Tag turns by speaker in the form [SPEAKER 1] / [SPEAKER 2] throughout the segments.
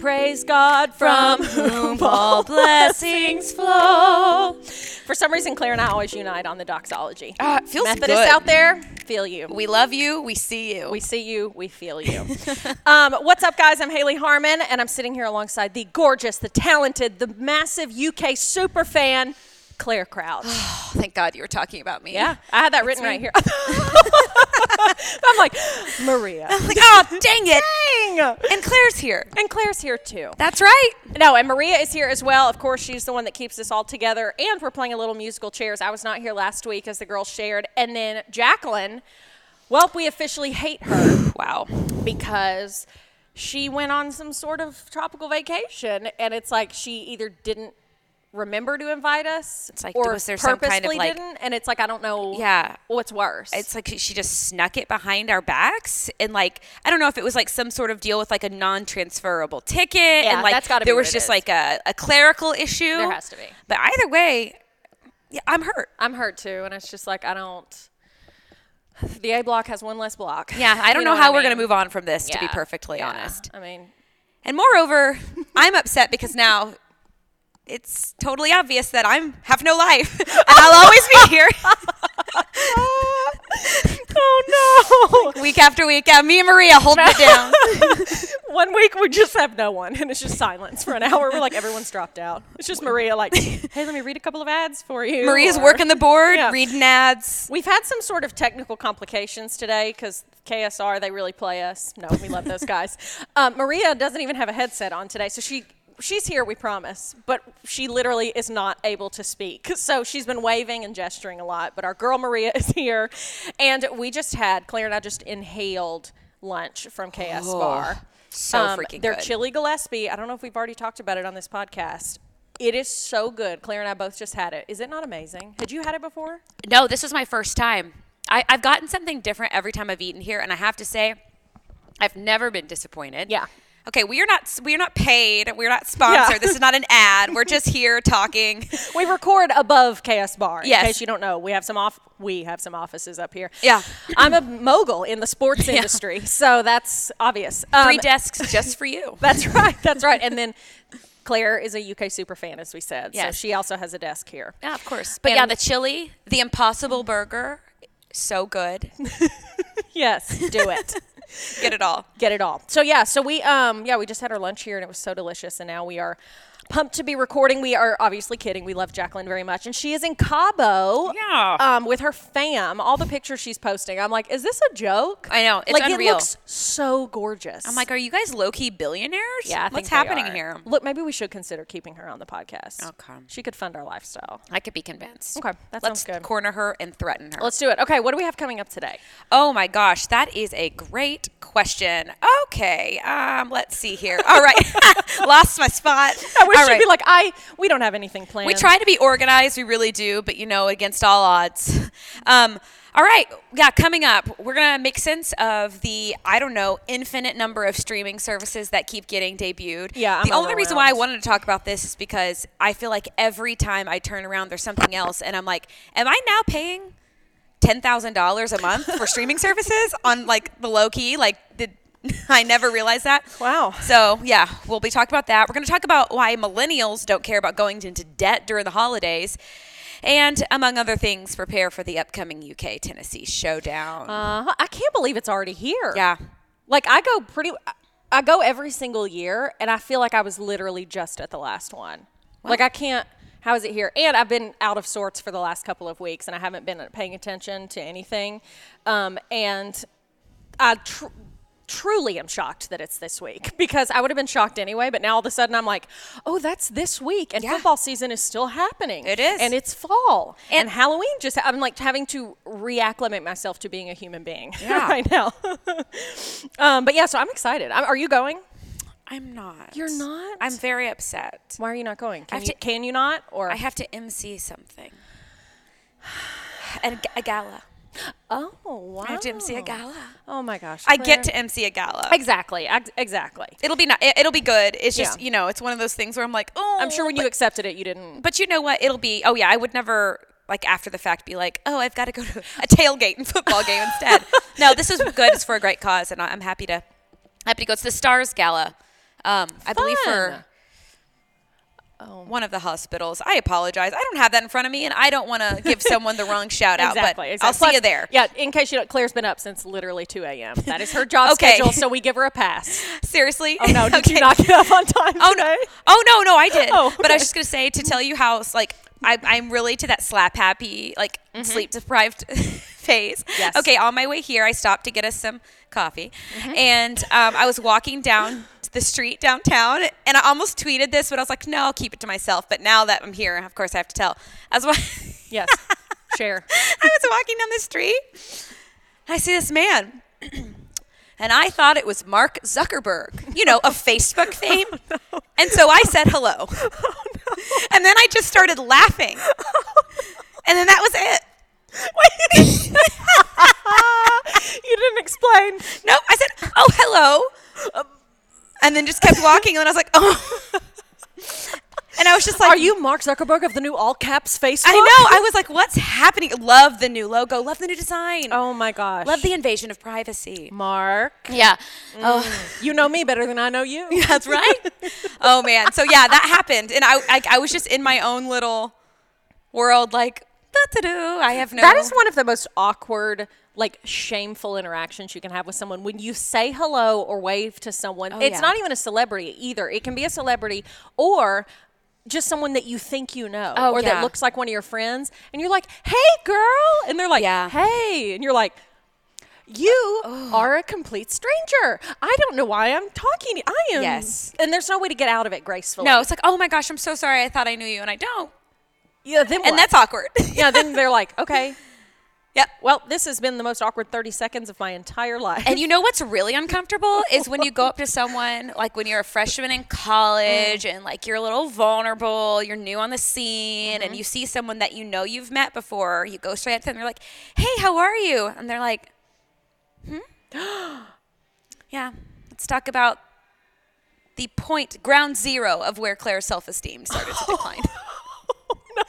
[SPEAKER 1] Praise God from whom all blessings
[SPEAKER 2] Ah,
[SPEAKER 1] flow. For some reason, Claire and I always unite on the doxology.
[SPEAKER 2] Ah, it feels
[SPEAKER 1] Methodists
[SPEAKER 2] good.
[SPEAKER 1] out there, feel you.
[SPEAKER 2] We love you. We see you.
[SPEAKER 1] We see you. We feel you. um, what's up, guys? I'm Haley Harmon, and I'm sitting here alongside the gorgeous, the talented, the massive UK super fan, Claire Crouch.
[SPEAKER 2] Oh, thank God you were talking about me.
[SPEAKER 1] Yeah, I had that written
[SPEAKER 2] me.
[SPEAKER 1] right here. I'm like, Maria.
[SPEAKER 2] Like, oh, dang it.
[SPEAKER 1] Dang.
[SPEAKER 2] And Claire's here.
[SPEAKER 1] And Claire's here too.
[SPEAKER 2] That's right.
[SPEAKER 1] No, and Maria is here as well. Of course, she's the one that keeps this all together. And we're playing a little musical chairs. I was not here last week, as the girls shared. And then Jacqueline, well, we officially hate her
[SPEAKER 2] Wow.
[SPEAKER 1] because she went on some sort of tropical vacation, and it's like she either didn't remember to invite us,
[SPEAKER 2] It's like,
[SPEAKER 1] or
[SPEAKER 2] was there some
[SPEAKER 1] purposely
[SPEAKER 2] kind of, like-
[SPEAKER 1] didn't. And it's like I don't know,
[SPEAKER 2] Yeah.
[SPEAKER 1] what's worse?
[SPEAKER 2] It's like she just snuck it behind our backs. And like, I don't know if it was like some sort of deal with like a non transferable ticket.
[SPEAKER 1] Yeah,
[SPEAKER 2] and like,
[SPEAKER 1] that's gotta be
[SPEAKER 2] there
[SPEAKER 1] what
[SPEAKER 2] was
[SPEAKER 1] it
[SPEAKER 2] just
[SPEAKER 1] is.
[SPEAKER 2] like a, a clerical issue.
[SPEAKER 1] There has to be.
[SPEAKER 2] But either way, yeah, I'm hurt.
[SPEAKER 1] I'm hurt too, and it's just like I don't. The A block has one less block.
[SPEAKER 2] Yeah, I don't
[SPEAKER 1] You
[SPEAKER 2] know,
[SPEAKER 1] what
[SPEAKER 2] how we're
[SPEAKER 1] mean?
[SPEAKER 2] going to move on from this, to be
[SPEAKER 1] Yeah.
[SPEAKER 2] perfectly
[SPEAKER 1] Yeah.
[SPEAKER 2] honest.
[SPEAKER 1] I mean,
[SPEAKER 2] And moreover, I'm upset because now it's totally obvious that I'm have no life and I'll always be here. oh no. Week after week, uh, me and Maria holding it down.
[SPEAKER 1] one week we just have no one, and it's just silence for an hour. We're like everyone's dropped out. It's just Maria, like, hey, let me read a couple of ads for you.
[SPEAKER 2] Maria's
[SPEAKER 1] or-
[SPEAKER 2] working the board,
[SPEAKER 1] Yeah.
[SPEAKER 2] reading ads.
[SPEAKER 1] We've had some sort of technical complications today because KSR they really play us. No, we love those guys. Um, Maria doesn't even have a headset on today, so she. She's here, we promise, but she literally is not able to speak. So she's been waving and gesturing a lot. But our girl Maria is here, and we just had Claire and I just inhaled lunch from KS Bar.
[SPEAKER 2] Oh, So
[SPEAKER 1] Um,
[SPEAKER 2] freaking
[SPEAKER 1] Their
[SPEAKER 2] good.
[SPEAKER 1] chili Gillespie. I don't know if we've already talked about it on this podcast. It is so good. Claire and I both just had it. Is it not amazing? Had you had it before?
[SPEAKER 2] No, this was my first time. I, I've gotten something different every time I've eaten here, and I have to say, I've never been disappointed.
[SPEAKER 1] Yeah.
[SPEAKER 2] Okay, we are not we are not paid. We're not sponsored. This is not an ad. We're just here talking.
[SPEAKER 1] We record above KS Bar.
[SPEAKER 2] Yes.
[SPEAKER 1] In case you don't know, we have some off. We have some offices up here.
[SPEAKER 2] Yeah.
[SPEAKER 1] I'm a mogul in the sports industry, so that's obvious.
[SPEAKER 2] Three
[SPEAKER 1] Um,
[SPEAKER 2] desks just for you.
[SPEAKER 1] That's right. That's right. And then Claire is a UK super fan, as we said. So
[SPEAKER 2] Yes.
[SPEAKER 1] she also has a desk here.
[SPEAKER 2] Yeah, of course. But yeah,
[SPEAKER 1] And-
[SPEAKER 2] the chili, the Impossible Burger, so good.
[SPEAKER 1] Yes. Do it.
[SPEAKER 2] Get it all.
[SPEAKER 1] Get it all. So yeah. So we um yeah we just had our lunch here and it was so delicious and now we are. Pumped to be recording. We are obviously kidding. We love Jacqueline very much, and she is in Cabo
[SPEAKER 2] Yeah.
[SPEAKER 1] um, with her fam. All the pictures she's posting, I'm like, is this a joke?
[SPEAKER 2] I know, it's
[SPEAKER 1] like it
[SPEAKER 2] unreal.
[SPEAKER 1] looks so gorgeous.
[SPEAKER 2] I'm like, are you guys low key billionaires?
[SPEAKER 1] Yeah, I think
[SPEAKER 2] what's
[SPEAKER 1] they
[SPEAKER 2] happening
[SPEAKER 1] are.
[SPEAKER 2] here?
[SPEAKER 1] Look, maybe we should consider keeping her on the podcast.
[SPEAKER 2] Okay.
[SPEAKER 1] she could fund our lifestyle.
[SPEAKER 2] I could be convinced.
[SPEAKER 1] Okay, that
[SPEAKER 2] Let's
[SPEAKER 1] sounds good.
[SPEAKER 2] corner her and threaten her.
[SPEAKER 1] Let's do it. Okay, what do we have coming up today?
[SPEAKER 2] Oh my gosh, that is a great question. Okay, um, let's see here. All right, lost my spot.
[SPEAKER 1] I wish
[SPEAKER 2] All
[SPEAKER 1] she'd
[SPEAKER 2] right.
[SPEAKER 1] be like, I. We don't have anything planned.
[SPEAKER 2] we try to be organized, we really do, but you know, against all odds. Um, all right, yeah, coming up, we're gonna make sense of the I don't know infinite number of streaming services that keep getting debuted.
[SPEAKER 1] Yeah, I'm
[SPEAKER 2] the only reason why I
[SPEAKER 1] overwhelmed.
[SPEAKER 2] wanted to talk about this is because I feel like every time I turn around, there's something else, and I'm like, am I now paying? ten thousand dollars a month for streaming services on like the low key. Like, did I never realized that?
[SPEAKER 1] Wow.
[SPEAKER 2] So yeah, we'll be talking about that. We're going to talk about why millennials don't care about going into debt during the holidays. And among other things, prepare for the upcoming UK Tennessee showdown.
[SPEAKER 1] Uh, I can't believe it's already here.
[SPEAKER 2] yeah,
[SPEAKER 1] Like I go pretty. I go every single year, and I feel like I was literally just at the last one. Like I can't. How is it here? And I've been out of sorts for the last couple of weeks, and I haven't been paying attention to anything. Um, and I tr- truly am shocked that it's this week because I would have been shocked anyway. But now all of a sudden I'm like, oh, that's this week, and
[SPEAKER 2] Yeah.
[SPEAKER 1] football season is still happening.
[SPEAKER 2] It is.
[SPEAKER 1] and it's fall, and,
[SPEAKER 2] And-
[SPEAKER 1] Halloween just. I'm like having to reacclimate myself to being a human being
[SPEAKER 2] Yeah.
[SPEAKER 1] right now. Um, but yeah, so I'm excited. I'm, are you going?
[SPEAKER 2] I'm not.
[SPEAKER 1] You're not?
[SPEAKER 2] I'm very upset.
[SPEAKER 1] Why are you not going? Can,
[SPEAKER 2] have
[SPEAKER 1] you,
[SPEAKER 2] to-
[SPEAKER 1] can you not? Or
[SPEAKER 2] I have to MC something. And a gala.
[SPEAKER 1] Oh, wow.
[SPEAKER 2] I have to MC a gala.
[SPEAKER 1] Oh my gosh.
[SPEAKER 2] I
[SPEAKER 1] Claire.
[SPEAKER 2] get to MC a gala.
[SPEAKER 1] Exactly. ex- Exactly.
[SPEAKER 2] it'll be not, it, will be good. It's just
[SPEAKER 1] Yeah.
[SPEAKER 2] you know, it's one of those things where I'm like, oh,
[SPEAKER 1] I'm sure when
[SPEAKER 2] but,
[SPEAKER 1] you accepted it, you didn't.
[SPEAKER 2] but you know what? It'll be. Oh yeah, I would never like after the fact be like, oh, I've got to go to a tailgate and football game instead. No, this is good. It's for a great cause, and I- I'm happy to happy to go. It's the Stars Gala. Um, I believe
[SPEAKER 1] Fun. Oh.
[SPEAKER 2] for one of the hospitals. I apologize. I don't have that in front of me, and I don't want to give someone the wrong shout out.
[SPEAKER 1] Exactly.
[SPEAKER 2] but
[SPEAKER 1] exactly.
[SPEAKER 2] I'll see
[SPEAKER 1] Plus,
[SPEAKER 2] you there.
[SPEAKER 1] Yeah. In case you don't, Claire's been up since literally 2 a.m. That is her job
[SPEAKER 2] Okay.
[SPEAKER 1] schedule, so we give her a pass.
[SPEAKER 2] Seriously.
[SPEAKER 1] Oh no, did you
[SPEAKER 2] Okay.
[SPEAKER 1] not get up on time?
[SPEAKER 2] Oh
[SPEAKER 1] today?
[SPEAKER 2] no! Oh no! No, I did.
[SPEAKER 1] Oh,
[SPEAKER 2] But I
[SPEAKER 1] okay.
[SPEAKER 2] was just gonna say to tell you how it's like I, I'm really to that slap happy, like sleep deprived phase.
[SPEAKER 1] Mm-hmm. Yes. Mm-hmm.
[SPEAKER 2] Okay. On my way here, I stopped to get us some coffee, and um, I was walking down the street downtown, and I almost tweeted this, but I was like, no, I'll keep it to myself. But now that I'm here, of course, I have to tell. I was, wa-
[SPEAKER 1] Yes. Share.
[SPEAKER 2] I was walking down the street. and I see this man. And I thought it was Mark Zuckerberg, you know, of
[SPEAKER 1] Oh,
[SPEAKER 2] Facebook fame. And so I said hello. And then I just started laughing. And then that was it.
[SPEAKER 1] you didn't explain.
[SPEAKER 2] No, I said, oh, hello. And then just kept walking. And then I was like, oh. And I was just like,
[SPEAKER 1] Are you Mark Zuckerberg of the new all caps Facebook?
[SPEAKER 2] I know. I was like, what's happening? Love the new logo. Love the new design.
[SPEAKER 1] Oh my gosh.
[SPEAKER 2] Love the invasion of privacy.
[SPEAKER 1] Mark.
[SPEAKER 2] Yeah. Oh.
[SPEAKER 1] You know me better than I know you.
[SPEAKER 2] That's right. oh man. So yeah, that happened, and I, I I was just in my own little world, like da-da-do. I have no.
[SPEAKER 1] That is one of the most awkward, like shameful interactions you can have with someone when you say hello or wave to someone. it's
[SPEAKER 2] Oh, yeah.
[SPEAKER 1] not even a celebrity either. It can be a celebrity or just someone that you think you know
[SPEAKER 2] Oh,
[SPEAKER 1] or
[SPEAKER 2] yeah.
[SPEAKER 1] that looks like one of your friends and you're like, "Hey girl." And they're like,
[SPEAKER 2] Yeah.
[SPEAKER 1] "Hey." And you're like, you are a complete stranger. I don't know why I'm talking. I am.
[SPEAKER 2] Yes.
[SPEAKER 1] And there's no way to get out of it gracefully.
[SPEAKER 2] No, it's like oh my gosh, I'm so sorry. I thought I knew you, and I don't.
[SPEAKER 1] Yeah. Then
[SPEAKER 2] And
[SPEAKER 1] what?
[SPEAKER 2] that's awkward.
[SPEAKER 1] yeah. Then they're like, okay.
[SPEAKER 2] Yep.
[SPEAKER 1] Well, this has been the most awkward 30 seconds of my entire life.
[SPEAKER 2] And you know what's really uncomfortable is when you go up to someone, like when you're a freshman in college and like you're a little vulnerable, you're new on the scene, and you see someone that you know you've met before, you go straight up to them, you're like, hey, how are you? And they're like, hmm? yeah, let's talk about the point, ground zero of where Claire's self esteem started to decline.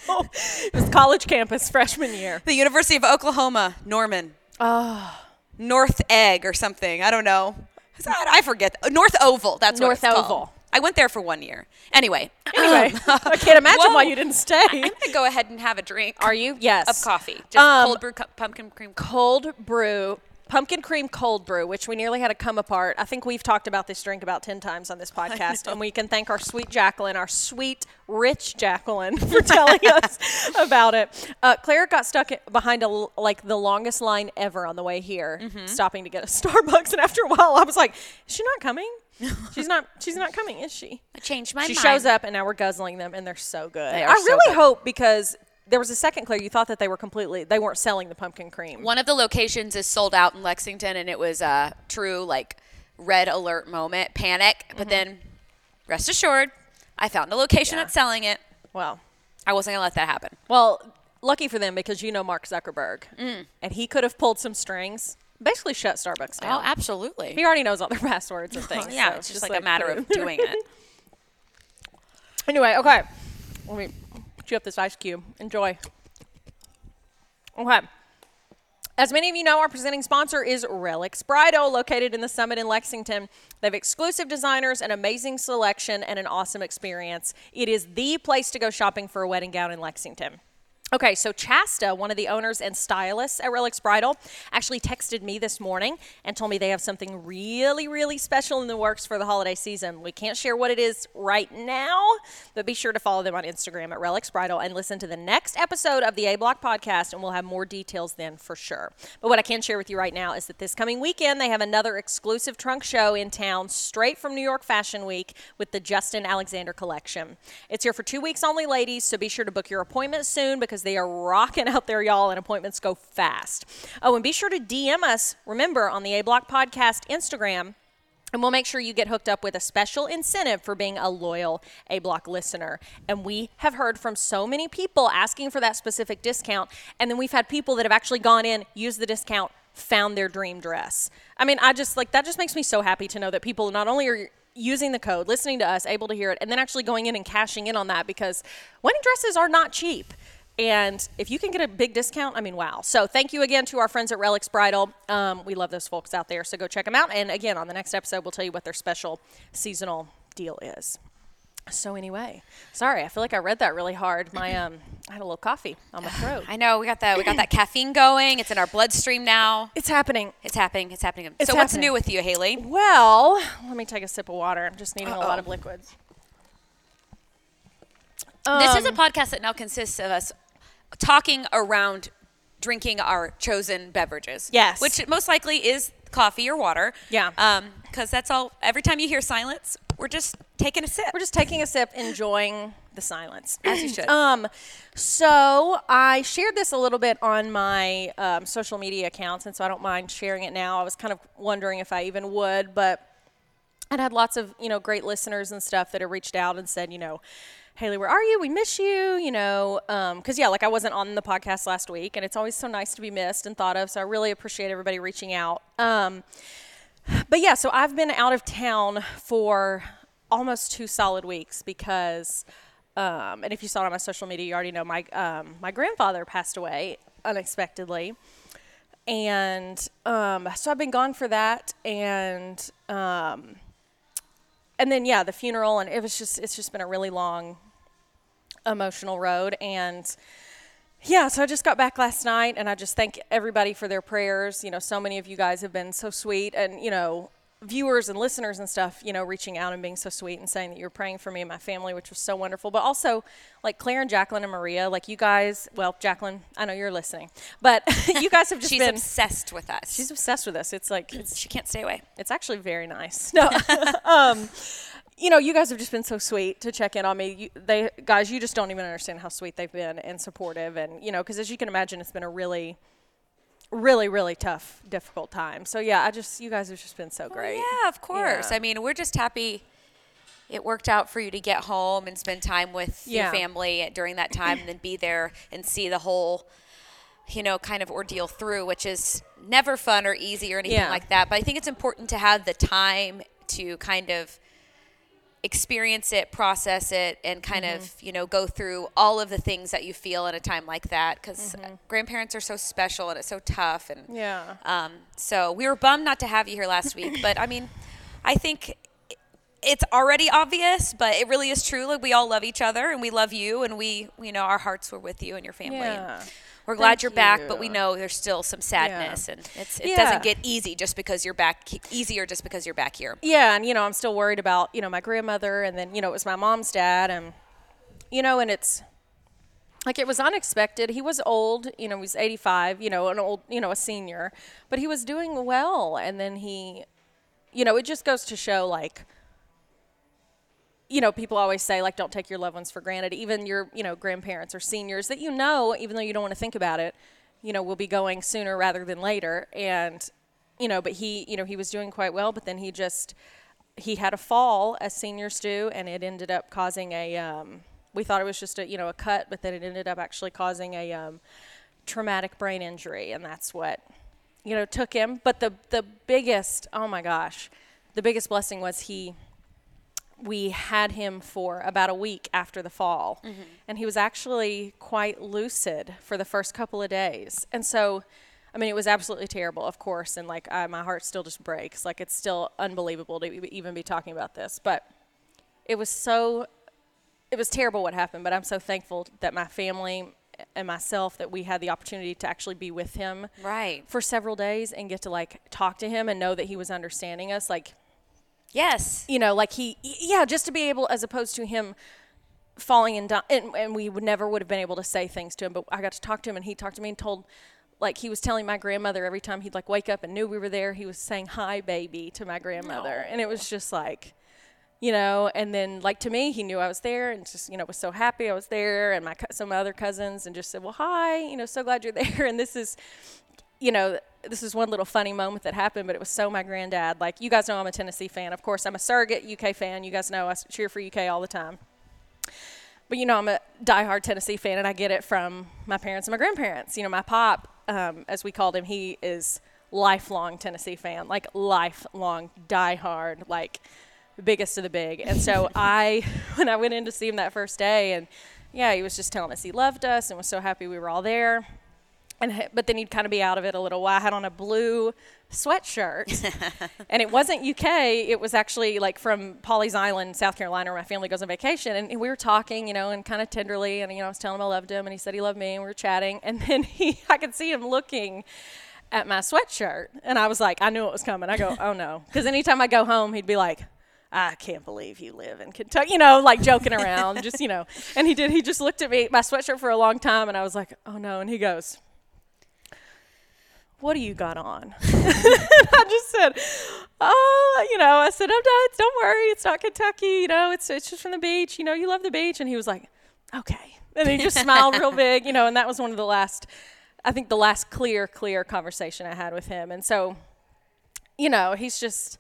[SPEAKER 1] it was college campus freshman year.
[SPEAKER 2] the University of Oklahoma, Norman.
[SPEAKER 1] Ah.
[SPEAKER 2] North Egg or something. I don't know. Is that- I forget. North Oval. That's
[SPEAKER 1] North
[SPEAKER 2] what it's Called.
[SPEAKER 1] Oval.
[SPEAKER 2] I went there for one year. Anyway,
[SPEAKER 1] Anyway, I can't imagine why
[SPEAKER 2] Whoa.
[SPEAKER 1] you didn't stay.
[SPEAKER 2] I'm gonna go ahead and have a drink.
[SPEAKER 1] Are you? Yes.
[SPEAKER 2] Of coffee, just
[SPEAKER 1] Um,
[SPEAKER 2] cold brew cu- pumpkin cream. co-
[SPEAKER 1] Cold brew, pumpkin cream cold brew, which we nearly had a come apart. I think we've talked about this drink about 10 times on this podcast, and we can thank our sweet Jacqueline, our sweet, rich Jacqueline, for telling us about it. Uh, Claire got stuck behind a, l- like the longest line ever on the way here, stopping to get a Starbucks. And after a while, I was like, is she not coming? She's not. She's not coming, is she?
[SPEAKER 2] I changed my
[SPEAKER 1] she
[SPEAKER 2] mind.
[SPEAKER 1] shows up and now we're guzzling them and they're so good
[SPEAKER 2] They are
[SPEAKER 1] i
[SPEAKER 2] so
[SPEAKER 1] really
[SPEAKER 2] good.
[SPEAKER 1] hope because there was a second claire you thought that they were completely they weren't selling the pumpkin cream
[SPEAKER 2] One of the locations is sold out in Lexington, and it was a true like red alert moment, panic.
[SPEAKER 1] Mm-hmm.
[SPEAKER 2] But then, rest assured, I found a location that's selling it.
[SPEAKER 1] well
[SPEAKER 2] I wasn't gonna let that happen.
[SPEAKER 1] well lucky for them because you know mark zuckerberg
[SPEAKER 2] Mm.
[SPEAKER 1] and he could have pulled some strings basically shut starbucks down
[SPEAKER 2] absolutely.
[SPEAKER 1] he already knows all their passwords and things
[SPEAKER 2] yeah,
[SPEAKER 1] so
[SPEAKER 2] it's just, like a matter of doing it.
[SPEAKER 1] anyway okay let me chew up this ice cube enjoy Okay. As many of you know, our presenting sponsor is Relics Bridal, located in the Summit in Lexington. They have exclusive designers, an amazing selection, and an awesome experience. It is the place to go shopping for a wedding gown in Lexington. Okay, so Chasta, one of the owners and stylists at Relics Bridal, actually texted me this morning and told me they have something really, really special in the works for the holiday season. We can't share what it is right now, but be sure to follow them on Instagram at Relics Bridal and listen to the next episode of the A Block podcast, and we'll have more details then for sure. But what I can share with you right now is that this coming weekend, they have another exclusive trunk show in town straight from New York Fashion Week with the Justin Alexander collection. It's here for two weeks only, ladies, so be sure to book your appointment soon because they are rocking out there, y'all, and appointments go fast. Oh, and be sure to DM us, remember, on the A Block podcast Instagram And we'll make sure you get hooked up with a special incentive for being a loyal A Block listener. And we have heard from so many people asking for that specific discount. And then we've had people that have actually gone in, used the discount, found their dream dress. I mean, I just like that just makes me so happy to know that people not only are using the code, listening to us, able to hear it, and then actually going in and cashing in on that because wedding dresses are not cheap. And if you can get a big discount, I mean, wow. So thank you again to our friends at Relics Bridal. Um, we love those folks out there. So go check them out. And again, on the next episode, we'll tell you what their special seasonal deal is. So anyway, sorry, I feel like I read that really hard. My um, I had a little coffee on my throat.
[SPEAKER 2] I know we got that. We got that caffeine going. It's in our bloodstream now.
[SPEAKER 1] It's happening.
[SPEAKER 2] It's happening. It's happening.
[SPEAKER 1] It's
[SPEAKER 2] so what's
[SPEAKER 1] happening.
[SPEAKER 2] new with you, Haley?
[SPEAKER 1] Well, let me take a sip of water. I'm just needing a lot
[SPEAKER 2] Uh-oh.
[SPEAKER 1] of liquids.
[SPEAKER 2] this is a
[SPEAKER 1] Um,
[SPEAKER 2] podcast that now consists of us talking around drinking our chosen beverages.
[SPEAKER 1] Yes.
[SPEAKER 2] Which most likely is coffee or water.
[SPEAKER 1] Yeah.
[SPEAKER 2] Because that's all. Every time you hear silence, we're just taking a sip.
[SPEAKER 1] We're just taking a sip, enjoying the silence.
[SPEAKER 2] as you should.
[SPEAKER 1] Um, so I shared this a little bit on my um, social media accounts, and so I don't mind sharing it now. I was kind of wondering if I even would, but I'd had lots of you know great listeners and stuff that had reached out and said, you know, Haley, where are you? We miss you. You know, because yeah, like I wasn't on the podcast last week, and it's always so nice to be missed and thought of. So I really appreciate everybody reaching out. Um, but yeah, so I've been out of town for almost two solid weeks because, um, and if you saw it on my social media, you already know my um, my grandfather passed away unexpectedly, and um, so I've been gone for that, and um, and then yeah, the funeral, and it was just it's just been a really long emotional road, and. Yeah, so I just got back last night and I just thank everybody for their prayers. You know, so many of you guys have been so sweet and, you know, viewers and listeners and stuff, you know, reaching out and being so sweet and saying that you were praying for me and my family, which was so wonderful. But also, like Claire and Jacqueline and Maria, like you guys, well, Jacqueline, I know you're listening, but you guys have just
[SPEAKER 2] She's
[SPEAKER 1] been.
[SPEAKER 2] obsessed with us.
[SPEAKER 1] She's obsessed with us. It's like it's
[SPEAKER 2] she can't stay away.
[SPEAKER 1] it's actually very nice. No, um, you know, you guys have just been so sweet to check in on me. You, they guys, you just don't even understand how sweet they've been and supportive, and you know, because as you can imagine, it's been a really, really, really tough, difficult time. So yeah, I just you guys have just been so great.
[SPEAKER 2] Yeah, of course.
[SPEAKER 1] Yeah.
[SPEAKER 2] I mean, we're just happy it worked out for you to get home and spend time with
[SPEAKER 1] Yeah.
[SPEAKER 2] your family during that time and then be there and see the whole you know kind of ordeal through which is never fun or easy or anything
[SPEAKER 1] Yeah.
[SPEAKER 2] like that but i think it's important to have the time to kind of experience it process it and kind of
[SPEAKER 1] Mm-hmm.
[SPEAKER 2] you know go through all of the things that you feel at a time like that because grandparents are so special and it's so tough and
[SPEAKER 1] Mm-hmm. Yeah.
[SPEAKER 2] um, so we were bummed not to have you here last week, but I mean, I think i- it's already obvious, but it really is true. Like we all love each other, and we love you, and we, you know, our hearts were with you and your family. and
[SPEAKER 1] Yeah.
[SPEAKER 2] We're glad
[SPEAKER 1] Thank
[SPEAKER 2] you're back, but we
[SPEAKER 1] you.
[SPEAKER 2] know there's still some sadness, and it's, it
[SPEAKER 1] Yeah. E
[SPEAKER 2] doesn't get easy just because you're back easier just because you're back here.
[SPEAKER 1] yeah and you know i'm still worried about you know my grandmother and then you know it was my mom's dad and you know and it's like it was unexpected he was old you know he was 85 you know an old you know a senior but he was doing well and then he you know it just goes to show like you know people always say like don't take your loved ones for granted even your you know grandparents or seniors that you know even though you don't want to think about it you know will be going sooner rather than later and you know but he you know he was doing quite well but then he just he had a fall as seniors do and it ended up causing a um, we thought it was just a you know a cut but then it ended up actually causing a um, traumatic brain injury and that's what you know took him but the the biggest oh my gosh the biggest blessing was he we had him for about a week after the fall and he was actually quite lucid for the first couple of days and so i mean it was absolutely terrible of course and like I, my heart still just breaks like it's still unbelievable to e- even be talking about this but it was so it was terrible what happened but i'm so thankful that my family and myself that we had the opportunity to actually be with him
[SPEAKER 2] Right.
[SPEAKER 1] for several days and get to like talk to him and know that he was understanding us like
[SPEAKER 2] Yes.
[SPEAKER 1] you know, like he, yeah, just to be able, as opposed to him falling and dying, and, and we would never would have been able to say things to him, but I got to talk to him, and he talked to me and told, like, he was telling my grandmother every time he'd like wake up and knew we were there, he was saying hi, baby, to my grandmother, and it was just like. You know, and then like to me, he knew I was there, and just you know was so happy I was there, and my cou- some other cousins, and just said, "Well, hi, you know, so glad you're there." And this is, you know, this is one little funny moment that happened, but it was so my granddad. Like you guys know, I'm a Tennessee fan. Of course, I'm a surrogate UK fan. You guys know I cheer for UK all the time. But you know, I'm a diehard Tennessee fan, and I get it from my parents and my grandparents. You know, my pop, um, as we called him, he is lifelong Tennessee fan, like lifelong diehard, like biggest of the big. And so I, when I went in to see him that first day, and yeah, he was just telling us he loved us and was so happy we were all there. And h- but then he'd kind of be out of it a little while. I had on a blue sweatshirt, and it wasn't UK. It was actually like from Polly's Island, South Carolina, where my family goes on vacation. And we were talking, you know, and kind of tenderly, and you know, I was telling him I loved him, and he said he loved me, and we were chatting. And then he, I could see him looking at my sweatshirt, and I was like, I knew it was coming. I go, oh no, because anytime I go home, he'd be like. I can't believe you live in Kentucky, you know, like joking around, just, you know. And he did, he just looked at me, my sweatshirt for a long time, and I was like, oh no. And he goes, what do you got on? I just said, oh, you know, I said, I'm not, don't worry, it's not Kentucky, you know, it's, it's just from the beach, you know, you love the beach. And he was like, okay. And he just smiled real big, you know, and that was one of the last, I think the last clear, clear conversation I had with him. And so, you know, he's just,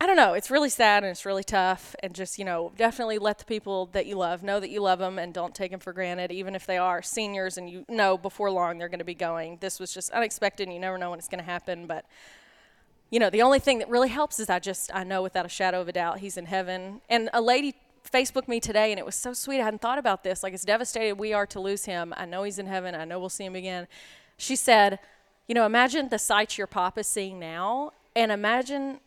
[SPEAKER 1] I don't know, it's really sad and it's really tough. And just, you know, definitely let the people that you love know that you love them and don't take them for granted, even if they are seniors and you know before long they're going to be going. This was just unexpected and you never know when it's going to happen. But, you know, the only thing that really helps is I just, I know without a shadow of a doubt he's in heaven. And a lady Facebooked me today and it was so sweet. I hadn't thought about this. Like, as devastated we are to lose him, I know he's in heaven. I know we'll see him again. She said, you know, imagine the sights your pop is seeing now and imagine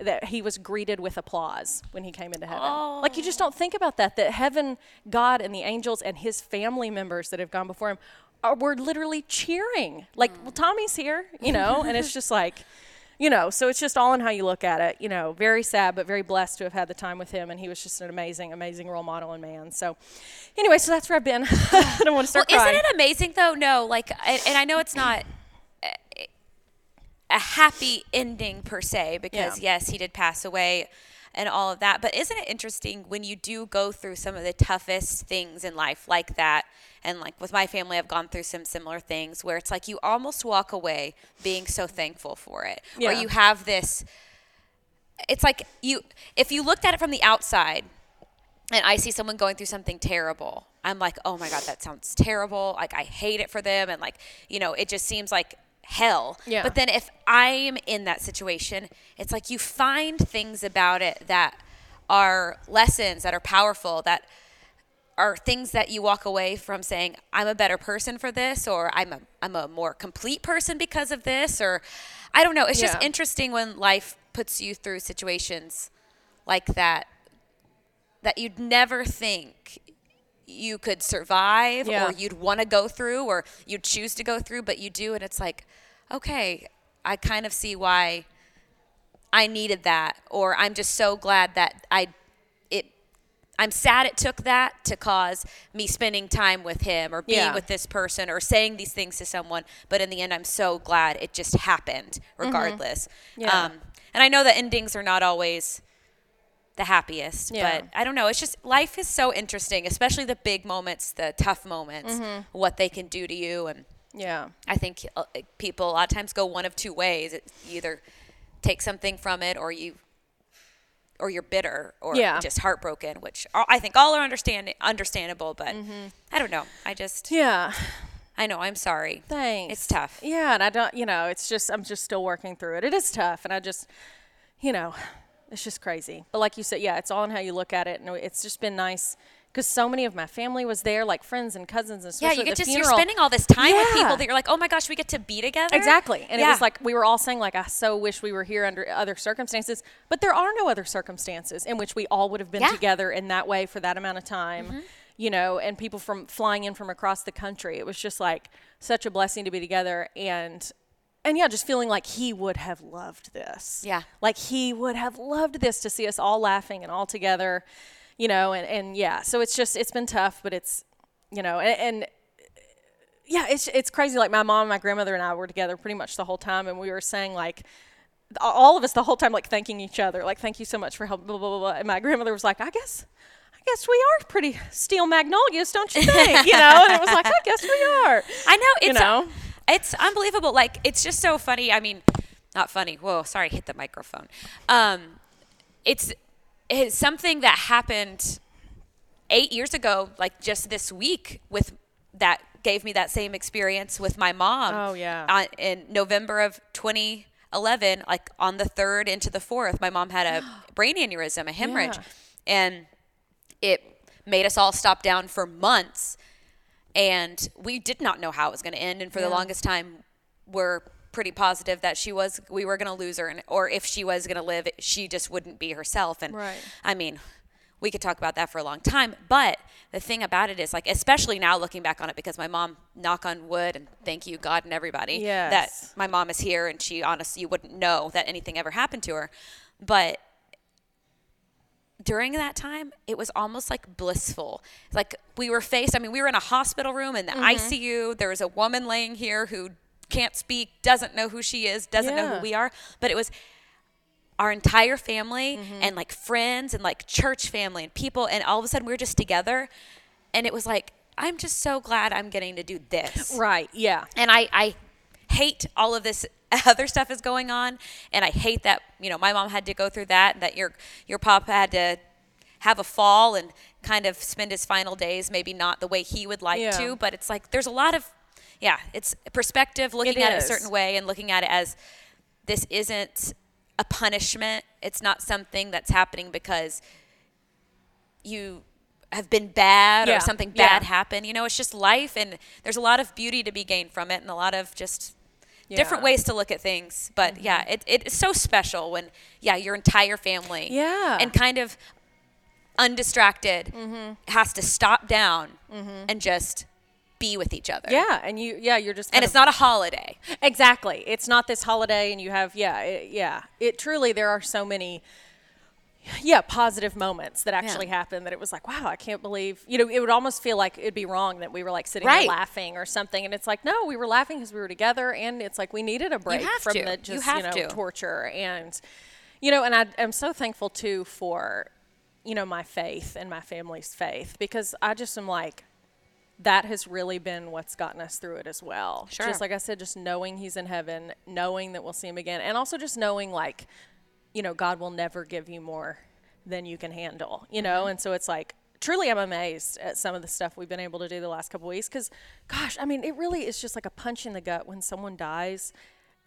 [SPEAKER 1] that he was greeted with applause when he came into heaven.
[SPEAKER 2] Oh.
[SPEAKER 1] Like you just don't think about that that heaven, God and the angels and his family members that have gone before him are were literally cheering. Like, well Tommy's here, you know, and it's just like you know, so it's just all in how you look at it. You know, very sad, but very blessed to have had the time with him, and he was just an amazing, amazing role model and man. So, anyway, so that's where I've been. I don't want to
[SPEAKER 2] Well,
[SPEAKER 1] start
[SPEAKER 2] isn't
[SPEAKER 1] crying.
[SPEAKER 2] it amazing though? No, like, I- and I know it's not a- a happy ending per se, because
[SPEAKER 1] Yeah.
[SPEAKER 2] yes, he did pass away and all of that. But isn't it interesting when you do go through some of the toughest things in life like that? And like with my family, I've gone through some similar things where it's like you almost walk away being so thankful for it, or
[SPEAKER 1] Yeah.
[SPEAKER 2] you have this. It's like you, if you looked at it from the outside, and I see someone going through something terrible, I'm like, oh my God, that sounds terrible. Like, I hate it for them. And, like, you know, it just seems like hell.
[SPEAKER 1] Yeah.
[SPEAKER 2] But then if I'm in that situation, it's like you find things about it that are lessons, that are powerful, that are things that you walk away from saying, I'm a better person for this, or I'm a, I'm a more complete person because of this, or I don't know. It's just
[SPEAKER 1] Yeah.
[SPEAKER 2] interesting when life puts you through situations like that that you'd never think you could survive
[SPEAKER 1] Yeah.
[SPEAKER 2] or you'd want to go through or you choose to go through, but you do. And it's like, okay, I kind of see why I needed that, or I'm just so glad that I, it, I'm sad it took that to cause me spending time with him or being
[SPEAKER 1] Yeah.
[SPEAKER 2] with this person or saying these things to someone. But in the end, I'm so glad it just happened regardless.
[SPEAKER 1] Mm-hmm. Yeah.
[SPEAKER 2] Um, and I know the endings are not always the happiest,
[SPEAKER 1] Yeah.
[SPEAKER 2] but I don't know. It's just life is so interesting, especially the big moments, the tough moments,
[SPEAKER 1] Mm-hmm.
[SPEAKER 2] what they can do to you and.
[SPEAKER 1] yeah.
[SPEAKER 2] I think uh, people a lot of times go one of two ways. It's you either take something from it, or you, or you're bitter, or
[SPEAKER 1] Yeah.
[SPEAKER 2] just heartbroken. Which all- I think all are understand understandable, but
[SPEAKER 1] Mm-hmm.
[SPEAKER 2] I don't know. I just
[SPEAKER 1] Yeah.
[SPEAKER 2] I know I'm sorry.
[SPEAKER 1] Thanks.
[SPEAKER 2] It's tough.
[SPEAKER 1] Yeah, and I don't, you know, it's just I'm just still working through it. It is tough, and I just, you know, it's just crazy. But like you said, yeah, it's all in how you look at it, and it's just been nice because so many of my family was there, like friends and cousins, and
[SPEAKER 2] Yeah,
[SPEAKER 1] especially
[SPEAKER 2] you
[SPEAKER 1] at
[SPEAKER 2] get
[SPEAKER 1] the
[SPEAKER 2] just you're
[SPEAKER 1] funeral.
[SPEAKER 2] spending all this time with
[SPEAKER 1] Yeah.
[SPEAKER 2] people that you're like, oh my gosh, we get to be together.
[SPEAKER 1] Exactly. And it
[SPEAKER 2] Yeah.
[SPEAKER 1] was like we were all saying like I so wish we were here under other circumstances, but there are no other circumstances in which we all would have been
[SPEAKER 2] Yeah. Mm-hmm.
[SPEAKER 1] together in that way for that amount of time. You know, and people from flying in from across the country. It was just like such a blessing to be together and and yeah, just feeling like he would have loved this.
[SPEAKER 2] Yeah.
[SPEAKER 1] Like he would have loved this to see us all laughing and all together, you know, and, and yeah. So it's just it's been tough, but it's you know, and, and yeah, it's it's crazy. Like my mom, my grandmother, and I were together pretty much the whole time, and we were saying like all of us the whole time, like thanking each other, like thank you so much for help, blah blah blah. blah. And my grandmother was like, I guess. I guess we are pretty steel magnolias, don't you think? You know, and it was like, I guess we are.
[SPEAKER 2] I know it's
[SPEAKER 1] know?
[SPEAKER 2] It's unbelievable. Like it's just so funny. I mean, not funny. Whoa, sorry, hit the microphone. Um, it's it's something that happened eight years ago, like just this week, with that gave me that same experience with my mom.
[SPEAKER 1] Oh, yeah.
[SPEAKER 2] On, in November of 2011, like on the third into the fourth, my mom had a brain aneurysm, a hemorrhage,
[SPEAKER 1] Yeah.
[SPEAKER 2] and it made us all stop down for months and we did not know how it was going to end and for the
[SPEAKER 1] Yeah.
[SPEAKER 2] longest time we're pretty positive that she was we were going to lose her and, or if she was going to live she just wouldn't be herself and
[SPEAKER 1] Right.
[SPEAKER 2] i mean we could talk about that for a long time but the thing about it is like especially now looking back on it because my mom knock on wood and thank you god and everybody
[SPEAKER 1] Yes.
[SPEAKER 2] that my mom is here and she honestly you wouldn't know that anything ever happened to her but during that time, it was almost like blissful. Like we were faced, I mean, we were in a hospital room in the ICU. There was a woman laying here who can't speak, doesn't know who she is, doesn't know
[SPEAKER 1] Yeah.
[SPEAKER 2] who we are. But it was our entire family and like friends and like church family and people. And all of a sudden, we were just together. And it was like, I'm just so glad I'm getting to do this
[SPEAKER 1] Right. Yeah.
[SPEAKER 2] and I, I hate all of this other stuff is going on and i hate that you know my mom had to go through that that your your pop had to have a fall and kind of spend his final days maybe not the way he would like
[SPEAKER 1] Yeah.
[SPEAKER 2] to but it's like there's a lot of yeah it's perspective looking
[SPEAKER 1] It
[SPEAKER 2] at it a
[SPEAKER 1] is.
[SPEAKER 2] certain way and looking at it as this isn't a punishment it's not something that's happening because you have been bad
[SPEAKER 1] Yeah,
[SPEAKER 2] or something
[SPEAKER 1] yeah.
[SPEAKER 2] bad happened. You know, it's just life, and there's a lot of beauty to be gained from it, and a lot of just different
[SPEAKER 1] Yeah. Mm-hmm.
[SPEAKER 2] ways to look at things. But yeah, it, it's so special when yeah your entire family
[SPEAKER 1] Yeah.
[SPEAKER 2] and kind of undistracted
[SPEAKER 1] Mm-hmm.
[SPEAKER 2] has to stop down and just be with each other.
[SPEAKER 1] Yeah. And you. Yeah. You're just.
[SPEAKER 2] and
[SPEAKER 1] kind
[SPEAKER 2] it's
[SPEAKER 1] of-
[SPEAKER 2] not a holiday.
[SPEAKER 1] exactly. It's not this holiday, and you have. Yeah. It, yeah. It truly. There are so many. Yeah, positive moments that actually happened that it was like, wow, I can't believe, you know, it would almost feel like it'd be wrong that we were like sitting
[SPEAKER 2] Right.
[SPEAKER 1] there laughing or something. And it's like, no, we were laughing because we were together. And it's like, we needed a break
[SPEAKER 2] have
[SPEAKER 1] from
[SPEAKER 2] to.
[SPEAKER 1] the
[SPEAKER 2] You
[SPEAKER 1] just, you,
[SPEAKER 2] have
[SPEAKER 1] know,
[SPEAKER 2] to.
[SPEAKER 1] torture. And, you know, and I am so thankful too for, you know, my faith and my family's faith because I just am like, that has really been what's gotten us through it as well.
[SPEAKER 2] Sure.
[SPEAKER 1] Just like I said, just knowing he's in heaven, knowing that we'll see him again, and also just knowing like, you know, God will never give you more than you can handle, you know?
[SPEAKER 2] Mm-hmm.
[SPEAKER 1] And so it's like, truly, I'm amazed at some of the stuff we've been able to do the last couple weeks because, gosh, I mean, it really is just like a punch in the gut when someone dies.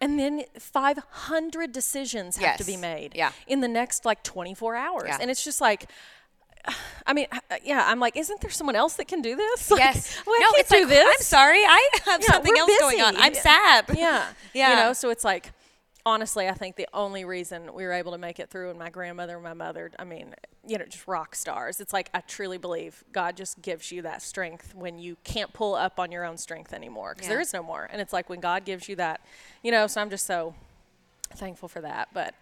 [SPEAKER 1] And then 500 decisions have to be
[SPEAKER 2] Yes.
[SPEAKER 1] made
[SPEAKER 2] Yeah.
[SPEAKER 1] in the next like 24 hours.
[SPEAKER 2] Yeah.
[SPEAKER 1] And it's just like, I mean, I- yeah, I'm like, isn't there someone else that can do this? Like,
[SPEAKER 2] yes.
[SPEAKER 1] well, I
[SPEAKER 2] no,
[SPEAKER 1] can't
[SPEAKER 2] it's
[SPEAKER 1] do
[SPEAKER 2] like,
[SPEAKER 1] this.
[SPEAKER 2] I'm sorry. I have
[SPEAKER 1] Yeah,
[SPEAKER 2] something
[SPEAKER 1] we're
[SPEAKER 2] else going on.
[SPEAKER 1] busy.
[SPEAKER 2] I'm sad.
[SPEAKER 1] Yeah.
[SPEAKER 2] Yeah.
[SPEAKER 1] You know, so it's like, honestly, I think the only reason we were able to make it through, and my grandmother and my mother, I mean, you know, just rock stars. It's like, I truly believe God just gives you that strength when you can't pull up on your own strength anymore because
[SPEAKER 2] Yeah.
[SPEAKER 1] there is no more. And it's like when God gives you that, you know, so I'm just so thankful for that. But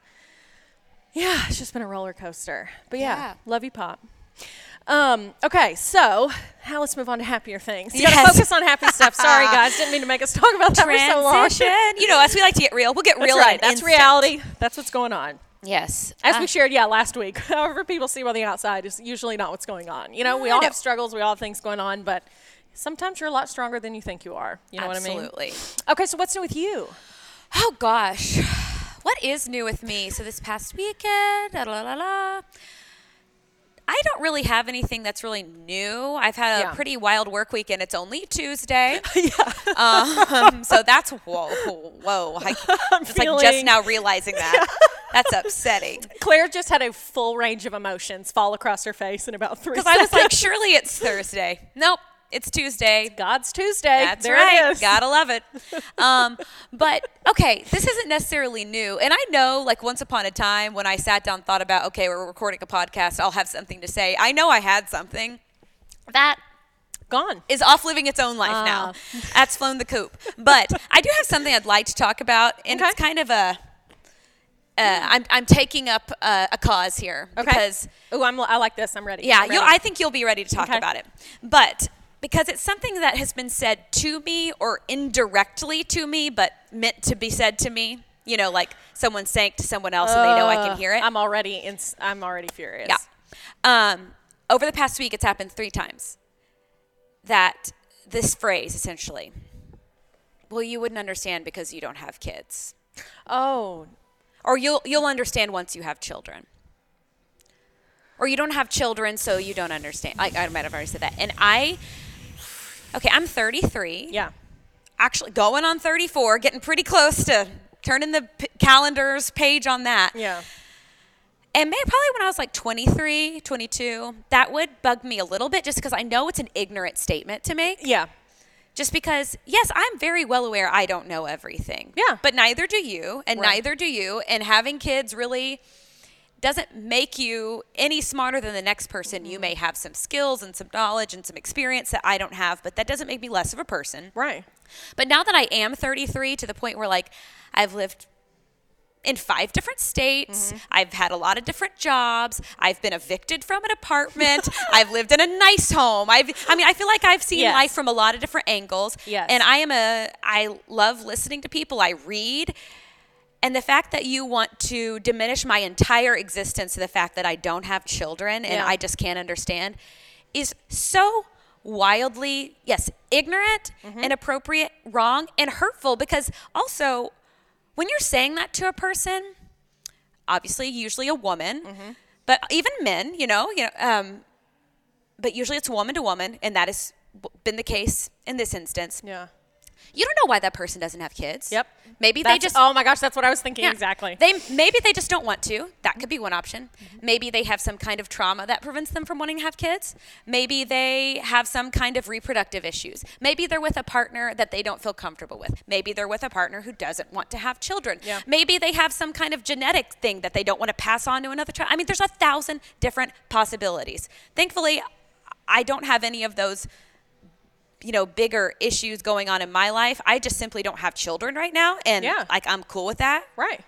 [SPEAKER 1] yeah, it's just been a roller coaster. But yeah,
[SPEAKER 2] Yeah.
[SPEAKER 1] love you, Pop. Um, okay, so now let's move on to happier things. You gotta
[SPEAKER 2] Yes.
[SPEAKER 1] focus on happy stuff. Sorry, guys. Didn't mean to make us talk about that for so
[SPEAKER 2] Transition.
[SPEAKER 1] long.
[SPEAKER 2] you know, as we like to get real, we'll get
[SPEAKER 1] That's
[SPEAKER 2] real.
[SPEAKER 1] right.
[SPEAKER 2] in an
[SPEAKER 1] That's
[SPEAKER 2] instant.
[SPEAKER 1] reality. That's what's going on.
[SPEAKER 2] Yes.
[SPEAKER 1] As
[SPEAKER 2] Ah.
[SPEAKER 1] we shared, yeah, last week. However, people see on the outside is usually not what's going on. You know, we
[SPEAKER 2] I
[SPEAKER 1] all
[SPEAKER 2] know.
[SPEAKER 1] have struggles. We all have things going on, but sometimes you're a lot stronger than you think you are. You know what I mean?
[SPEAKER 2] Absolutely.
[SPEAKER 1] Okay, so what's new with you?
[SPEAKER 2] Oh gosh, what is new with me? So this past weekend, da, la la la. I don't really have anything that's really new. I've had a
[SPEAKER 1] Yeah.
[SPEAKER 2] pretty wild work week, and it's only Tuesday. Um, so that's whoa, whoa. I, it's like just
[SPEAKER 1] feeling-
[SPEAKER 2] now realizing that. That's upsetting.
[SPEAKER 1] Claire just had a full range of emotions fall across her face in about three
[SPEAKER 2] Because
[SPEAKER 1] seconds.
[SPEAKER 2] I was like, surely it's Thursday. Nope, it's Tuesday.
[SPEAKER 1] God's Tuesday.
[SPEAKER 2] That's
[SPEAKER 1] there
[SPEAKER 2] right.
[SPEAKER 1] It is.
[SPEAKER 2] Gotta love it. Um, but okay, this isn't necessarily new. And I know, like, once upon a time when I sat down, and thought about, okay, we're recording a podcast, I'll have something to say. I know I had something. That
[SPEAKER 1] Gone.
[SPEAKER 2] is off living its own life
[SPEAKER 1] Ah.
[SPEAKER 2] now. That's flown the coop. But I do have something I'd like to talk about, and it's
[SPEAKER 1] Okay.
[SPEAKER 2] kind of a. Uh, I'm, I'm taking up uh, a cause here because
[SPEAKER 1] oh, I'm I like this. I'm ready.
[SPEAKER 2] yeah,
[SPEAKER 1] I'm
[SPEAKER 2] you'll,
[SPEAKER 1] ready.
[SPEAKER 2] I think you'll be ready to talk
[SPEAKER 1] Okay.
[SPEAKER 2] about it. But because it's something that has been said to me or indirectly to me, but meant to be said to me, you know, like someone saying it to someone else and they know I can
[SPEAKER 1] Ugh,
[SPEAKER 2] hear it.
[SPEAKER 1] I'm already in, I'm already furious.
[SPEAKER 2] yeah. Um, over the past week, it's happened three times that this phrase essentially Well, you wouldn't understand because you don't have kids.
[SPEAKER 1] Oh,
[SPEAKER 2] Or you'll you'll understand once you have children. Or you don't have children, so you don't understand. I, I might have already said that. And I, okay, I'm 33.
[SPEAKER 1] yeah.
[SPEAKER 2] actually going on 34, getting pretty close to turning the p- calendars page on that.
[SPEAKER 1] Yeah.
[SPEAKER 2] And maybe probably when I was like 23, 22, that would bug me a little bit just because I know it's an ignorant statement to make.
[SPEAKER 1] Yeah.
[SPEAKER 2] Just because, yes, I'm very well aware I don't know everything.
[SPEAKER 1] Yeah.
[SPEAKER 2] But neither do you, and
[SPEAKER 1] Right.
[SPEAKER 2] neither do you. And having kids really doesn't make you any smarter than the next person.
[SPEAKER 1] Mm-hmm.
[SPEAKER 2] You may have some skills and some knowledge and some experience that I don't have, but that doesn't make me less of a person.
[SPEAKER 1] Right.
[SPEAKER 2] But now that I am 33 to the point where like I've lived in five different
[SPEAKER 1] Mm-hmm.
[SPEAKER 2] states, I've had a lot of different jobs, I've been evicted from an apartment, I've lived in a nice home. I've I mean I feel like I've seen
[SPEAKER 1] Yes.
[SPEAKER 2] life from a lot of different angles.
[SPEAKER 1] Yes.
[SPEAKER 2] And I am a I love listening to people. I read and the fact that you want to diminish my entire existence to the fact that I don't have children and
[SPEAKER 1] Yeah.
[SPEAKER 2] I just can't understand is so wildly, yes, ignorant,
[SPEAKER 1] Mm-hmm.
[SPEAKER 2] inappropriate, wrong, and hurtful because also when you're saying that to a person, obviously usually a woman,
[SPEAKER 1] Mm-hmm.
[SPEAKER 2] but even men, you know, you know, um, but usually it's woman to woman, and that has been the case in this instance.
[SPEAKER 1] Yeah.
[SPEAKER 2] You don't know why that person doesn't have kids.
[SPEAKER 1] Yep.
[SPEAKER 2] Maybe
[SPEAKER 1] That's-
[SPEAKER 2] they just
[SPEAKER 1] Oh my gosh, that's what I was thinking
[SPEAKER 2] yeah.
[SPEAKER 1] exactly.
[SPEAKER 2] They maybe they just don't want to. That could be one option. Maybe they have some kind of trauma that prevents them from wanting to have kids. Maybe they have some kind of reproductive issues. Maybe they're with a partner that they don't feel comfortable with. Maybe they're with a partner who doesn't want to have children.
[SPEAKER 1] Yeah.
[SPEAKER 2] Maybe they have some kind of genetic thing that they don't want to pass on to another child. I mean, there's a thousand different possibilities. Thankfully, I don't have any of those you know bigger issues going on in my life i just simply don't have children right now and
[SPEAKER 1] Yeah.
[SPEAKER 2] like i'm cool with that
[SPEAKER 1] right.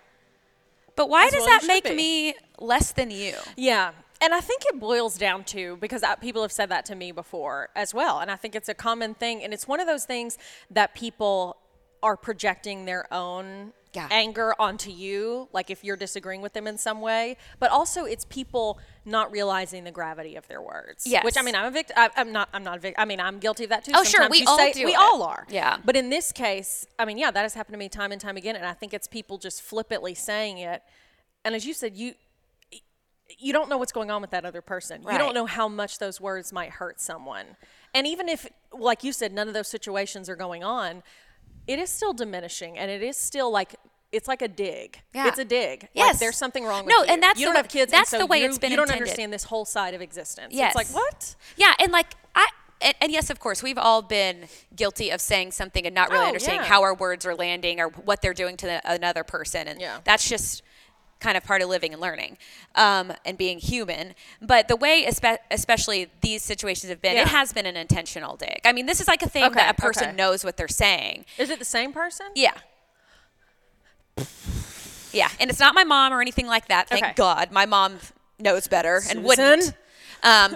[SPEAKER 2] but why
[SPEAKER 1] As
[SPEAKER 2] does
[SPEAKER 1] well you
[SPEAKER 2] that
[SPEAKER 1] should
[SPEAKER 2] make
[SPEAKER 1] be.
[SPEAKER 2] me less than you?
[SPEAKER 1] Yeah. And I think it boils down to because I, people have said that to me before as well. And I think it's a common thing. And it's one of those things that people are projecting their own
[SPEAKER 2] Yeah.
[SPEAKER 1] anger onto you, like if you're disagreeing with them in some way. But also, it's people not realizing the gravity of their words.
[SPEAKER 2] Yes.
[SPEAKER 1] Which I mean, I'm a victim. I'm not. I'm not a victim. I mean, I'm guilty of that too.
[SPEAKER 2] Oh, sure.
[SPEAKER 1] Sometimes
[SPEAKER 2] We
[SPEAKER 1] you
[SPEAKER 2] all
[SPEAKER 1] say-
[SPEAKER 2] do
[SPEAKER 1] We
[SPEAKER 2] it.
[SPEAKER 1] all are.
[SPEAKER 2] Yeah.
[SPEAKER 1] But in this case, I mean, yeah, that has happened to me time and time again. And I think it's people just flippantly saying it. And as you said, you you don't know what's going on with that other person. You
[SPEAKER 2] Right.
[SPEAKER 1] don't know how much those words might hurt someone. And even if, like you said, none of those situations are going on, it is still diminishing and it is still like, it's like a dig.
[SPEAKER 2] Yeah.
[SPEAKER 1] It's a dig.
[SPEAKER 2] Yes.
[SPEAKER 1] Like there's something wrong with
[SPEAKER 2] No,
[SPEAKER 1] you.
[SPEAKER 2] and that's
[SPEAKER 1] you don't
[SPEAKER 2] the way-
[SPEAKER 1] have kids. and
[SPEAKER 2] that's
[SPEAKER 1] so
[SPEAKER 2] the way
[SPEAKER 1] you,
[SPEAKER 2] it's been
[SPEAKER 1] You don't
[SPEAKER 2] intended.
[SPEAKER 1] understand this whole side of existence.
[SPEAKER 2] Yes.
[SPEAKER 1] It's like, what?
[SPEAKER 2] Yeah, and like I and, and yes, of course, we've all been guilty of saying something and not really
[SPEAKER 1] Oh,
[SPEAKER 2] understanding
[SPEAKER 1] yeah.
[SPEAKER 2] how our words are landing or what they're doing to the, another person, and
[SPEAKER 1] Yeah.
[SPEAKER 2] that's just kind of part of living and learning um, and being human. But the way, espe- especially these situations have been,
[SPEAKER 1] Yeah.
[SPEAKER 2] it has been an intentional dig. I mean, this is like a thing
[SPEAKER 1] Okay,
[SPEAKER 2] that a person
[SPEAKER 1] okay.
[SPEAKER 2] knows what they're saying.
[SPEAKER 1] Is it the same person?
[SPEAKER 2] Yeah. Yeah, and it's not my mom or anything like that. Thank
[SPEAKER 1] Okay.
[SPEAKER 2] God, my mom knows better and wouldn't.
[SPEAKER 1] Susan?
[SPEAKER 2] Um,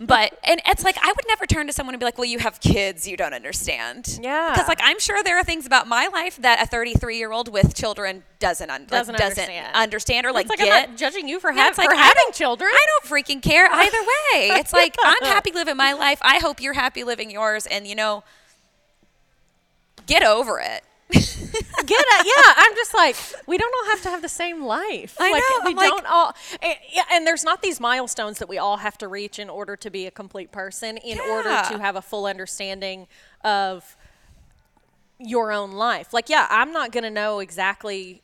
[SPEAKER 2] but and it's like I would never turn to someone and be like, "Well, you have kids, you don't understand."
[SPEAKER 1] Yeah.
[SPEAKER 2] because like I'm sure there are things about my life that a 33 year old with children doesn't un-
[SPEAKER 1] Doesn't
[SPEAKER 2] like, doesn't
[SPEAKER 1] understand.
[SPEAKER 2] understand. or like,
[SPEAKER 1] It's like,
[SPEAKER 2] get.
[SPEAKER 1] I'm not judging you for,
[SPEAKER 2] Yeah,
[SPEAKER 1] ha-
[SPEAKER 2] it's like,
[SPEAKER 1] for
[SPEAKER 2] I
[SPEAKER 1] having
[SPEAKER 2] don't-
[SPEAKER 1] children.
[SPEAKER 2] I don't freaking care either way. It's like I'm happy living my life. I hope you're happy living yours, and you know, get over it.
[SPEAKER 1] get it. Yeah, I'm just like we don't all have to have the same life.
[SPEAKER 2] I
[SPEAKER 1] like,
[SPEAKER 2] know,
[SPEAKER 1] We
[SPEAKER 2] I'm like-
[SPEAKER 1] don't all. And, yeah, and there's not these milestones that we all have to reach in order to be a complete person, in order
[SPEAKER 2] Yeah.
[SPEAKER 1] to have a full understanding of your own life. Like, yeah, I'm not gonna know exactly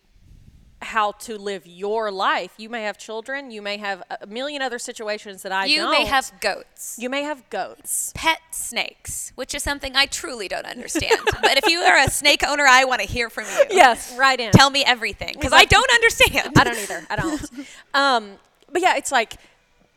[SPEAKER 1] how to live your life. You may have children. You may have a million other situations that I
[SPEAKER 2] you
[SPEAKER 1] don't.
[SPEAKER 2] may have goats,
[SPEAKER 1] You may have goats.
[SPEAKER 2] pet snakes, which is something I truly don't understand. but if you are a snake owner, I want to hear from you.
[SPEAKER 1] Yes, right in.
[SPEAKER 2] Tell me everything because I don't understand.
[SPEAKER 1] I don't either. I don't. um, but yeah, it's like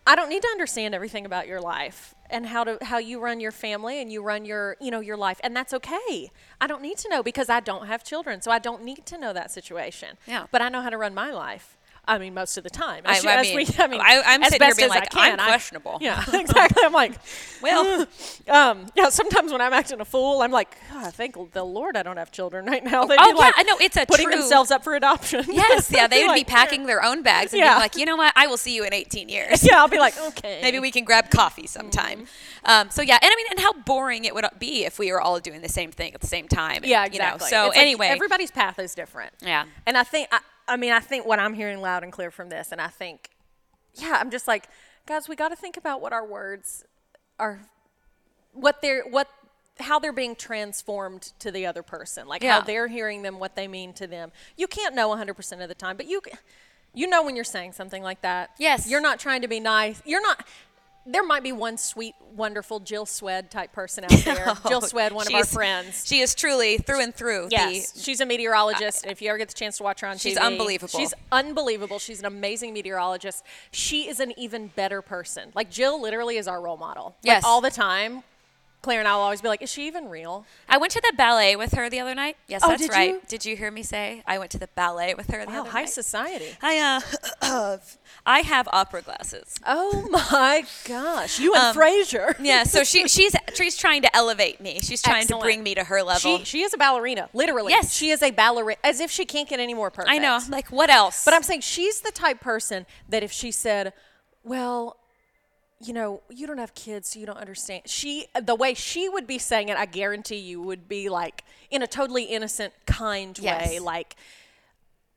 [SPEAKER 1] I don't need to understand everything about your life and how to how you run your family and you run your you know your life and that's okay. I don't need to know because I don't have children, so I don't need to know that situation.
[SPEAKER 2] Yeah.
[SPEAKER 1] But I know how to run my life. I mean, most of the time.
[SPEAKER 2] I-
[SPEAKER 1] As,
[SPEAKER 2] I
[SPEAKER 1] you- as
[SPEAKER 2] mean,
[SPEAKER 1] we, I mean,
[SPEAKER 2] I- I'm
[SPEAKER 1] as
[SPEAKER 2] sitting here
[SPEAKER 1] best
[SPEAKER 2] being
[SPEAKER 1] as I
[SPEAKER 2] like, I'm
[SPEAKER 1] can, I-
[SPEAKER 2] questionable.
[SPEAKER 1] yeah, exactly. I'm like,
[SPEAKER 2] Well.
[SPEAKER 1] "Ugh." um, yeah. Sometimes when I'm acting a fool, I'm like, "God, I thank the Lord I don't have children right now. They'd
[SPEAKER 2] oh,
[SPEAKER 1] be
[SPEAKER 2] yeah,
[SPEAKER 1] like,
[SPEAKER 2] I know, it's a
[SPEAKER 1] putting
[SPEAKER 2] true-
[SPEAKER 1] themselves up for adoption.
[SPEAKER 2] Yes, yeah,
[SPEAKER 1] I'd
[SPEAKER 2] they would be
[SPEAKER 1] like,
[SPEAKER 2] packing their own bags and
[SPEAKER 1] Yeah.
[SPEAKER 2] being like, you know what, I will see you in 18 years.
[SPEAKER 1] Yeah, I'll be like, okay.
[SPEAKER 2] Maybe we can grab coffee sometime.
[SPEAKER 1] Mm-hmm.
[SPEAKER 2] Um, so yeah, and I mean, and how boring it would be if we were all doing the same thing at the same time. and,
[SPEAKER 1] Yeah,
[SPEAKER 2] you know,
[SPEAKER 1] exactly.
[SPEAKER 2] so
[SPEAKER 1] It's like
[SPEAKER 2] anyway,
[SPEAKER 1] everybody's path is different.
[SPEAKER 2] Yeah.
[SPEAKER 1] And I think, I, I mean, I think what I'm hearing loud and clear from this, and I think, yeah, I'm just like, guys, we got to think about what our words are, what they're, what, how they're being transformed to the other person, like
[SPEAKER 2] Yeah.
[SPEAKER 1] how they're hearing them, what they mean to them. You can't know 100% of the time, but you, c- you know when you're saying something like that.
[SPEAKER 2] Yes.
[SPEAKER 1] You're not trying to be nice. You're not. There might be one sweet, wonderful Jill Swed type person out there. Jill Swed, one of
[SPEAKER 2] she
[SPEAKER 1] our
[SPEAKER 2] is-
[SPEAKER 1] friends.
[SPEAKER 2] She is truly through and through.
[SPEAKER 1] Yes, she's a meteorologist. and if you ever get the chance to watch her on
[SPEAKER 2] Uh, She's
[SPEAKER 1] TV,
[SPEAKER 2] unbelievable.
[SPEAKER 1] She's unbelievable. She's an amazing meteorologist. She is an even better person. Like Jill, literally is our role model.
[SPEAKER 2] Yes.
[SPEAKER 1] like, all the time. Claire and I will always be like, "Is she even real?"
[SPEAKER 2] The, I went to the ballet with her the other night. Yes,
[SPEAKER 1] Oh,
[SPEAKER 2] that's
[SPEAKER 1] did
[SPEAKER 2] right.
[SPEAKER 1] you?
[SPEAKER 2] Did you hear me say I went to the ballet with her the
[SPEAKER 1] Wow,
[SPEAKER 2] other
[SPEAKER 1] Oh, high
[SPEAKER 2] night?
[SPEAKER 1] society.
[SPEAKER 2] I uh, I have opera glasses.
[SPEAKER 1] Oh my gosh, you and Frasier.
[SPEAKER 2] Um, Yeah, so she she's she's trying to elevate me. She's trying
[SPEAKER 1] Excellent.
[SPEAKER 2] to bring me to her level.
[SPEAKER 1] She she is a ballerina, literally.
[SPEAKER 2] Yes.
[SPEAKER 1] she is a ballerina. As if she can't get any more perfect.
[SPEAKER 2] I know. I'm Like what else?
[SPEAKER 1] But I'm saying she's the type person that if she said, "Well, you know, you don't have kids, so you don't understand," she the way she would be saying it, I guarantee you would be like in a totally innocent, kind way,
[SPEAKER 2] Yes.
[SPEAKER 1] like.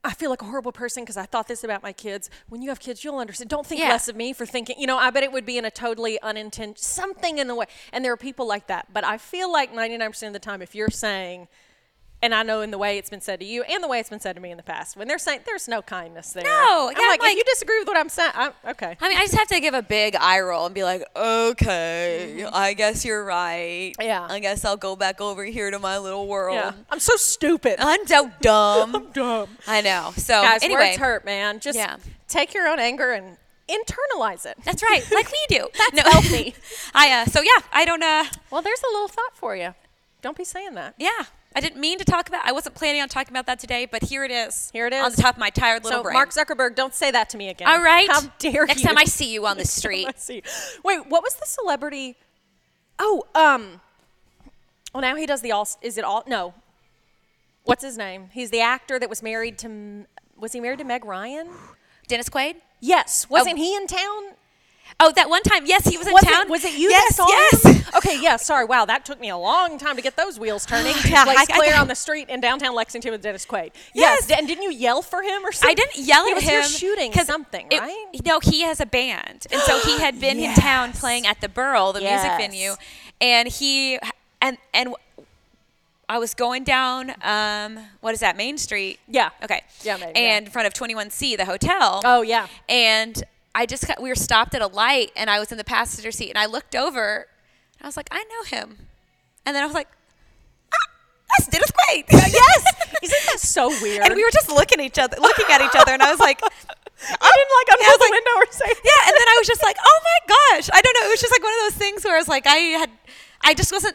[SPEAKER 1] I feel like a horrible person because I thought this about my kids. When you have kids, you'll understand. Don't think
[SPEAKER 2] Yeah.
[SPEAKER 1] less of me for thinking. You know, I bet it would be in a totally unintentional something in the way. And there are people like that. But I feel like 99% of the time, if you're saying, and I know in the way it's been said to you and the way it's been said to me in the past, when they're saying there's no kindness there.
[SPEAKER 2] No,
[SPEAKER 1] I'm
[SPEAKER 2] yeah,
[SPEAKER 1] like,
[SPEAKER 2] like-
[SPEAKER 1] if you disagree with what I'm saying, I'm, okay.
[SPEAKER 2] I mean, I just have to give a big eye roll and be like, okay, I guess you're right.
[SPEAKER 1] Mm-hmm. Yeah.
[SPEAKER 2] I guess I'll go back over here to my little world.
[SPEAKER 1] Yeah. I'm so stupid.
[SPEAKER 2] I'm so dumb.
[SPEAKER 1] dumb.
[SPEAKER 2] I know. So,
[SPEAKER 1] Guys,
[SPEAKER 2] Oh, anyway.
[SPEAKER 1] words hurt, man. Just
[SPEAKER 2] Yeah.
[SPEAKER 1] take your own anger and internalize it.
[SPEAKER 2] That's right, like we do. That's
[SPEAKER 1] healthy.
[SPEAKER 2] I uh, so yeah, I don't uh
[SPEAKER 1] Well, there's a little thought for you. Don't be saying that.
[SPEAKER 2] yeah, I didn't mean to talk about. I wasn't planning on talking about that today, but here it is.
[SPEAKER 1] Here it
[SPEAKER 2] on
[SPEAKER 1] is.
[SPEAKER 2] the top of my tired little
[SPEAKER 1] So,
[SPEAKER 2] brain.
[SPEAKER 1] Mark Zuckerberg, don't say that to me again.
[SPEAKER 2] All right,
[SPEAKER 1] How dare
[SPEAKER 2] Next
[SPEAKER 1] you?
[SPEAKER 2] time I see you on the street,
[SPEAKER 1] Let's see. Wait, what was the celebrity? Oh, um. Well, now he does the all. Is it all? No. What's his name? He's the actor that was married to. M- Was he married to Meg Ryan?
[SPEAKER 2] Dennis Quaid.
[SPEAKER 1] Yes. Wasn't he in town?
[SPEAKER 2] Oh, that one time, yes, he was in
[SPEAKER 1] Was
[SPEAKER 2] town.
[SPEAKER 1] it, was it you that
[SPEAKER 2] Yes,
[SPEAKER 1] saw
[SPEAKER 2] yes.
[SPEAKER 1] him? Okay, yeah, sorry. Wow, that took me a long time to get those wheels turning.
[SPEAKER 2] Yeah,
[SPEAKER 1] Like
[SPEAKER 2] I- I-
[SPEAKER 1] Claire on the street in downtown Lexington with Dennis Quaid.
[SPEAKER 2] Yes.
[SPEAKER 1] d- and didn't you yell for him or something?
[SPEAKER 2] I didn't yell
[SPEAKER 1] he
[SPEAKER 2] at
[SPEAKER 1] was
[SPEAKER 2] him.
[SPEAKER 1] Here shooting
[SPEAKER 2] 'cause
[SPEAKER 1] something,
[SPEAKER 2] it-
[SPEAKER 1] right?
[SPEAKER 2] No, he has a band, and so he had been in town
[SPEAKER 1] Yes.
[SPEAKER 2] playing at the Burl, the
[SPEAKER 1] Yes.
[SPEAKER 2] music venue, and he and and I was going down. Um, what is that Main Street?
[SPEAKER 1] Yeah.
[SPEAKER 2] Okay.
[SPEAKER 1] Yeah, maybe, yeah.
[SPEAKER 2] And in front of Twenty One C, the hotel.
[SPEAKER 1] Oh, yeah.
[SPEAKER 2] And I just got, we were stopped at a light, and I was in the passenger seat, and I looked over, and I was like, I know him, and then I was like. "Ah, That's Dennis Quaid. yes,
[SPEAKER 1] Isn't that so weird?
[SPEAKER 2] and we were just looking at each other, looking at each other, and I was like,
[SPEAKER 1] I didn't like
[SPEAKER 2] Yeah, I
[SPEAKER 1] unroll
[SPEAKER 2] was
[SPEAKER 1] the
[SPEAKER 2] like-
[SPEAKER 1] window or say.
[SPEAKER 2] yeah. And then I was just like, oh my gosh, I don't know. It was just like one of those things where I was like, I had, I just wasn't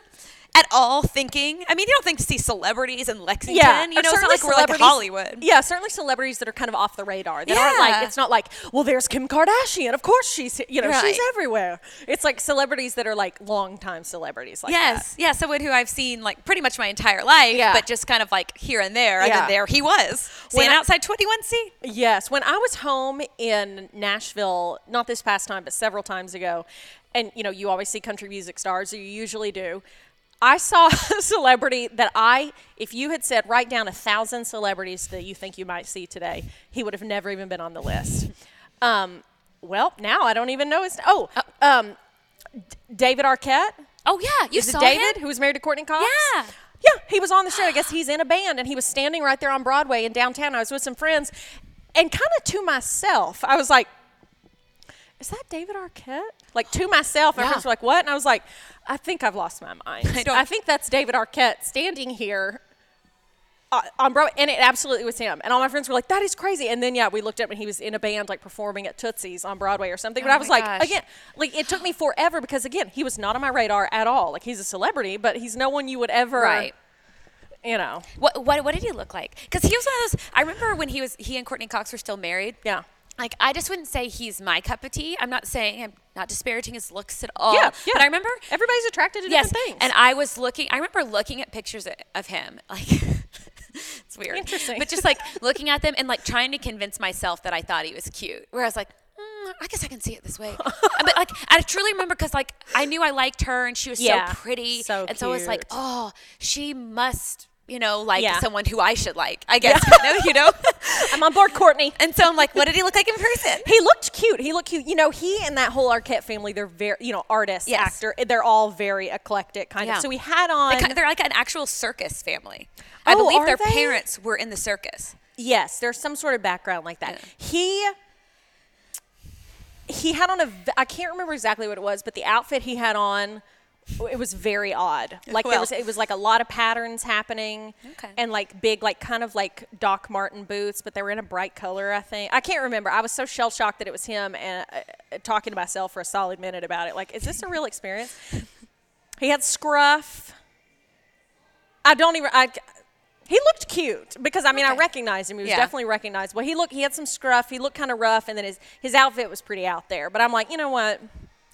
[SPEAKER 2] at all thinking. I mean, you don't think to see celebrities in Lexington, you
[SPEAKER 1] or
[SPEAKER 2] know, it's not
[SPEAKER 1] certainly
[SPEAKER 2] like we're like
[SPEAKER 1] celebrities-
[SPEAKER 2] Hollywood.
[SPEAKER 1] Yeah, certainly celebrities that are kind of off the radar. That aren't like
[SPEAKER 2] Yeah.
[SPEAKER 1] it's not like, well, there's Kim Kardashian. Of course she's he- you know she's
[SPEAKER 2] Right.
[SPEAKER 1] everywhere. It's like celebrities that are like longtime celebrities like
[SPEAKER 2] Yes, yeah, someone who I've seen like pretty much my entire life,
[SPEAKER 1] Yeah.
[SPEAKER 2] but just kind of like here and there, and
[SPEAKER 1] Yeah.
[SPEAKER 2] then there he was,
[SPEAKER 1] When
[SPEAKER 2] standing
[SPEAKER 1] I-
[SPEAKER 2] outside 21C.
[SPEAKER 1] that. Yes, when I was home in Nashville, not this past time, but several times ago, and you know you always see country music stars, or you usually do. I saw a celebrity that I, if you had said write down a thousand celebrities that you think you might see today, he would have never even been on the list. Um, well, now I don't even know his. Oh, um, D- David Arquette.
[SPEAKER 2] Oh yeah, you
[SPEAKER 1] Is it
[SPEAKER 2] saw
[SPEAKER 1] David
[SPEAKER 2] him.
[SPEAKER 1] who was married to Courtney Cox?
[SPEAKER 2] Yeah.
[SPEAKER 1] Yeah, he was on the show. I guess he's in a band and he was standing right there on Broadway in downtown. I was with some friends and kind of to myself, I was like, is that David Arquette? Like to myself, my
[SPEAKER 2] Yeah.
[SPEAKER 1] friends were like, what? And I was like, I think I've lost my mind.
[SPEAKER 2] I don't-
[SPEAKER 1] I think that's David Arquette standing here uh, on Broadway, and it absolutely was him. And all my friends were like, "That is crazy." And then yeah, we looked up, and he was in a band like performing at Tootsie's on Broadway or something. But
[SPEAKER 2] Oh
[SPEAKER 1] I was
[SPEAKER 2] my
[SPEAKER 1] like,
[SPEAKER 2] gosh.
[SPEAKER 1] again, like it took me forever because again, he was not on my radar at all. Like he's a celebrity, but he's no one you would ever,
[SPEAKER 2] Right.
[SPEAKER 1] You know,
[SPEAKER 2] What, what what did he look like? Because he was one of those. I remember when he was he and Courtney Cox were still married.
[SPEAKER 1] yeah.
[SPEAKER 2] like I just wouldn't say he's my cup of tea. I'm not saying I'm not disparaging his looks at all.
[SPEAKER 1] yeah, yeah.
[SPEAKER 2] But I remember
[SPEAKER 1] everybody's attracted to
[SPEAKER 2] yes,
[SPEAKER 1] different things.
[SPEAKER 2] and I was looking. I remember looking at pictures o- of him, like. It's weird.
[SPEAKER 1] Interesting.
[SPEAKER 2] But just like looking at them and like trying to convince myself that I thought he was cute. Where I was like, mm, I guess I can see it this way. And but like, I truly remember because like I knew I liked her and she was
[SPEAKER 1] Yeah,
[SPEAKER 2] so pretty.
[SPEAKER 1] so
[SPEAKER 2] and so I was like,
[SPEAKER 1] cute.
[SPEAKER 2] oh, she must, you know, like
[SPEAKER 1] Yeah.
[SPEAKER 2] someone who I should like, I guess. kind of, you know?
[SPEAKER 1] I'm on board, Courtney.
[SPEAKER 2] and so I'm like, what did he look like in person?
[SPEAKER 1] He looked cute. He looked cute. You know, he and that whole Arquette family, they're very, you know, artists,
[SPEAKER 2] Yes.
[SPEAKER 1] actor. They're all very eclectic, kind
[SPEAKER 2] Yeah.
[SPEAKER 1] of. So we had on.
[SPEAKER 2] Like, they're like an actual circus family. I
[SPEAKER 1] Oh,
[SPEAKER 2] believe
[SPEAKER 1] are
[SPEAKER 2] their
[SPEAKER 1] they?
[SPEAKER 2] parents were in the circus.
[SPEAKER 1] Yes, there's some sort of background like that. He he had on a v- I can't remember exactly what it was, but the outfit he had on it was very odd. Like there
[SPEAKER 2] Well.
[SPEAKER 1] was it was like a lot of patterns happening
[SPEAKER 2] Okay.
[SPEAKER 1] and like big like kind of like Doc Martin boots, but they were in a bright color, I think. I can't remember. I was so shell shocked that it was him and uh, uh, talking to myself for a solid minute about it. Like is this a real experience? he had scruff. I don't even I he looked cute because I mean I
[SPEAKER 2] Okay.
[SPEAKER 1] recognized him. He was
[SPEAKER 2] Yeah.
[SPEAKER 1] definitely recognized. Well, he looked he had some scruff. He looked kind of rough, and then his his outfit was pretty out there. But I'm like, you know what?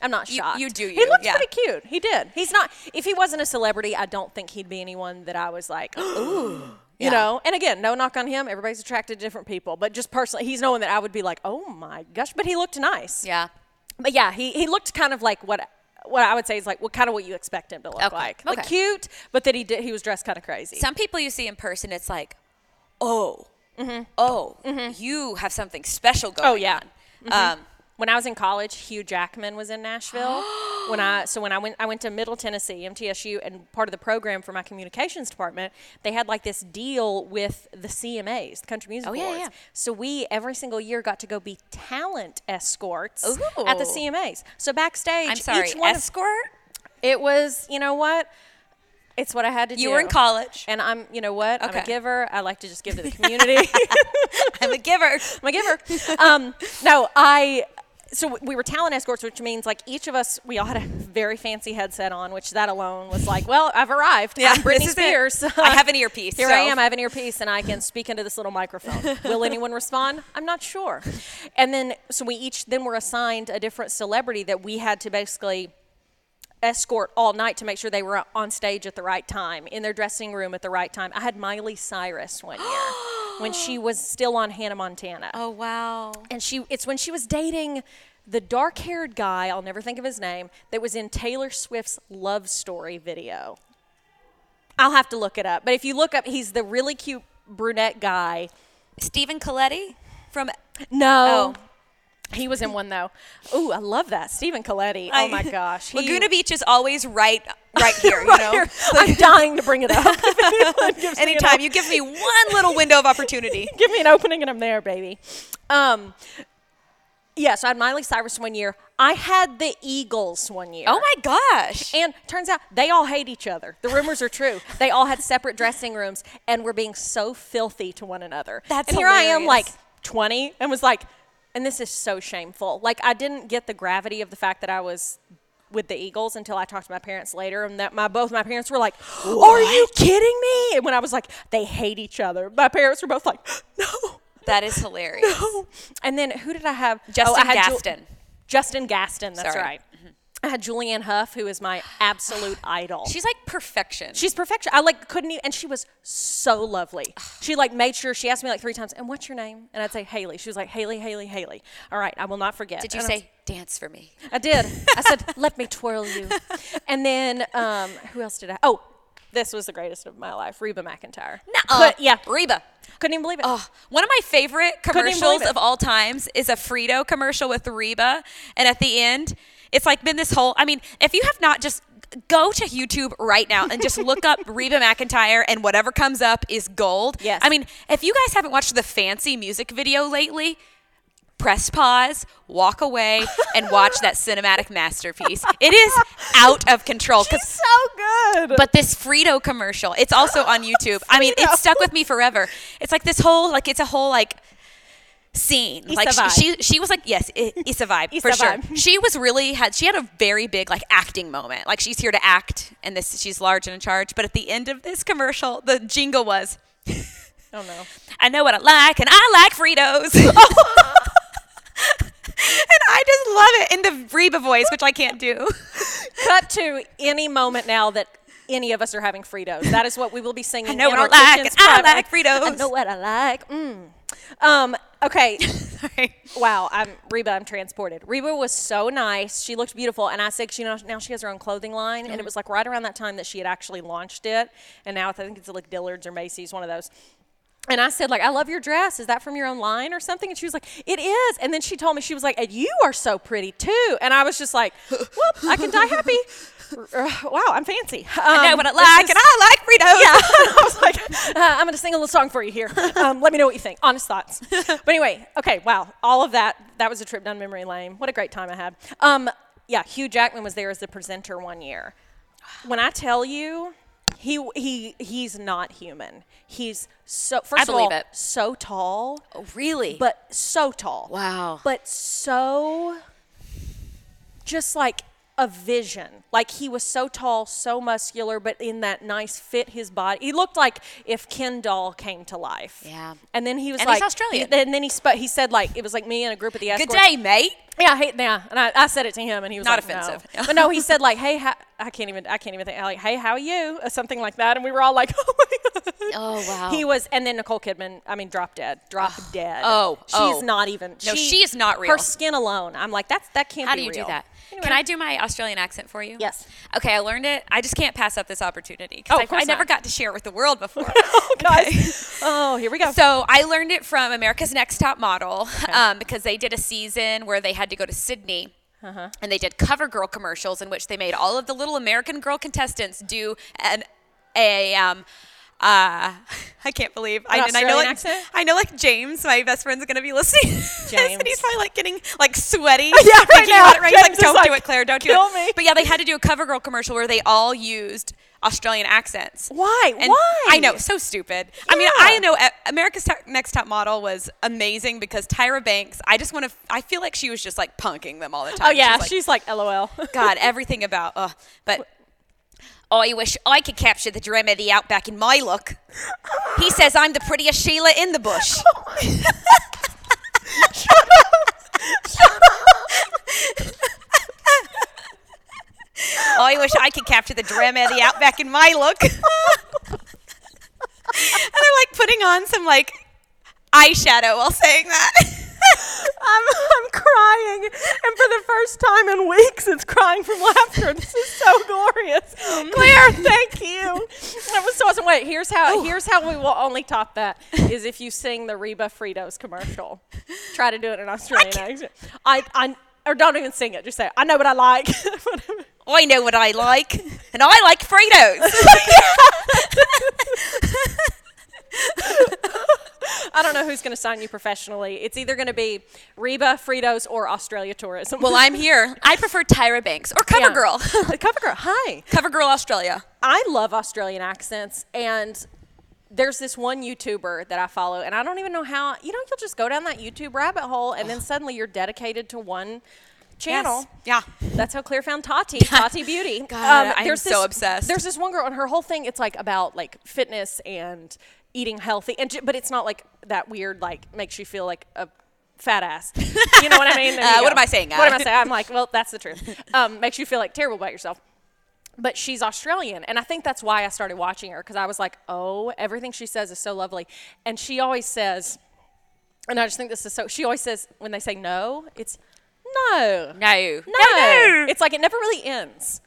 [SPEAKER 1] I'm not
[SPEAKER 2] You-
[SPEAKER 1] shocked.
[SPEAKER 2] you do
[SPEAKER 1] He
[SPEAKER 2] you,
[SPEAKER 1] looked
[SPEAKER 2] yeah.
[SPEAKER 1] pretty cute. He did. He's not. If he wasn't a celebrity, I don't think he'd be anyone that I was like, ooh, you
[SPEAKER 2] Yeah.
[SPEAKER 1] know. And again, no knock on him. Everybody's attracted to different people, but just personally, he's no one that I would be like, oh my gosh. But he looked nice.
[SPEAKER 2] Yeah.
[SPEAKER 1] But yeah, he, he looked kind of like what what I would say is like what kind of what you expect him to look
[SPEAKER 2] Okay.
[SPEAKER 1] like, like
[SPEAKER 2] Okay.
[SPEAKER 1] cute, but that he did he was dressed kind of crazy.
[SPEAKER 2] Some people you see in person, it's like, oh, oh, you have something special going on.
[SPEAKER 1] Mm-hmm. Oh, yeah. Mm-hmm.
[SPEAKER 2] Um,
[SPEAKER 1] when I was in college, Hugh Jackman was in Nashville. when I so when I went I went to Middle Tennessee MTSU and part of the program for my communications department, they had like this deal with the CMAs, the Country Music
[SPEAKER 2] Oh, yeah,
[SPEAKER 1] Awards.
[SPEAKER 2] yeah.
[SPEAKER 1] So we every single year got to go be talent escorts at the
[SPEAKER 2] Ooh.
[SPEAKER 1] CMAs. So backstage,
[SPEAKER 2] I'm sorry,
[SPEAKER 1] each one of-
[SPEAKER 2] escort?
[SPEAKER 1] it was you know what. It's what I had to do.
[SPEAKER 2] You were in college.
[SPEAKER 1] And I'm, you know what? I'm a
[SPEAKER 2] Okay.
[SPEAKER 1] giver. I like to just give to the community.
[SPEAKER 2] I'm a giver.
[SPEAKER 1] I'm a giver. um, no, I. So we were talent escorts, which means like each of us, we all had a very fancy headset on, which that alone was like, well, I've arrived. I'm Britney
[SPEAKER 2] this is it.
[SPEAKER 1] Spears.
[SPEAKER 2] I have an earpiece.
[SPEAKER 1] Here
[SPEAKER 2] so.
[SPEAKER 1] I am. I have an earpiece, and I can speak into this little microphone. Will anyone respond? I'm not sure. And then, so we each then were assigned a different celebrity that we had to basically escort all night to make sure they were on stage at the right time, in their dressing room at the right time. I had Miley Cyrus one year when she was still on Hannah Montana
[SPEAKER 2] oh, wow.
[SPEAKER 1] and she it's when she was dating the dark-haired guy i'll never think of his name that was in taylor swift's love story video i'll have to look it up but if you look up he's the really cute brunette guy
[SPEAKER 2] Stephen Coletti from.
[SPEAKER 1] Oh, no he was in one though ooh i love that stephen coletti oh
[SPEAKER 2] I-
[SPEAKER 1] my gosh he,
[SPEAKER 2] Laguna Beach is always right right here, you know?
[SPEAKER 1] Here, i'm dying to bring it up If anyone gives me an
[SPEAKER 2] Anytime you give me one little window of opportunity.
[SPEAKER 1] give me an opening and I'm there, baby. Um, yeah, so I had Miley Cyrus one year. I had the Eagles one year.
[SPEAKER 2] Oh my gosh.
[SPEAKER 1] And turns out they all hate each other. The rumors are true. They all had separate dressing rooms and were being so filthy to one another.
[SPEAKER 2] That's
[SPEAKER 1] and here I am, like
[SPEAKER 2] hilarious.
[SPEAKER 1] 20, and was like, and this is so shameful. Like I didn't get the gravity of the fact that I was with the Eagles until I talked to my parents later, and that my both my parents were like, "Are you kidding me?" And when I was like, "They hate each other," my parents were both like, "No."
[SPEAKER 2] That is hilarious.
[SPEAKER 1] And then who did I have? Oh,
[SPEAKER 2] Justin
[SPEAKER 1] I had Ju-
[SPEAKER 2] Gaston.
[SPEAKER 1] Justin Gaston. That's
[SPEAKER 2] Sorry. Mm-hmm.
[SPEAKER 1] right. I had Julianne Huff, who is my absolute idol.
[SPEAKER 2] She's like perfection.
[SPEAKER 1] She's perfection. I like couldn't even, and she was so lovely. She like made sure she asked me like three times, and what's your name? And I'd say Haley. She was like Haley, Haley, Haley. All right, I will not forget.
[SPEAKER 2] Did you
[SPEAKER 1] And I'm-
[SPEAKER 2] say dance for me?
[SPEAKER 1] I did. I said, let me twirl you. And then um, who else did I? Oh, this was the greatest of my life, Reba McIntyre.
[SPEAKER 2] Uh,
[SPEAKER 1] Could- yeah,
[SPEAKER 2] Reba.
[SPEAKER 1] couldn't even believe it.
[SPEAKER 2] Oh, one of my favorite
[SPEAKER 1] even believe
[SPEAKER 2] commercials
[SPEAKER 1] it.
[SPEAKER 2] of all times is a Frito commercial with Reba. And at the end, it's like been this whole I mean, if you have not just go to YouTube right now and just look up Reba McIntyre and whatever comes up is gold.
[SPEAKER 1] Yes.
[SPEAKER 2] I mean, if you guys haven't watched the fancy music video lately, press pause, walk away, and watch that cinematic masterpiece. It is out of control. 'cause
[SPEAKER 1] so good.
[SPEAKER 2] but this Frito commercial, it's also on YouTube. I mean, it
[SPEAKER 1] Frito.
[SPEAKER 2] stuck with me forever. It's like this whole, like it's a whole like scene.
[SPEAKER 1] It's
[SPEAKER 2] like
[SPEAKER 1] a vibe.
[SPEAKER 2] she, she, she was like, yes, it, it's a vibe
[SPEAKER 1] It's
[SPEAKER 2] for
[SPEAKER 1] a
[SPEAKER 2] sure.
[SPEAKER 1] vibe.
[SPEAKER 2] She was really had, she had a very big like acting moment. Like she's here to act, and this she's large and in charge. But at the end of this commercial, the jingle was,
[SPEAKER 1] oh no.
[SPEAKER 2] I know what I like, and I like Fritos. love it in the Reba voice, which I can't do.
[SPEAKER 1] Cut to any moment now that any of us are having Fritos. That is what we will be singing.
[SPEAKER 2] know
[SPEAKER 1] in
[SPEAKER 2] what
[SPEAKER 1] our
[SPEAKER 2] I like,
[SPEAKER 1] kitchens
[SPEAKER 2] and I
[SPEAKER 1] privately.
[SPEAKER 2] like Fritos.
[SPEAKER 1] I know what I like. Mm. Um, okay.
[SPEAKER 2] Sorry.
[SPEAKER 1] Wow, I'm Reba. I'm transported. Reba was so nice. She looked beautiful, and I said, you know, now she has her own clothing line,
[SPEAKER 2] Mm-hmm.
[SPEAKER 1] and it was like right around that time that she had actually launched it, and now I think it's like Dillard's or Macy's, one of those. And I said, like, I love your dress. Is that from your own line or something? And she was like, it is. And then she told me she was like, and you are so pretty too. And I was just like, whoop, I can die happy. Uh, wow, I'm fancy. Um,
[SPEAKER 2] I know what I
[SPEAKER 1] this
[SPEAKER 2] like,
[SPEAKER 1] is-
[SPEAKER 2] and I like Fritos.
[SPEAKER 1] yeah. I was like, uh, I'm going to sing a little song for you here. Um, let me know what you think. Honest thoughts. But anyway, okay, wow. All of that. That was a trip down memory lane. What a great time I had. Um, yeah, Hugh Jackman was there as the presenter one year. When I tell you, he he he's not human. He's so first of
[SPEAKER 2] believe
[SPEAKER 1] all
[SPEAKER 2] it.
[SPEAKER 1] so tall,
[SPEAKER 2] Oh, really?
[SPEAKER 1] but so tall.
[SPEAKER 2] Wow.
[SPEAKER 1] But so just like a vision. Like he was so tall, so muscular, but in that nice fit his body. He looked like if Ken Doll came to life.
[SPEAKER 2] Yeah.
[SPEAKER 1] And then he was
[SPEAKER 2] And
[SPEAKER 1] like
[SPEAKER 2] he's Australian.
[SPEAKER 1] and then he spoke he said like it was like me and a group of the
[SPEAKER 2] good
[SPEAKER 1] escorts.
[SPEAKER 2] day, mate.
[SPEAKER 1] Yeah, hey, yeah, and I, I said it to him, and he was
[SPEAKER 2] Not
[SPEAKER 1] like, no.
[SPEAKER 2] offensive.
[SPEAKER 1] but no, he said like, "Hey, how, I can't even, I can't even think like, hey, how are you?" or something like that, and we were all like, "Oh my god!"
[SPEAKER 2] Oh, wow.
[SPEAKER 1] He was, and then Nicole Kidman, I mean, drop dead, drop dead.
[SPEAKER 2] Oh,
[SPEAKER 1] she's
[SPEAKER 2] oh.
[SPEAKER 1] not even.
[SPEAKER 2] No, she is not real.
[SPEAKER 1] Her skin alone, I'm like, that's that can't.
[SPEAKER 2] How
[SPEAKER 1] be
[SPEAKER 2] do you
[SPEAKER 1] real.
[SPEAKER 2] do that?
[SPEAKER 1] Anyway.
[SPEAKER 2] Can I do my Australian accent for you?
[SPEAKER 1] Yes.
[SPEAKER 2] Okay, I learned it. I just can't pass up this opportunity
[SPEAKER 1] Oh,
[SPEAKER 2] because
[SPEAKER 1] of
[SPEAKER 2] I,
[SPEAKER 1] course
[SPEAKER 2] never
[SPEAKER 1] not.
[SPEAKER 2] got to share it with the world before.
[SPEAKER 1] Oh, guys. Oh, here we go.
[SPEAKER 2] So I learned it from America's Next Top Model um, because they did a season where they had to go to Sydney.
[SPEAKER 1] Uh-huh.
[SPEAKER 2] And they did cover girl commercials in which they made all of the little American girl contestants do an a um uh I can't believe I, and I
[SPEAKER 1] Australian
[SPEAKER 2] know like
[SPEAKER 1] accent?
[SPEAKER 2] I know like James, my best friend's gonna be listening. to this,
[SPEAKER 1] James.
[SPEAKER 2] and he's probably like getting like sweaty.
[SPEAKER 1] Yeah, right
[SPEAKER 2] thinking
[SPEAKER 1] now.
[SPEAKER 2] about it, right? He's
[SPEAKER 1] James is
[SPEAKER 2] like, don't do
[SPEAKER 1] like,
[SPEAKER 2] it, Claire, don't
[SPEAKER 1] "Kill
[SPEAKER 2] do it.
[SPEAKER 1] me."
[SPEAKER 2] But yeah, they had to do a cover girl commercial where they all used Australian accents.
[SPEAKER 1] Why?
[SPEAKER 2] And
[SPEAKER 1] Why?
[SPEAKER 2] I know, so stupid. I mean,
[SPEAKER 1] Yeah.
[SPEAKER 2] I know uh, America's Top- Next Top Model was amazing because Tyra Banks. I just want to. I feel like she was just like punking them all the time.
[SPEAKER 1] oh yeah,
[SPEAKER 2] She's like,
[SPEAKER 1] she's like, lol.
[SPEAKER 2] God, everything about. Uh, but I wish I could capture the dream of the outback in my look. He says I'm the prettiest Sheila in the bush. I wish I could capture the dream of the outback in my look. and they're like putting on some like eyeshadow while saying that.
[SPEAKER 1] I'm, I'm crying, and for the first time in weeks, it's crying from laughter. This is so glorious, Claire. Thank you. Um. Oh. That was so awesome. Wait, here's how. Here's how we will only top that is if you sing the Reba Fritos commercial. Try to do it in Australian accent. I, I or don't even sing it. Just say I know what I like.
[SPEAKER 2] I know what I like, and I like Fritos.
[SPEAKER 1] I don't know who's going to sign you professionally. It's either going to be Reba Fritos or Australia Tourism.
[SPEAKER 2] Well, I'm here. I prefer Tyra Banks or CoverGirl.
[SPEAKER 1] the cover girl. Hi.
[SPEAKER 2] CoverGirl Australia.
[SPEAKER 1] I love Australian accents and there's this one YouTuber that I follow and I don't even know how you know you'll just go down that YouTube rabbit hole and then suddenly you're dedicated to one channel.
[SPEAKER 2] Yeah.
[SPEAKER 1] That's how Claire found Tati, Tati Beauty. Um,
[SPEAKER 2] God, I am so obsessed.
[SPEAKER 1] There's this one girl, and her whole thing it's like about like fitness and eating healthy, and ju- but it's not like that weird like makes you feel like a fat ass. You know what I mean? There you
[SPEAKER 2] Uh, what
[SPEAKER 1] go.
[SPEAKER 2] am I saying,
[SPEAKER 1] What am I
[SPEAKER 2] guy?
[SPEAKER 1] saying? I'm like, well, that's the truth. Um, makes you feel like terrible about yourself. But she's Australian, and I think that's why I started watching her because I was like, oh, everything she says is so lovely, and she always says, and I just think this is so. She always says when they say no, it's no,
[SPEAKER 2] No.
[SPEAKER 1] no. It's like it never really ends.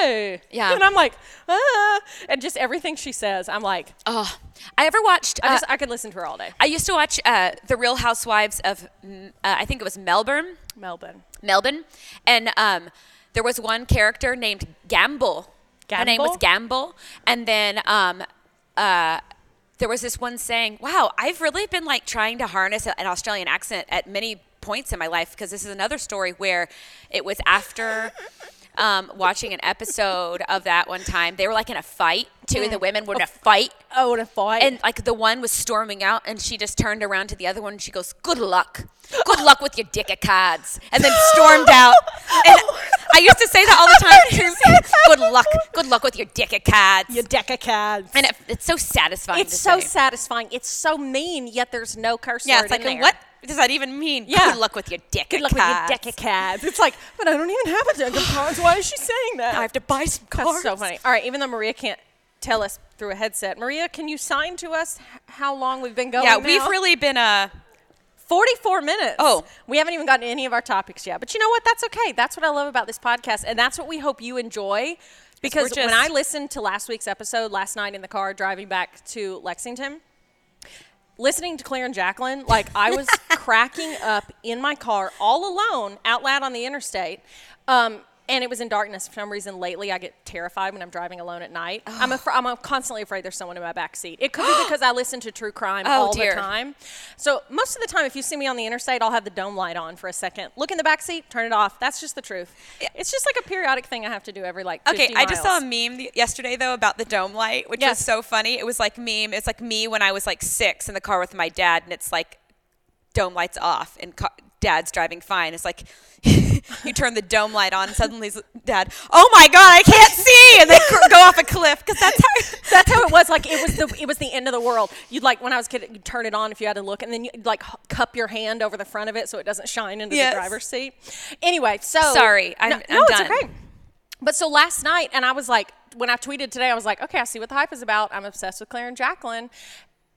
[SPEAKER 1] No.
[SPEAKER 2] Yeah.
[SPEAKER 1] And I'm like, ah. And just everything she says, I'm like,
[SPEAKER 2] Oh, I ever watched.
[SPEAKER 1] I
[SPEAKER 2] uh,
[SPEAKER 1] just I could listen to her all day.
[SPEAKER 2] I used to watch uh, The Real Housewives of, mm, uh, I think it was Melbourne.
[SPEAKER 1] Melbourne.
[SPEAKER 2] Melbourne. And um, there was one character named Gamble. Her name was Gamble. And then um, uh, there was this one saying, wow, I've really been like trying to harness a- an Australian accent at many points in my life because this is another story where it was after. Um, watching an episode of that one time, they were like in a fight. Two Mm. of the women were in a fight,
[SPEAKER 1] Oh, and a fight.
[SPEAKER 2] and like the one was storming out, and she just turned around to the other one and she goes, "Good luck, good luck with your dick of cards," and then stormed out. And I used to say that all the time. good luck, good luck with your dick of cards,
[SPEAKER 1] you deck of cards.
[SPEAKER 2] and it, it's so satisfying.
[SPEAKER 1] it's
[SPEAKER 2] to
[SPEAKER 1] so
[SPEAKER 2] say.
[SPEAKER 1] satisfying. It's so mean, yet there's no curse
[SPEAKER 2] yeah.
[SPEAKER 1] word
[SPEAKER 2] It's like
[SPEAKER 1] in there.
[SPEAKER 2] what does that even mean?
[SPEAKER 1] Yeah.
[SPEAKER 2] Good luck with your dick.
[SPEAKER 1] Good luck with your deck of cards. It's like, but I don't even have a deck of cards. Why is she saying that?
[SPEAKER 2] I have to buy some
[SPEAKER 1] That's
[SPEAKER 2] cards.
[SPEAKER 1] so funny. All right, even though Maria can't tell us through a headset, Maria, can you sign to us h- how long we've been going?
[SPEAKER 2] Yeah,
[SPEAKER 1] now?
[SPEAKER 2] we've really been uh,
[SPEAKER 1] 44 minutes.
[SPEAKER 2] Oh.
[SPEAKER 1] We haven't even gotten any of our topics yet. But you know what? That's okay. That's what I love about this podcast. And that's what we hope you enjoy. Because
[SPEAKER 2] just-
[SPEAKER 1] when I listened to last week's episode last night in the car driving back to Lexington, listening to Claire and Jacqueline, like I was cracking up in my car all alone out loud on the interstate. Um, and it was in darkness for some reason. Lately, I get terrified when I'm driving alone at night. I'm, afra- I'm constantly afraid there's someone in my back seat. It could be because I listen to true crime
[SPEAKER 2] Oh,
[SPEAKER 1] all
[SPEAKER 2] dear.
[SPEAKER 1] the time. So most of the time, if you see me on the interstate, I'll have the dome light on for a second. Look in the back seat, turn it off. That's just the truth. It's just like a periodic thing I have to do every like. 50
[SPEAKER 2] Okay, I just saw a
[SPEAKER 1] miles.
[SPEAKER 2] meme the- yesterday though about the dome light, which
[SPEAKER 1] Yes.
[SPEAKER 2] was so funny. It was like meme. It's like me when I was like six in the car with my dad, and it's like dome lights off, and ca- dad's driving fine. It's like you turn the dome light on, and suddenly s- dad, oh my god, I can't see, and they cr- go off a cliff because that's how.
[SPEAKER 1] That's how it was. Like it was the it was the end of the world. You'd like when I was a kid, you'd turn it on if you had to look, and then you'd like h- cup your hand over the front of it so it doesn't shine into
[SPEAKER 2] Yes.
[SPEAKER 1] the driver's seat. Anyway, so
[SPEAKER 2] Sorry, I'm-
[SPEAKER 1] no,
[SPEAKER 2] I'm
[SPEAKER 1] no, it's
[SPEAKER 2] done.
[SPEAKER 1] okay. But so last night, and I was like, when I tweeted today, I was like, okay, I see what the hype is about. I'm obsessed with Claire and Jacqueline.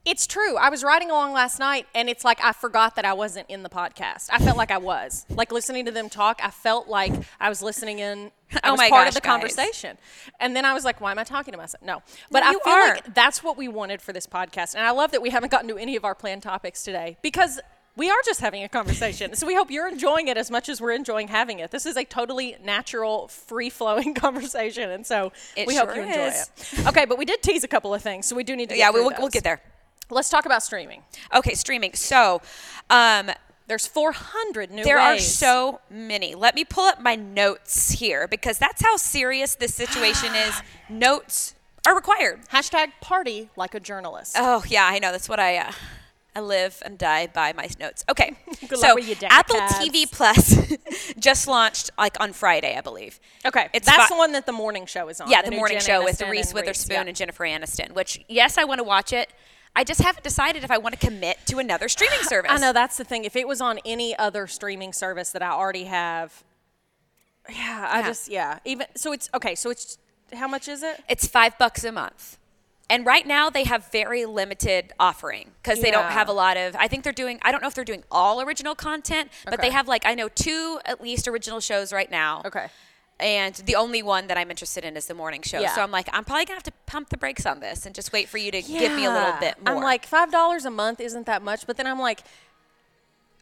[SPEAKER 1] It's true. I was riding along last night, and it's like I forgot that I wasn't in the podcast. I felt like I was. Like listening to them talk, I felt like I was listening in. I
[SPEAKER 2] Oh
[SPEAKER 1] was
[SPEAKER 2] my
[SPEAKER 1] part
[SPEAKER 2] gosh,
[SPEAKER 1] of the
[SPEAKER 2] guys.
[SPEAKER 1] conversation. And then I was like, why am I talking to myself? No. But I
[SPEAKER 2] you
[SPEAKER 1] feel
[SPEAKER 2] are.
[SPEAKER 1] like that's what we wanted for this podcast. And I love that we haven't gotten to any of our planned topics today because we are just having a conversation. so we hope you're enjoying it as much as we're enjoying having it. This is a totally natural, free flowing conversation. And so
[SPEAKER 2] It
[SPEAKER 1] we hope
[SPEAKER 2] sure
[SPEAKER 1] you enjoy
[SPEAKER 2] is.
[SPEAKER 1] it. Okay, but we did tease a couple of things. So we do need to get
[SPEAKER 2] Yeah, we,
[SPEAKER 1] through
[SPEAKER 2] we'll, we'll
[SPEAKER 1] those.
[SPEAKER 2] get there.
[SPEAKER 1] Let's talk about streaming.
[SPEAKER 2] Okay, streaming. So, um,
[SPEAKER 1] There's 400 new
[SPEAKER 2] There are
[SPEAKER 1] ways.
[SPEAKER 2] so many. Let me pull up my notes here because that's how serious this situation is. Notes are required.
[SPEAKER 1] Hashtag party like a journalist.
[SPEAKER 2] Oh yeah, I know. That's what I uh, I live and die by my notes. Okay,
[SPEAKER 1] Good luck
[SPEAKER 2] so
[SPEAKER 1] with your deck
[SPEAKER 2] Apple
[SPEAKER 1] tabs.
[SPEAKER 2] TV Plus just launched like on Friday, I believe.
[SPEAKER 1] okay,
[SPEAKER 2] it's
[SPEAKER 1] that's
[SPEAKER 2] fi-
[SPEAKER 1] the one that the morning show is on.
[SPEAKER 2] Yeah, the
[SPEAKER 1] new
[SPEAKER 2] morning
[SPEAKER 1] Jen
[SPEAKER 2] show with
[SPEAKER 1] Aniston and
[SPEAKER 2] Reese Witherspoon
[SPEAKER 1] yeah.
[SPEAKER 2] and Jennifer Aniston. Which yes, I want to watch it. I just haven't decided if I want to commit to another streaming service.
[SPEAKER 1] I know that's the thing. If it was on any other streaming service that I already have, yeah, I
[SPEAKER 2] Yeah.
[SPEAKER 1] just yeah. Even so, it's okay. So it's how much is it?
[SPEAKER 2] It's five bucks a month. And right now they have very limited offering because they don't
[SPEAKER 1] Yeah.
[SPEAKER 2] have a lot of. I think they're doing. I don't know if they're doing all original content, but they
[SPEAKER 1] Okay.
[SPEAKER 2] have like I know two at least original shows right now.
[SPEAKER 1] Okay.
[SPEAKER 2] And the only one that I'm interested in is the morning show.
[SPEAKER 1] Yeah.
[SPEAKER 2] So I'm like, I'm probably gonna have to pump the brakes on this and just wait for you to give me a little
[SPEAKER 1] Yeah.
[SPEAKER 2] bit more.
[SPEAKER 1] I'm like five dollars a month isn't that much, but then I'm like,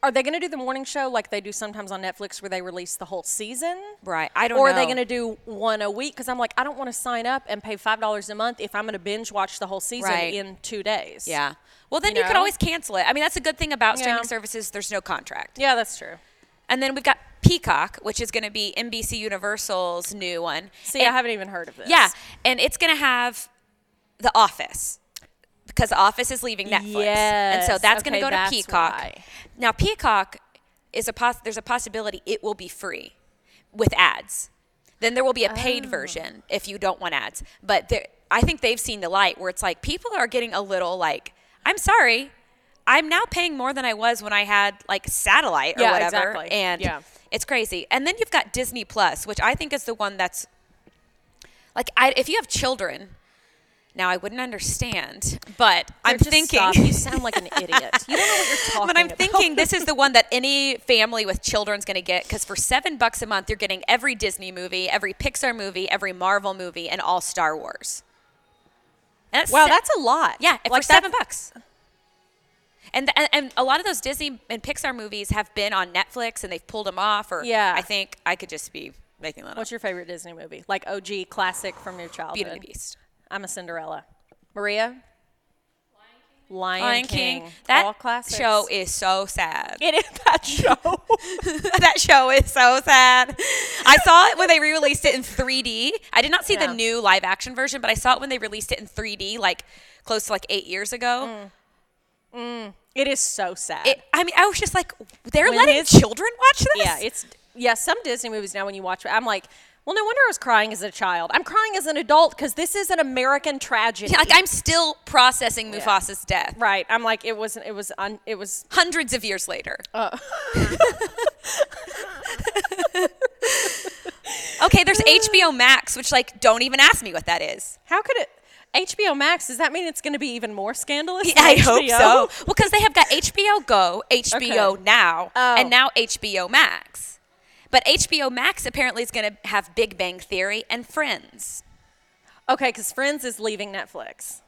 [SPEAKER 1] are they going to do the morning show like they do sometimes on Netflix, where they release the whole season?
[SPEAKER 2] right? I don't.
[SPEAKER 1] Or
[SPEAKER 2] know.
[SPEAKER 1] are they going to do one a week? Because I'm like, I don't want to sign up and pay five dollars a month if I'm going to binge watch the whole season
[SPEAKER 2] Right.
[SPEAKER 1] in two days.
[SPEAKER 2] Yeah. Well, then
[SPEAKER 1] You
[SPEAKER 2] you, could
[SPEAKER 1] know?
[SPEAKER 2] always cancel it. I mean, that's a good thing about
[SPEAKER 1] Yeah.
[SPEAKER 2] streaming services. There's no contract.
[SPEAKER 1] yeah, that's true.
[SPEAKER 2] And then we've got Peacock, which is going to be NBC Universal's new one.
[SPEAKER 1] See, I
[SPEAKER 2] And-
[SPEAKER 1] haven't even heard of this.
[SPEAKER 2] Yeah, and it's gonna have The Office because The Office is leaving Netflix, and so
[SPEAKER 1] Yes,
[SPEAKER 2] that's
[SPEAKER 1] okay,
[SPEAKER 2] gonna go to
[SPEAKER 1] that's
[SPEAKER 2] Peacock.
[SPEAKER 1] why.
[SPEAKER 2] Now Peacock is a poss- there's a possibility it will be free with ads. Then there will be a paid
[SPEAKER 1] Oh.
[SPEAKER 2] version if you don't want ads. But there, I think they've seen the light where it's like people are getting a little like, I'm sorry, I'm now paying more than I was when I had like satellite or
[SPEAKER 1] Yeah,
[SPEAKER 2] whatever,
[SPEAKER 1] exactly.
[SPEAKER 2] and
[SPEAKER 1] Yeah.
[SPEAKER 2] it's crazy. And then you've got Disney Plus, which I think is the one that's like I, if you have children now i wouldn't understand but i'm
[SPEAKER 1] Just
[SPEAKER 2] thinking
[SPEAKER 1] stop. You sound like an idiot. You don't know what you're talking
[SPEAKER 2] but i'm
[SPEAKER 1] about.
[SPEAKER 2] thinking this is the one that any family with children's going to get because for seven bucks a month you're getting every disney movie every pixar movie every marvel movie and all star wars And
[SPEAKER 1] Wow,
[SPEAKER 2] se-
[SPEAKER 1] that's a lot.
[SPEAKER 2] yeah if
[SPEAKER 1] like
[SPEAKER 2] for seven bucks and, th- and and a lot of those disney and pixar movies have been on netflix and they've pulled them off or
[SPEAKER 1] Yeah.
[SPEAKER 2] i think i could just be making that up
[SPEAKER 1] What's your favorite Disney movie? Like OG classic from your childhood.
[SPEAKER 2] beauty and the beast
[SPEAKER 1] I'm a Cinderella. Maria. Lion King.
[SPEAKER 2] Lion King. That
[SPEAKER 1] All classics.
[SPEAKER 2] show is so sad.
[SPEAKER 1] It is that show.
[SPEAKER 2] that show is so sad. I saw it when they re-released it in 3D. I did not see
[SPEAKER 1] Yeah.
[SPEAKER 2] the new live action version, but I saw it when they released it in 3D, like close to like eight years
[SPEAKER 1] Mm.
[SPEAKER 2] ago.
[SPEAKER 1] it is so sad.
[SPEAKER 2] It, I mean, I was just like, they're
[SPEAKER 1] When
[SPEAKER 2] letting
[SPEAKER 1] his-
[SPEAKER 2] children watch this.
[SPEAKER 1] yeah, it's yeah. Some Disney movies now, when you watch, it, I'm like, Well, no wonder I was crying as a child. I'm crying as an adult because this is an American tragedy.
[SPEAKER 2] Like I'm still processing Mufasa's death.
[SPEAKER 1] right. I'm like it wasn't. It was. Un, it was.
[SPEAKER 2] Hundreds of years later.
[SPEAKER 1] Uh.
[SPEAKER 2] okay, there's HBO Max, which like don't even ask me what that is.
[SPEAKER 1] How could it? HBO Max. Does that mean it's going to be even more scandalous? than
[SPEAKER 2] I hope
[SPEAKER 1] HBO?
[SPEAKER 2] so. Well, because they have got HBO Go, HBO
[SPEAKER 1] Okay.
[SPEAKER 2] Now,
[SPEAKER 1] Oh.
[SPEAKER 2] and now HBO Max. But HBO Max apparently is going to have Big Bang Theory and Friends.
[SPEAKER 1] Okay, because Friends is leaving Netflix.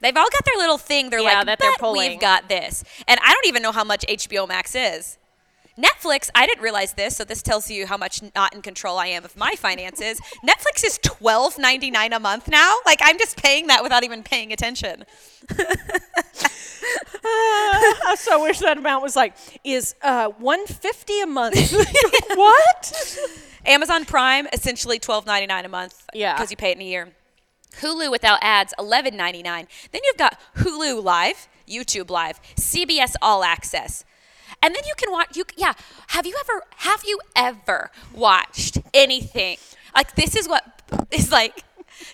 [SPEAKER 2] They've all got their little thing. They're
[SPEAKER 1] Yeah,
[SPEAKER 2] like,
[SPEAKER 1] that
[SPEAKER 2] but
[SPEAKER 1] they're
[SPEAKER 2] we've
[SPEAKER 1] pulling."
[SPEAKER 2] got this. And I don't even know how much HBO Max is. Netflix, I didn't realize this, so this tells you how much not in control I am of my finances. Netflix is twelve ninety nine a month now. Like I'm just paying that without even paying attention.
[SPEAKER 1] I so wish that amount was like is uh, 150 a month. what?
[SPEAKER 2] Amazon Prime, essentially twelve ninety nine a month.
[SPEAKER 1] Yeah.
[SPEAKER 2] Because you pay it in a year. Hulu without ads, eleven ninety nine. Then you've got Hulu Live, YouTube Live, CBS All Access. And then you can watch you yeah. Have you ever have you ever watched anything? Like this is what is like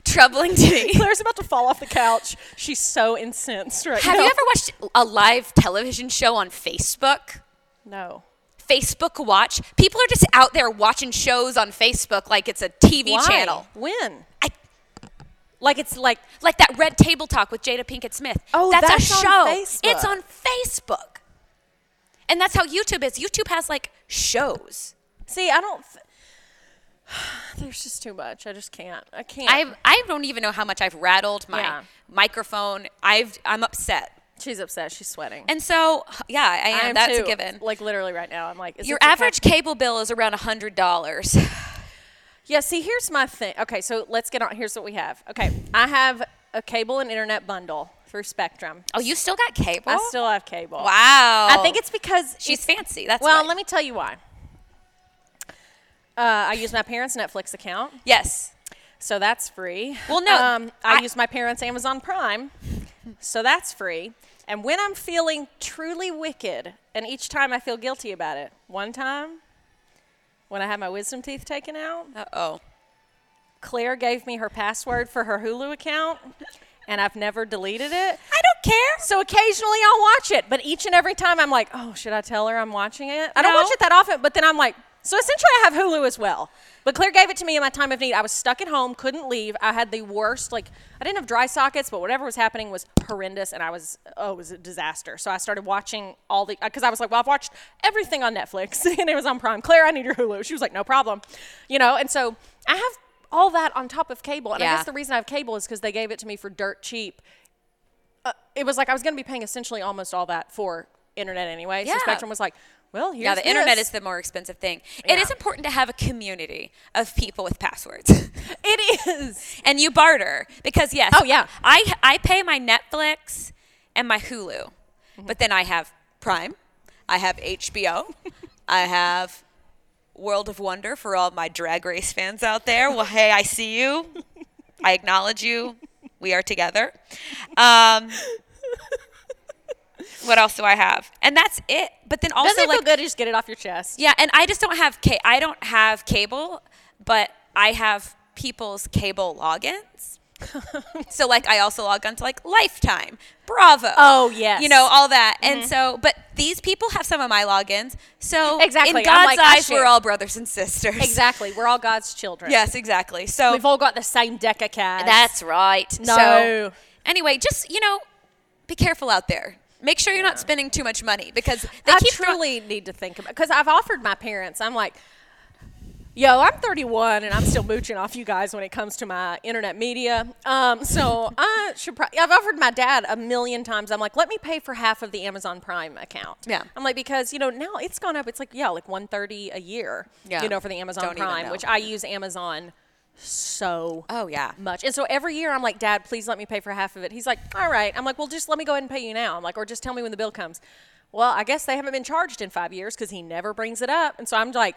[SPEAKER 2] troubling to me.
[SPEAKER 1] Claire's about to fall off the couch. She's so incensed right
[SPEAKER 2] Have
[SPEAKER 1] now.
[SPEAKER 2] you ever watched a live television show on Facebook?
[SPEAKER 1] No.
[SPEAKER 2] Facebook Watch. People are just out there watching shows on Facebook like it's a TV
[SPEAKER 1] Why?
[SPEAKER 2] channel.
[SPEAKER 1] When?
[SPEAKER 2] I-
[SPEAKER 1] like it's like
[SPEAKER 2] like that red table talk with Jada Pinkett Smith.
[SPEAKER 1] Oh,
[SPEAKER 2] a
[SPEAKER 1] that's on
[SPEAKER 2] show.
[SPEAKER 1] Facebook.
[SPEAKER 2] It's on Facebook. And that's how YouTube is. YouTube has like shows.
[SPEAKER 1] see, I don't. Th- There's just too much. I just can't. I can't.
[SPEAKER 2] I I don't even know how much I've rattled my
[SPEAKER 1] Yeah.
[SPEAKER 2] microphone. I've I'm upset.
[SPEAKER 1] She's upset. She's sweating.
[SPEAKER 2] And so yeah, I am.
[SPEAKER 1] I am
[SPEAKER 2] that's
[SPEAKER 1] too.
[SPEAKER 2] a given.
[SPEAKER 1] Like literally right now, I'm like, is
[SPEAKER 2] Your
[SPEAKER 1] it the
[SPEAKER 2] average
[SPEAKER 1] coffee?
[SPEAKER 2] cable bill is around hundred dollars.
[SPEAKER 1] Yeah. See, here's my thing. Okay, so let's get on. Here's what we have. Okay, I have a cable and internet bundle through Spectrum.
[SPEAKER 2] Oh, you still got cable?
[SPEAKER 1] I still have cable.
[SPEAKER 2] Wow.
[SPEAKER 1] I think it's because
[SPEAKER 2] she's
[SPEAKER 1] it's-
[SPEAKER 2] fancy. That's
[SPEAKER 1] Well,
[SPEAKER 2] why.
[SPEAKER 1] let me tell you why. Uh, I use my parents' Netflix account,
[SPEAKER 2] Yes.
[SPEAKER 1] so that's free.
[SPEAKER 2] Well, no,
[SPEAKER 1] um, I,
[SPEAKER 2] I-
[SPEAKER 1] use my parents' Amazon Prime, so that's free. And when I'm feeling truly wicked, and each time I feel guilty about it, one time when I had my wisdom teeth taken out,
[SPEAKER 2] Uh oh.
[SPEAKER 1] Claire gave me her password for her Hulu account, and I've never deleted it.
[SPEAKER 2] I don't care.
[SPEAKER 1] So occasionally I'll watch it, but each and every time I'm like, oh, should I tell her I'm watching it? I don't
[SPEAKER 2] No.
[SPEAKER 1] watch it that often, but then I'm like, so essentially I have Hulu as well. But Claire gave it to me in my time of need. I was stuck at home, couldn't leave. I had the worst, like, I didn't have dry sockets, but whatever was happening was horrendous, and I was, oh, it was a disaster. So I started watching all the, because I was like, well, I've watched everything on Netflix and Amazon Prime. Claire, I need your Hulu. She was like, no problem. You know, and so I have all that on top of cable. And
[SPEAKER 2] Yeah.
[SPEAKER 1] I guess the reason I have cable is because they gave it to me for dirt cheap Uh, it was like I was going to be paying essentially almost all that for internet anyway.
[SPEAKER 2] Yeah.
[SPEAKER 1] So Spectrum was like, well, here's
[SPEAKER 2] Yeah, the internet
[SPEAKER 1] this.
[SPEAKER 2] is the more expensive thing. It
[SPEAKER 1] Yeah.
[SPEAKER 2] is important to have a community of people with passwords.
[SPEAKER 1] It is.
[SPEAKER 2] and you barter because yes.
[SPEAKER 1] Oh, yeah.
[SPEAKER 2] I I pay my Netflix and my Hulu.
[SPEAKER 1] Mm-hmm.
[SPEAKER 2] But then I have Prime. I have HBO. I have World of Wonder for all my drag race fans out there. Well, hey, I see you. I acknowledge you. We are together. Um what else do I have? And that's it. But then also
[SPEAKER 1] Doesn't it
[SPEAKER 2] like
[SPEAKER 1] feel good to just get it off your chest?
[SPEAKER 2] yeah, and I just don't have ca- I don't have cable, but I have people's cable logins. so like I also log on to like Lifetime, Bravo.
[SPEAKER 1] Oh, yes. Mm-hmm.
[SPEAKER 2] You know all that. And so but these people have some of my logins. So
[SPEAKER 1] Exactly.
[SPEAKER 2] in
[SPEAKER 1] I'm
[SPEAKER 2] God's
[SPEAKER 1] like, "Oh, I
[SPEAKER 2] eyes we're
[SPEAKER 1] share.
[SPEAKER 2] all brothers and sisters.
[SPEAKER 1] Exactly. We're all God's children.
[SPEAKER 2] Yes, exactly. So
[SPEAKER 1] We've all got the same deck of cards.
[SPEAKER 2] that's right. So
[SPEAKER 1] No.
[SPEAKER 2] anyway, just you know, be careful out there. Make sure you're not spending too much money because they
[SPEAKER 1] I
[SPEAKER 2] keep throw-
[SPEAKER 1] truly need to think about because I've offered my parents. I'm like, yo, I'm 31 and I'm still mooching off you guys when it comes to my internet media. Um, so I should. Pro- I've offered my dad a million times. I'm like, let me pay for half of the Amazon Prime account.
[SPEAKER 2] Yeah.
[SPEAKER 1] I'm like because you know now it's gone up. It's like yeah, like 130 a year.
[SPEAKER 2] Yeah.
[SPEAKER 1] You know for the Amazon
[SPEAKER 2] Don't even
[SPEAKER 1] Prime,
[SPEAKER 2] know.
[SPEAKER 1] which I use Amazon so
[SPEAKER 2] Oh, yeah.
[SPEAKER 1] much. And so every year I'm like, Dad, please let me pay for half of it. He's like, All right. I'm like, Well, just let me go ahead and pay you now. I'm like, Or just tell me when the bill comes. Well, I guess they haven't been charged in five years because he never brings it up. And so I'm like,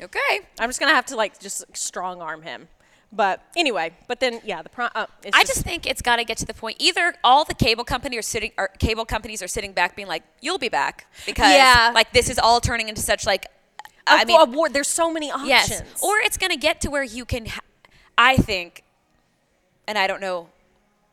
[SPEAKER 2] Okay.
[SPEAKER 1] I'm just gonna have to like just strong arm him. But anyway, but then yeah, the pro. Uh, it's
[SPEAKER 2] I just think it's got to get to the point. Either all the cable company are sitting, or cable companies are sitting back, being like, "You'll be back," because
[SPEAKER 1] Yeah.
[SPEAKER 2] like this is all turning into such like I mean,
[SPEAKER 1] award. There's so many options.
[SPEAKER 2] Yes. Or it's going to get to where you can, ha- I think, and I don't know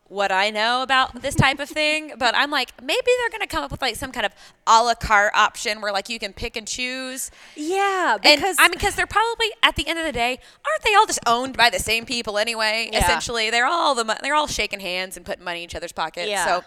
[SPEAKER 2] what I know about this type of thing, but I'm like, maybe they're going to come up with like some kind of a la carte option where like you can pick and choose.
[SPEAKER 1] yeah,
[SPEAKER 2] And
[SPEAKER 1] because
[SPEAKER 2] I mean, because they're probably at the end of the day, aren't they all just owned by the same people anyway?
[SPEAKER 1] Yeah.
[SPEAKER 2] Essentially, they're all the mo- they're all shaking hands and putting money in each other's pockets.
[SPEAKER 1] Yeah.
[SPEAKER 2] So,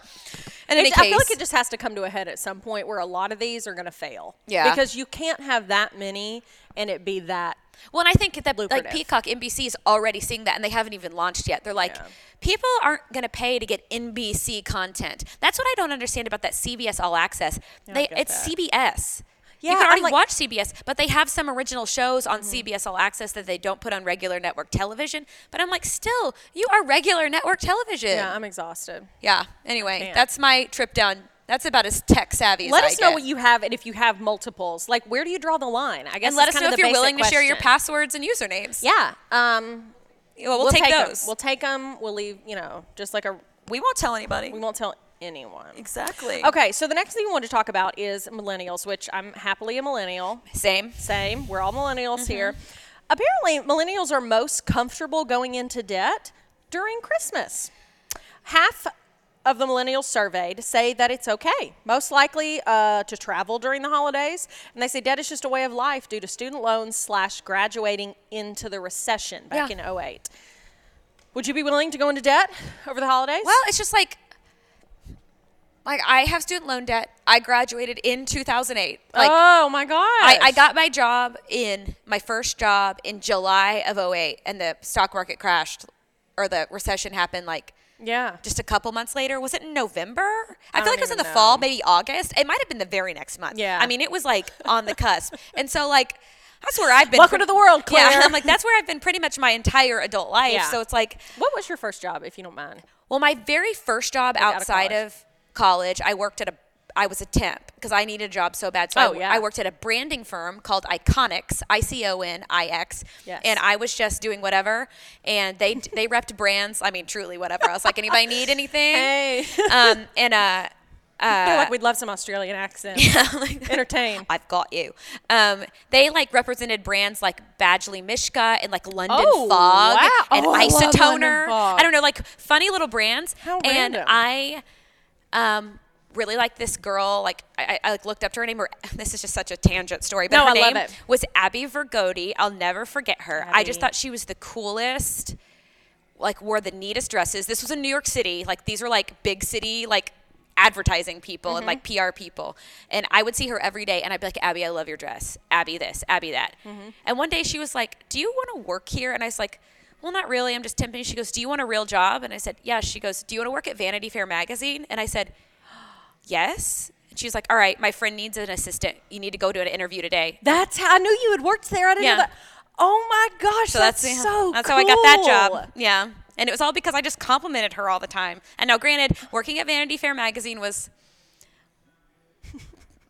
[SPEAKER 2] in any
[SPEAKER 1] It-
[SPEAKER 2] case,
[SPEAKER 1] I feel like it just has to come to a head at some point where a lot of these are going to fail.
[SPEAKER 2] Yeah.
[SPEAKER 1] Because you can't have that many and it be that.
[SPEAKER 2] Well, and I think that
[SPEAKER 1] Lucrative.
[SPEAKER 2] like Peacock, NBC is already seeing that, and they haven't even launched yet. They're like,
[SPEAKER 1] Yeah.
[SPEAKER 2] people aren't going to pay to get NBC content. That's what I don't understand about that CBS All Access.
[SPEAKER 1] I
[SPEAKER 2] They
[SPEAKER 1] get
[SPEAKER 2] it's
[SPEAKER 1] that.
[SPEAKER 2] CBS.
[SPEAKER 1] Yeah,
[SPEAKER 2] you
[SPEAKER 1] I'm
[SPEAKER 2] can already
[SPEAKER 1] like- Mm-hmm.
[SPEAKER 2] watch CBS, but they have some original shows on CBS All Access that they don't put on regular network television. But I'm like, still, you are regular network television.
[SPEAKER 1] Yeah, I'm exhausted.
[SPEAKER 2] Yeah, Anyway,
[SPEAKER 1] can't.
[SPEAKER 2] that's my trip down. That's about as tech savvy
[SPEAKER 1] let
[SPEAKER 2] as I
[SPEAKER 1] us know
[SPEAKER 2] get.
[SPEAKER 1] what you have and if you have multiples. Like, where do you draw the line? I guess
[SPEAKER 2] And let
[SPEAKER 1] it's
[SPEAKER 2] us
[SPEAKER 1] kind
[SPEAKER 2] know
[SPEAKER 1] of
[SPEAKER 2] if
[SPEAKER 1] the
[SPEAKER 2] you're
[SPEAKER 1] basic
[SPEAKER 2] willing to share your
[SPEAKER 1] question.
[SPEAKER 2] passwords and usernames.
[SPEAKER 1] Yeah. Um,
[SPEAKER 2] Well, we'll, take, those.
[SPEAKER 1] 'em. We'll take them. We'll leave, you know, just like a,
[SPEAKER 2] we won't tell anybody.
[SPEAKER 1] we won't tell anyone.
[SPEAKER 2] Exactly.
[SPEAKER 1] Okay, so the next thing we want to talk about is millennials, which I'm happily a millennial.
[SPEAKER 2] Same.
[SPEAKER 1] Same. We're all millennials here.
[SPEAKER 2] Mm-hmm.
[SPEAKER 1] Apparently, millennials are most comfortable going into debt during Christmas. Half of the millennials surveyed say that it's okay, most likely uh, to travel during the holidays, and they say debt is just a way of life due to student loans slash graduating into the recession back
[SPEAKER 2] Yeah.
[SPEAKER 1] in 08. Would you be willing to go into debt over the holidays?
[SPEAKER 2] Well, it's just like like I have student loan debt. I graduated in 2008. Like
[SPEAKER 1] oh my god!
[SPEAKER 2] I, I got my job in my first job in July of 08 and the stock market crashed or the recession happened like
[SPEAKER 1] yeah.
[SPEAKER 2] just a couple months later. Was it in November? I,
[SPEAKER 1] I
[SPEAKER 2] feel
[SPEAKER 1] don't
[SPEAKER 2] like it was in the
[SPEAKER 1] even know.
[SPEAKER 2] fall, maybe August. It might have been the very next month.
[SPEAKER 1] Yeah.
[SPEAKER 2] I mean, it was like on the cusp. And so like that's where I've been.
[SPEAKER 1] Welcome to the world,
[SPEAKER 2] Yeah,
[SPEAKER 1] Claire.
[SPEAKER 2] I'm like that's where I've been pretty much my entire adult life.
[SPEAKER 1] Yeah.
[SPEAKER 2] So it's like
[SPEAKER 1] What was your first job, if you don't mind?
[SPEAKER 2] Well, my very first job
[SPEAKER 1] out of
[SPEAKER 2] outside
[SPEAKER 1] college.
[SPEAKER 2] of college, I worked at a I was a temp because I needed a job so bad. So I
[SPEAKER 1] Oh,
[SPEAKER 2] w-
[SPEAKER 1] yeah.
[SPEAKER 2] I, worked at a branding firm called Iconics, I C O N I X,
[SPEAKER 1] Yes.
[SPEAKER 2] and I was just doing whatever. And they they repped brands. I mean, truly whatever. I was like, anybody need anything?
[SPEAKER 1] Hey.
[SPEAKER 2] Um, and uh,
[SPEAKER 1] I feel like we'd love some Australian accent. Entertain.
[SPEAKER 2] I've got you. Um, they like represented brands like Badgley Mishka and like London
[SPEAKER 1] Oh,
[SPEAKER 2] Fog
[SPEAKER 1] wow.
[SPEAKER 2] and
[SPEAKER 1] Oh, I love London
[SPEAKER 2] Isotoner. I,
[SPEAKER 1] Fog.
[SPEAKER 2] don't know, like funny little brands.
[SPEAKER 1] How
[SPEAKER 2] and
[SPEAKER 1] random.
[SPEAKER 2] I um, really like this girl. Like I, I I, like looked up to her name. Or, this is just such a tangent story, but
[SPEAKER 1] No,
[SPEAKER 2] her
[SPEAKER 1] I love
[SPEAKER 2] name
[SPEAKER 1] it.
[SPEAKER 2] was Abby Vergodi. I'll never forget her. I just
[SPEAKER 1] Abby.
[SPEAKER 2] thought she was the coolest like wore the neatest dresses. This was in New York City. Like these were like big city like advertising people and like PR people. And I would see her every day and I'd be like, Abby, I love your dress. Abby this, Abby that. And one day she was like, Do you want to work here? And I was like, Well, not really. I'm just temping. She goes, Do you want a real job? And I said, Yes. She goes, Do you want to work at Vanity Fair magazine? And I said, Yes. And she was like, All right, my friend needs an assistant. You need to go to an interview today.
[SPEAKER 1] That's how I knew you had worked there. I didn't
[SPEAKER 2] Yeah.
[SPEAKER 1] know that. Oh my gosh,
[SPEAKER 2] So
[SPEAKER 1] that's,
[SPEAKER 2] that's, yeah,
[SPEAKER 1] so
[SPEAKER 2] that's how I got that job.
[SPEAKER 1] cool.
[SPEAKER 2] Yeah. And it was all because I just complimented her all the time. And now, granted, working at Vanity Fair magazine was,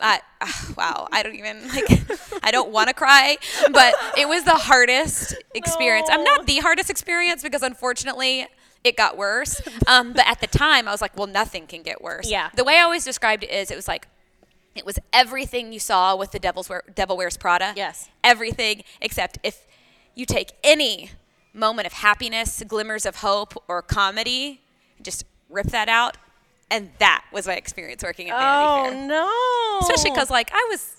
[SPEAKER 2] I uh, wow, I don't even like, I don't want to cry, but it was the hardest experience. I'm
[SPEAKER 1] No.
[SPEAKER 2] not the hardest experience because unfortunately it got worse. Um, but at the time, I was like, well, nothing can get worse.
[SPEAKER 1] Yeah.
[SPEAKER 2] The way I always described it is, it was like it was everything you saw with the Devil's Wear, Devil Wears Prada.
[SPEAKER 1] Yes.
[SPEAKER 2] Everything except if you take any moment of happiness, glimmers of hope, or comedy, just rip that out. And that was my experience working at Vanity Fair.
[SPEAKER 1] Oh no.
[SPEAKER 2] Especially because, like, I was,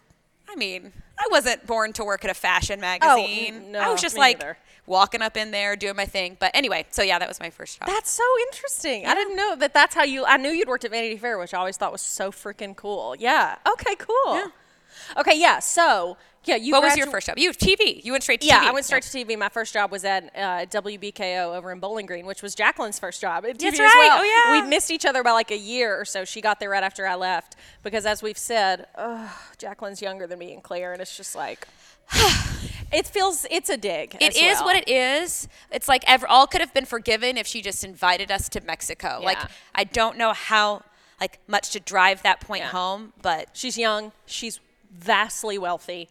[SPEAKER 2] I mean, I wasn't born to work at a fashion magazine.
[SPEAKER 1] Oh, no,
[SPEAKER 2] I was just
[SPEAKER 1] me
[SPEAKER 2] like
[SPEAKER 1] neither.
[SPEAKER 2] walking up in there, doing my thing. But anyway, so yeah, that was my first job.
[SPEAKER 1] that's so interesting. I didn't know that. That's how you. I knew you'd worked at Vanity Fair, which I always thought was so freaking cool. Yeah. Okay. Cool. Okay. Yeah. So yeah, you.
[SPEAKER 2] what was your
[SPEAKER 1] gradu-
[SPEAKER 2] first job? You TV. You went straight to
[SPEAKER 1] Yeah,
[SPEAKER 2] TV.
[SPEAKER 1] I went straight to TV. My first job was at uh, WBKO over in Bowling Green, which was Jacqueline's first job at TV
[SPEAKER 2] That's
[SPEAKER 1] as
[SPEAKER 2] right.
[SPEAKER 1] well.
[SPEAKER 2] Oh, yeah.
[SPEAKER 1] We missed each other by like a year or so. She got there right after I left because, as we've said, ugh, Jacqueline's younger than me and Claire, and it's just like it feels it's a dig.
[SPEAKER 2] It is what it is. It's like ever, all could have been forgiven if she just invited us to Mexico. Like
[SPEAKER 1] Yeah.
[SPEAKER 2] I don't know how like much to drive that point
[SPEAKER 1] Yeah.
[SPEAKER 2] home, but
[SPEAKER 1] She's young. She's vastly wealthy.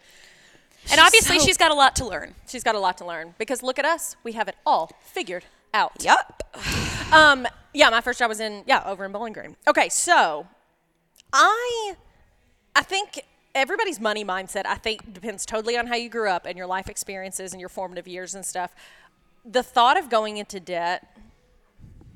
[SPEAKER 2] and obviously
[SPEAKER 1] so-
[SPEAKER 2] she's got a lot to learn.
[SPEAKER 1] She's got a lot to learn because look at us. We have it all figured out.
[SPEAKER 2] Yep.
[SPEAKER 1] Um, yeah, my first job was in yeah over in Bowling Green. Okay, so I I think everybody's money mindset, I think, depends totally on how you grew up and your life experiences and your formative years and stuff. The thought of going into debt,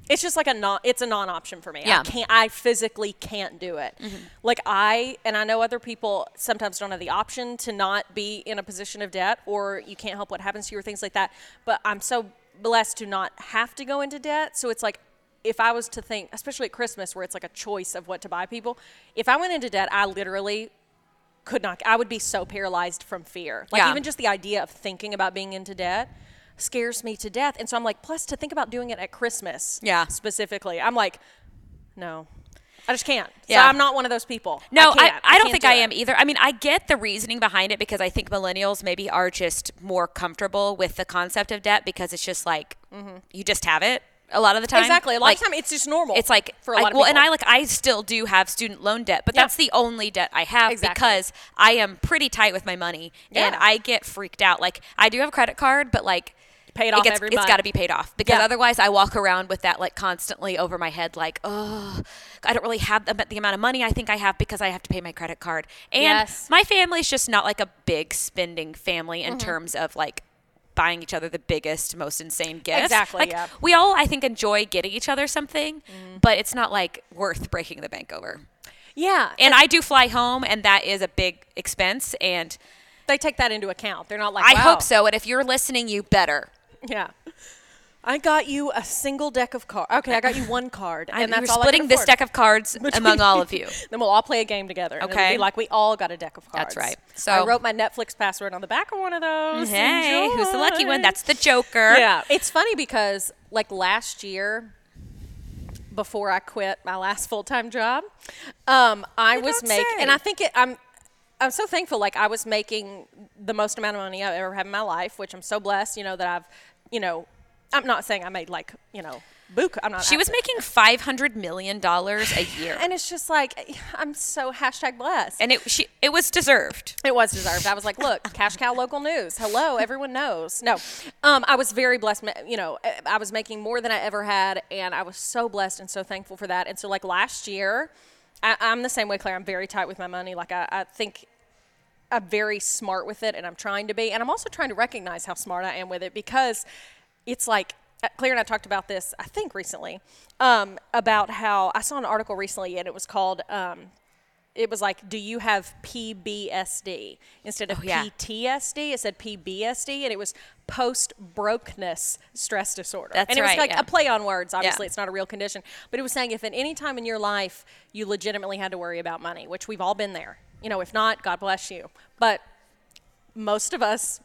[SPEAKER 1] it's just like a non. It's a non-option for me.
[SPEAKER 2] Yeah. Mm-hmm.
[SPEAKER 1] I can't. I physically can't do it. Like I and I know other people sometimes don't have the option to not be in a position of debt, or you can't help what happens to you, or things like that. But I'm so blessed to not have to go into debt. So it's like if I was to think, especially at Christmas, where it's like a choice of what to buy people, if I went into debt, I literally could not i would be so paralyzed from fear like
[SPEAKER 2] Yeah.
[SPEAKER 1] even just the idea of thinking about being into debt scares me to death and so i'm like plus to think about doing it at christmas
[SPEAKER 2] Yeah.
[SPEAKER 1] specifically i'm like no i just can't
[SPEAKER 2] Yeah.
[SPEAKER 1] so i'm not one of those people
[SPEAKER 2] No, I, I,
[SPEAKER 1] can't.
[SPEAKER 2] don't
[SPEAKER 1] can't
[SPEAKER 2] think
[SPEAKER 1] do
[SPEAKER 2] I
[SPEAKER 1] it.
[SPEAKER 2] am either. I mean, I get the reasoning behind it because I think millennials maybe are just more comfortable with the concept of debt because it's just like you just have it a lot of the time.
[SPEAKER 1] Mm-hmm. exactly a lot
[SPEAKER 2] Like,
[SPEAKER 1] of time it's just normal
[SPEAKER 2] It's like
[SPEAKER 1] for a lot
[SPEAKER 2] I-
[SPEAKER 1] of
[SPEAKER 2] well,
[SPEAKER 1] people
[SPEAKER 2] and I like I still do have student loan debt, but
[SPEAKER 1] Yeah.
[SPEAKER 2] that's the only debt I have
[SPEAKER 1] Exactly.
[SPEAKER 2] because I am pretty tight with my money and
[SPEAKER 1] Yeah.
[SPEAKER 2] I get freaked out. Like I do have a credit card, but like
[SPEAKER 1] Pay it
[SPEAKER 2] it
[SPEAKER 1] off
[SPEAKER 2] gets,
[SPEAKER 1] every
[SPEAKER 2] It's
[SPEAKER 1] month.
[SPEAKER 2] got to be paid off because
[SPEAKER 1] Yeah.
[SPEAKER 2] otherwise I walk around with that like constantly over my head, like oh, I don't really have the, the amount of money I think I have because I have to pay my credit card. And
[SPEAKER 1] Yes. Mm-hmm.
[SPEAKER 2] my family's just not like a big spending family in terms of like buying each other the biggest, most insane gifts.
[SPEAKER 1] Exactly,
[SPEAKER 2] Like,
[SPEAKER 1] yeah. Mm-hmm.
[SPEAKER 2] we all I think enjoy getting each other something, but it's not like worth breaking the bank over.
[SPEAKER 1] yeah
[SPEAKER 2] And I do fly home, and that is a big expense. And
[SPEAKER 1] they take that into account they're not like
[SPEAKER 2] I
[SPEAKER 1] wow.
[SPEAKER 2] hope so. And if you're listening, you better.
[SPEAKER 1] yeah I got you a single deck of cards. Okay, I got you one card,
[SPEAKER 2] I-
[SPEAKER 1] and that's
[SPEAKER 2] you're
[SPEAKER 1] all I
[SPEAKER 2] splitting
[SPEAKER 1] can
[SPEAKER 2] this
[SPEAKER 1] afford.
[SPEAKER 2] deck of cards among all of you.
[SPEAKER 1] then we'll all play a game together. And it'll
[SPEAKER 2] Okay.
[SPEAKER 1] be like we all got a deck of cards.
[SPEAKER 2] That's right. So-
[SPEAKER 1] I wrote my Netflix password on the back of one of those.
[SPEAKER 2] Hey, who's the lucky one?
[SPEAKER 1] Enjoy.
[SPEAKER 2] That's the Joker.
[SPEAKER 1] yeah. It's funny because like last year, before I quit my last full time job, um, I was
[SPEAKER 2] don't
[SPEAKER 1] making,
[SPEAKER 2] say.
[SPEAKER 1] and I think it, I'm. I'm so thankful. Like I was making the most amount of money I've ever had in my life, which I'm so blessed. You know that I've, you know, I'm not saying I made like you know, book. I'm not.
[SPEAKER 2] She was
[SPEAKER 1] asking-
[SPEAKER 2] making five hundred million dollars a year,
[SPEAKER 1] and it's just like I'm so hashtag blessed.
[SPEAKER 2] and it she, it was deserved.
[SPEAKER 1] It was deserved. I was like, look, cash cow local news. Hello, everyone knows. No, um, I was very blessed. ma- You know, eh, I- I was making more than I ever had, and I was so blessed and so thankful for that. And so, like last year, I, I'm the same way, Claire. I'm very tight with my money. Like I, I think I'm very smart with it, and I'm trying to be. And I'm also trying to recognize how smart I am with it because it's like uh, Claire and I talked about this, I think, recently um, about how I saw an article recently, and it was called. Um, it was like, do you have PBSD instead of
[SPEAKER 2] Oh, yeah.
[SPEAKER 1] PTSD? It said PBSD, and it was post brokenness stress disorder.
[SPEAKER 2] That's
[SPEAKER 1] and it was
[SPEAKER 2] right,
[SPEAKER 1] like
[SPEAKER 2] yeah.
[SPEAKER 1] a play on words. Obviously, it's not a real condition, but it was saying if at any time in your life you legitimately had to worry about money, which we've all been there. You know, if not, God bless you. But most of us,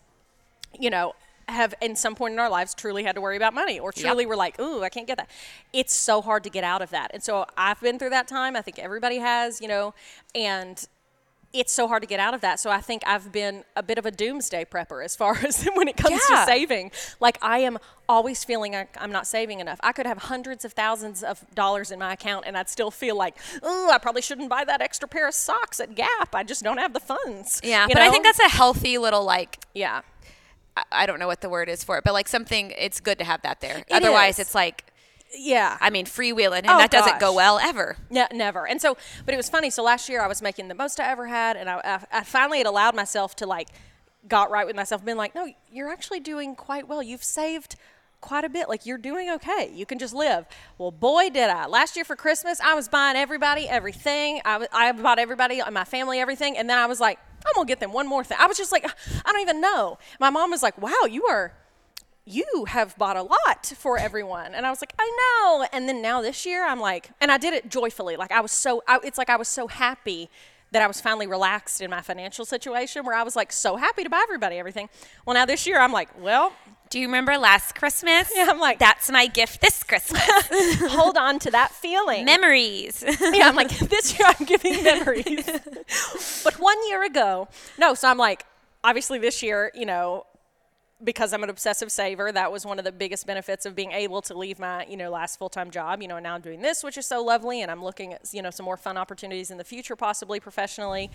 [SPEAKER 1] you know, have in some point in our lives truly had to worry about money or truly we're like, ooh, I can't get that. It's so hard to get out of that. And so I've been through that time. I think everybody has, you know, and it's so hard to get out of that. So I think I've been a bit of a doomsday prepper as far as when it comes
[SPEAKER 2] Yeah.
[SPEAKER 1] to saving. Like I am always feeling like I'm not saving enough. I could have hundreds of thousands of dollars in my account and I'd still feel like, ooh, I probably shouldn't buy that extra pair of socks at Gap. I just don't have the funds.
[SPEAKER 2] Yeah,
[SPEAKER 1] you
[SPEAKER 2] but I
[SPEAKER 1] know?
[SPEAKER 2] think that's a healthy little like
[SPEAKER 1] yeah.
[SPEAKER 2] I- I don't know what the word is for it, but like something. It's good to have that there.
[SPEAKER 1] It
[SPEAKER 2] Otherwise,
[SPEAKER 1] is.
[SPEAKER 2] it's like
[SPEAKER 1] Yeah.
[SPEAKER 2] I mean freewheeling, and
[SPEAKER 1] Oh,
[SPEAKER 2] that doesn't go
[SPEAKER 1] gosh.
[SPEAKER 2] well ever.
[SPEAKER 1] Ne- never. And so, but it was funny. So last year I was making the most I ever had, and I, I, I finally had allowed myself to like got right with myself, been like, no, you're actually doing quite well. You've saved quite a bit. Like you're doing okay. You can just live. Well, boy, did I. Last year for Christmas, I was buying everybody everything. I, w- I bought everybody, uh, my family, everything. And then I was like, I'm going to get them one more thing. I was just like, I don't even know. My mom was like, wow, you are you have bought a lot for everyone. And I was like, I know. And then now this year, I'm like, and I did it joyfully. Like, I was so, I, it's like I was so happy that I was finally relaxed in my financial situation where I was like, so happy to buy everybody everything. Well, now this year, I'm like, well,
[SPEAKER 2] Do you remember last Christmas?
[SPEAKER 1] Yeah, I'm like-
[SPEAKER 2] that's my gift this Christmas.
[SPEAKER 1] hold on to that feeling.
[SPEAKER 2] Memories.
[SPEAKER 1] yeah, I'm like, this year I'm giving memories. but one year ago, no, so I'm like, obviously this year, you know, because I'm an obsessive saver, that was one of the biggest benefits of being able to leave my, you know, last full time job, you know, and now I'm doing this, which is so lovely. And I'm looking at, you know, some more fun opportunities in the future, possibly professionally.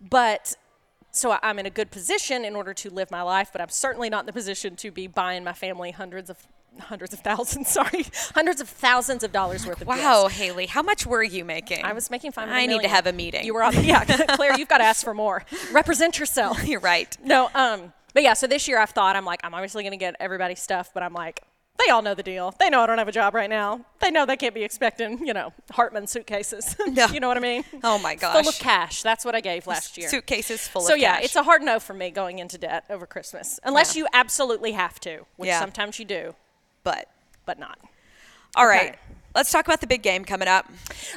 [SPEAKER 1] But so I- I'm in a good position in order to live my life, but I'm certainly not in the position to be buying my family hundreds of hundreds of thousands, sorry, hundreds of thousands of dollars worth of gifts.
[SPEAKER 2] Wow, Haley, how much were you making?
[SPEAKER 1] I was making five.
[SPEAKER 2] I need to have a meeting.
[SPEAKER 1] You were on, yeah, Claire. You've got to ask for more. Represent yourself.
[SPEAKER 2] You're right.
[SPEAKER 1] No, um, but yeah. So this year I've thought I'm like I'm obviously gonna get everybody stuff, but I'm like they all know the deal. They know I don't have a job right now. They know they can't be expecting you know Hartman suitcases.
[SPEAKER 2] No.
[SPEAKER 1] you know what I mean?
[SPEAKER 2] Oh my
[SPEAKER 1] Full
[SPEAKER 2] gosh.
[SPEAKER 1] of cash. That's what I gave last year.
[SPEAKER 2] Suitcases full
[SPEAKER 1] so
[SPEAKER 2] of
[SPEAKER 1] yeah,
[SPEAKER 2] cash.
[SPEAKER 1] it's a hard no for me going into debt over Christmas, unless
[SPEAKER 2] Yeah.
[SPEAKER 1] you absolutely have to, which
[SPEAKER 2] Yeah.
[SPEAKER 1] sometimes you do,
[SPEAKER 2] but
[SPEAKER 1] but not.
[SPEAKER 2] all right.
[SPEAKER 1] Okay.
[SPEAKER 2] Let's talk about the big game coming up.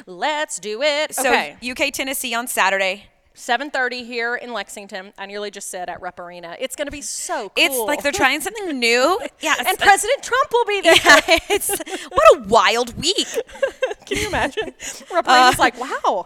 [SPEAKER 1] Let's do it.
[SPEAKER 2] So
[SPEAKER 1] okay.
[SPEAKER 2] UK Tennessee on Saturday.
[SPEAKER 1] 7:30 here in Lexington. I nearly just said at Rep Arena. It's going to be so cool.
[SPEAKER 2] It's like they're trying something new. Yeah,
[SPEAKER 1] and President Trump will be there.
[SPEAKER 2] it's what a wild week.
[SPEAKER 1] Can you imagine? Rep Arena's like, wow,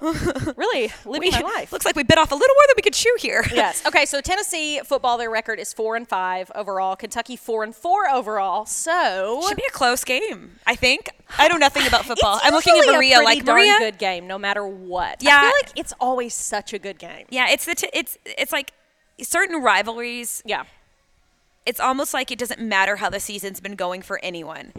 [SPEAKER 1] really living my life.
[SPEAKER 2] Looks like Uh, we bit off a little more than we could chew here.
[SPEAKER 1] yes. Okay. So Tennessee football, their record is four and five overall. Kentucky four and four overall. So
[SPEAKER 2] Should be a close game, I think. I know nothing about football.
[SPEAKER 1] It's
[SPEAKER 2] I'm looking at
[SPEAKER 1] usually a
[SPEAKER 2] Maria
[SPEAKER 1] pretty
[SPEAKER 2] like
[SPEAKER 1] darn
[SPEAKER 2] Maria.
[SPEAKER 1] good game, no matter what. I
[SPEAKER 2] Yeah.
[SPEAKER 1] feel like it's always such a good game.
[SPEAKER 2] Yeah, it's the t- it's it's like certain rivalries.
[SPEAKER 1] Yeah.
[SPEAKER 2] It's almost like it doesn't matter how the season's been going for anyone.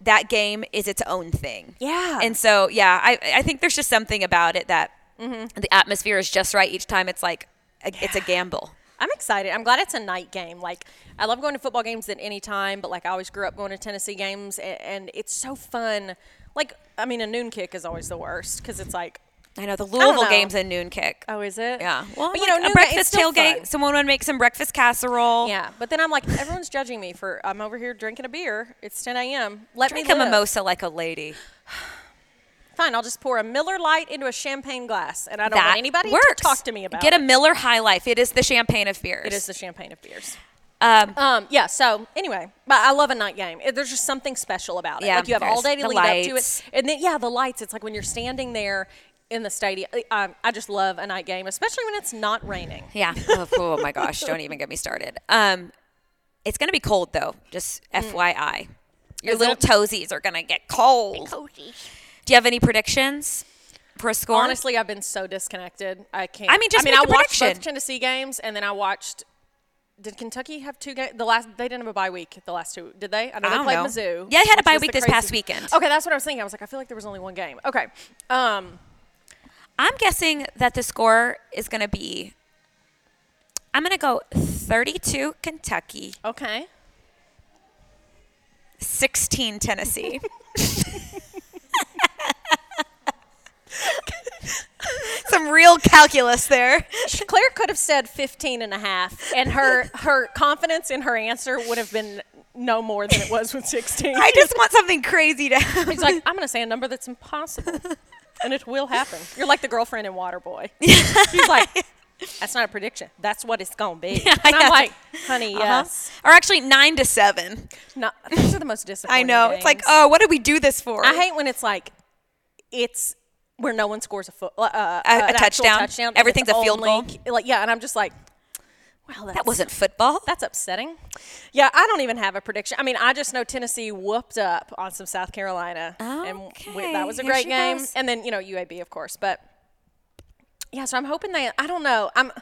[SPEAKER 2] That game is its own thing.
[SPEAKER 1] Yeah.
[SPEAKER 2] and so yeah, I I think there's just something about it that the atmosphere is just right each time. It's like a, it's a gamble.
[SPEAKER 1] I'm excited. I'm glad it's a night game. Like I love going to football games at any time, but like I always grew up going to Tennessee games, and, and it's so fun. Like I mean, a noon kick is always the worst because it's like,
[SPEAKER 2] I know the Louisville
[SPEAKER 1] know.
[SPEAKER 2] game's a noon kick.
[SPEAKER 1] oh, is it?
[SPEAKER 2] Yeah.
[SPEAKER 1] Well,
[SPEAKER 2] Well,
[SPEAKER 1] but, you
[SPEAKER 2] like
[SPEAKER 1] know,
[SPEAKER 2] a
[SPEAKER 1] noon ga- it's
[SPEAKER 2] breakfast
[SPEAKER 1] still
[SPEAKER 2] tailgate.
[SPEAKER 1] fun.
[SPEAKER 2] Someone would make some breakfast casserole.
[SPEAKER 1] Yeah, but then I'm like, everyone's judging me for I'm over here drinking a beer. It's 10 a.m. Let
[SPEAKER 2] Drink
[SPEAKER 1] me
[SPEAKER 2] a
[SPEAKER 1] live.
[SPEAKER 2] mimosa like a lady.
[SPEAKER 1] Fine, I'll just pour a Miller Light into a champagne glass, and I don't want anybody
[SPEAKER 2] works.
[SPEAKER 1] to talk to me about
[SPEAKER 2] Get
[SPEAKER 1] it.
[SPEAKER 2] a Miller High Life. It is the champagne of beers.
[SPEAKER 1] It is the champagne of beers.
[SPEAKER 2] Um,
[SPEAKER 1] Um, yeah. So anyway, but I love a night game. It- there's just something special about it.
[SPEAKER 2] Yeah,
[SPEAKER 1] like you have all
[SPEAKER 2] there's
[SPEAKER 1] day to
[SPEAKER 2] the
[SPEAKER 1] lead up to
[SPEAKER 2] lights.
[SPEAKER 1] it, and then yeah, the lights. It's like when you're standing there in the stadium. Um, I just love a night game, especially when it's not raining.
[SPEAKER 2] yeah. Oh, oh my gosh. Don't even get me started. Um, it's gonna be cold though. Just FYI, your
[SPEAKER 1] Mm. Is
[SPEAKER 2] little
[SPEAKER 1] it?
[SPEAKER 2] toesies are gonna get cold. Do you have any predictions for a score?
[SPEAKER 1] Honestly, I've been so disconnected. I can't.
[SPEAKER 2] I mean,
[SPEAKER 1] I
[SPEAKER 2] just
[SPEAKER 1] mean,
[SPEAKER 2] make
[SPEAKER 1] I
[SPEAKER 2] a
[SPEAKER 1] watched both
[SPEAKER 2] prediction.
[SPEAKER 1] Tennessee games, and then I watched. Did Kentucky have two games? The last they didn't have a bye week. The last two, did they? I know
[SPEAKER 2] I
[SPEAKER 1] they
[SPEAKER 2] don't
[SPEAKER 1] played
[SPEAKER 2] know.
[SPEAKER 1] Mizzou.
[SPEAKER 2] Yeah, they had a
[SPEAKER 1] which
[SPEAKER 2] bye
[SPEAKER 1] was
[SPEAKER 2] week
[SPEAKER 1] the
[SPEAKER 2] this past
[SPEAKER 1] crazy-
[SPEAKER 2] weekend.
[SPEAKER 1] Okay, that's what I was thinking. I was like, I feel like there was only one game. Okay, um,
[SPEAKER 2] I'm guessing that the score is gonna be. I'm gonna go 32 Kentucky,
[SPEAKER 1] okay.
[SPEAKER 2] 16 Tennessee. Some real calculus there.
[SPEAKER 1] Claire could have said 15 and a half, and her, her confidence in her answer would have been no more than it was with 16.
[SPEAKER 2] I just want something crazy to happen.
[SPEAKER 1] She's like, I'm going to say a number that's impossible, and it will happen. You're like the girlfriend in Waterboy. She's like, that's not a prediction. That's what it's going to be.
[SPEAKER 2] Yeah,
[SPEAKER 1] and I'm
[SPEAKER 2] yeah. Uh-huh.
[SPEAKER 1] like, honey, yes.
[SPEAKER 2] Or actually, nine to seven.
[SPEAKER 1] Not, those are the most disappointing
[SPEAKER 2] I know. It's like,
[SPEAKER 1] games.
[SPEAKER 2] oh, what did we do this for?
[SPEAKER 1] I hate when it's like, it's where no one scores a foot, uh, uh,
[SPEAKER 2] A- a
[SPEAKER 1] an actual
[SPEAKER 2] touchdown.
[SPEAKER 1] touchdown and
[SPEAKER 2] Everything's
[SPEAKER 1] it's
[SPEAKER 2] a field goal.
[SPEAKER 1] only- Like, yeah, and I'm just like, wow, that's
[SPEAKER 2] that wasn't football.
[SPEAKER 1] That's upsetting. Yeah, I don't even have a prediction. I mean, I just know Tennessee whooped up on some South Carolina, and we, that was a
[SPEAKER 2] Okay, here
[SPEAKER 1] great
[SPEAKER 2] she
[SPEAKER 1] game.
[SPEAKER 2] goes.
[SPEAKER 1] And then you know UAB, of course. But yeah, so I'm hoping they. I don't know. I'm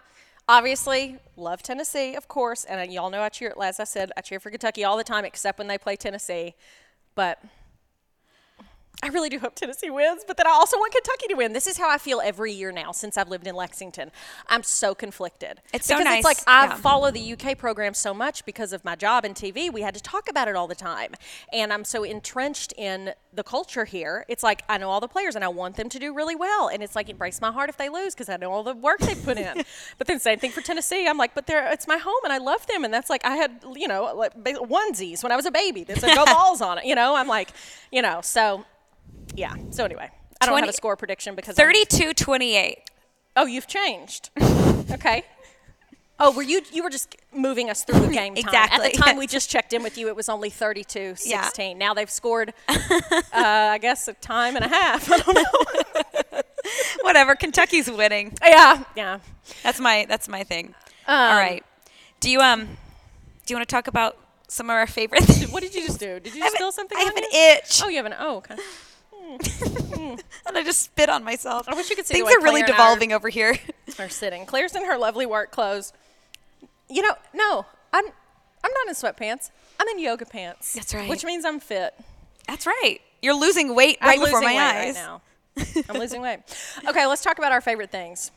[SPEAKER 1] obviously love Tennessee, of course, and uh, y'all know I cheer. As I said, I cheer for Kentucky all the time, except when they play Tennessee. But I really do hope Tennessee wins, but then I also want Kentucky to win. This is how I feel every year now since I've lived in Lexington. I'm so conflicted.
[SPEAKER 2] It's so
[SPEAKER 1] because
[SPEAKER 2] nice,
[SPEAKER 1] it's like I
[SPEAKER 2] yeah.
[SPEAKER 1] follow the UK program so much because of my job in TV. We had to talk about it all the time. And I'm so entrenched in the culture here. It's like I know all the players and I want them to do really well. And it's like it breaks my heart if they lose because I know all the work they put in. but then same thing for Tennessee. I'm like, but they're it's my home and I love them. And that's like I had, you know, like ba- onesies when I was a baby that said go balls on it. You know, I'm like, you know, so yeah. So anyway, I don't
[SPEAKER 2] 20
[SPEAKER 1] have a score prediction because I'm-
[SPEAKER 2] 32 28.
[SPEAKER 1] oh, you've changed. okay. Oh, were you? You were just moving us through the game time. At
[SPEAKER 2] Exactly,
[SPEAKER 1] the time
[SPEAKER 2] yes.
[SPEAKER 1] we just checked in with you, it was only 32-16.
[SPEAKER 2] Yeah.
[SPEAKER 1] Now they've scored, uh, I guess, a time and a half. I don't know.
[SPEAKER 2] Whatever. Kentucky's winning.
[SPEAKER 1] yeah, yeah.
[SPEAKER 2] That's my that's my thing.
[SPEAKER 1] Um,
[SPEAKER 2] All right. Do you um do you want to talk about some of our favorite things?
[SPEAKER 1] What did you just do? Did you
[SPEAKER 2] I have,
[SPEAKER 1] spill
[SPEAKER 2] an-
[SPEAKER 1] something?
[SPEAKER 2] I have
[SPEAKER 1] on
[SPEAKER 2] an
[SPEAKER 1] you?
[SPEAKER 2] itch,
[SPEAKER 1] Oh, you have an. Oh, okay.
[SPEAKER 2] and I just spit on myself. I
[SPEAKER 1] wish you could see the
[SPEAKER 2] Things
[SPEAKER 1] way
[SPEAKER 2] are really
[SPEAKER 1] Claire and I are-
[SPEAKER 2] devolving over here.
[SPEAKER 1] Are sitting. Claire's in her lovely work clothes. You know, no, I'm. I'm not in sweatpants. I'm in yoga pants.
[SPEAKER 2] That's right.
[SPEAKER 1] Which means I'm fit.
[SPEAKER 2] That's right. You're losing weight right
[SPEAKER 1] I'm
[SPEAKER 2] before
[SPEAKER 1] losing
[SPEAKER 2] my
[SPEAKER 1] weight
[SPEAKER 2] eyes.
[SPEAKER 1] right now. I'm losing weight. Okay, let's talk about our favorite things.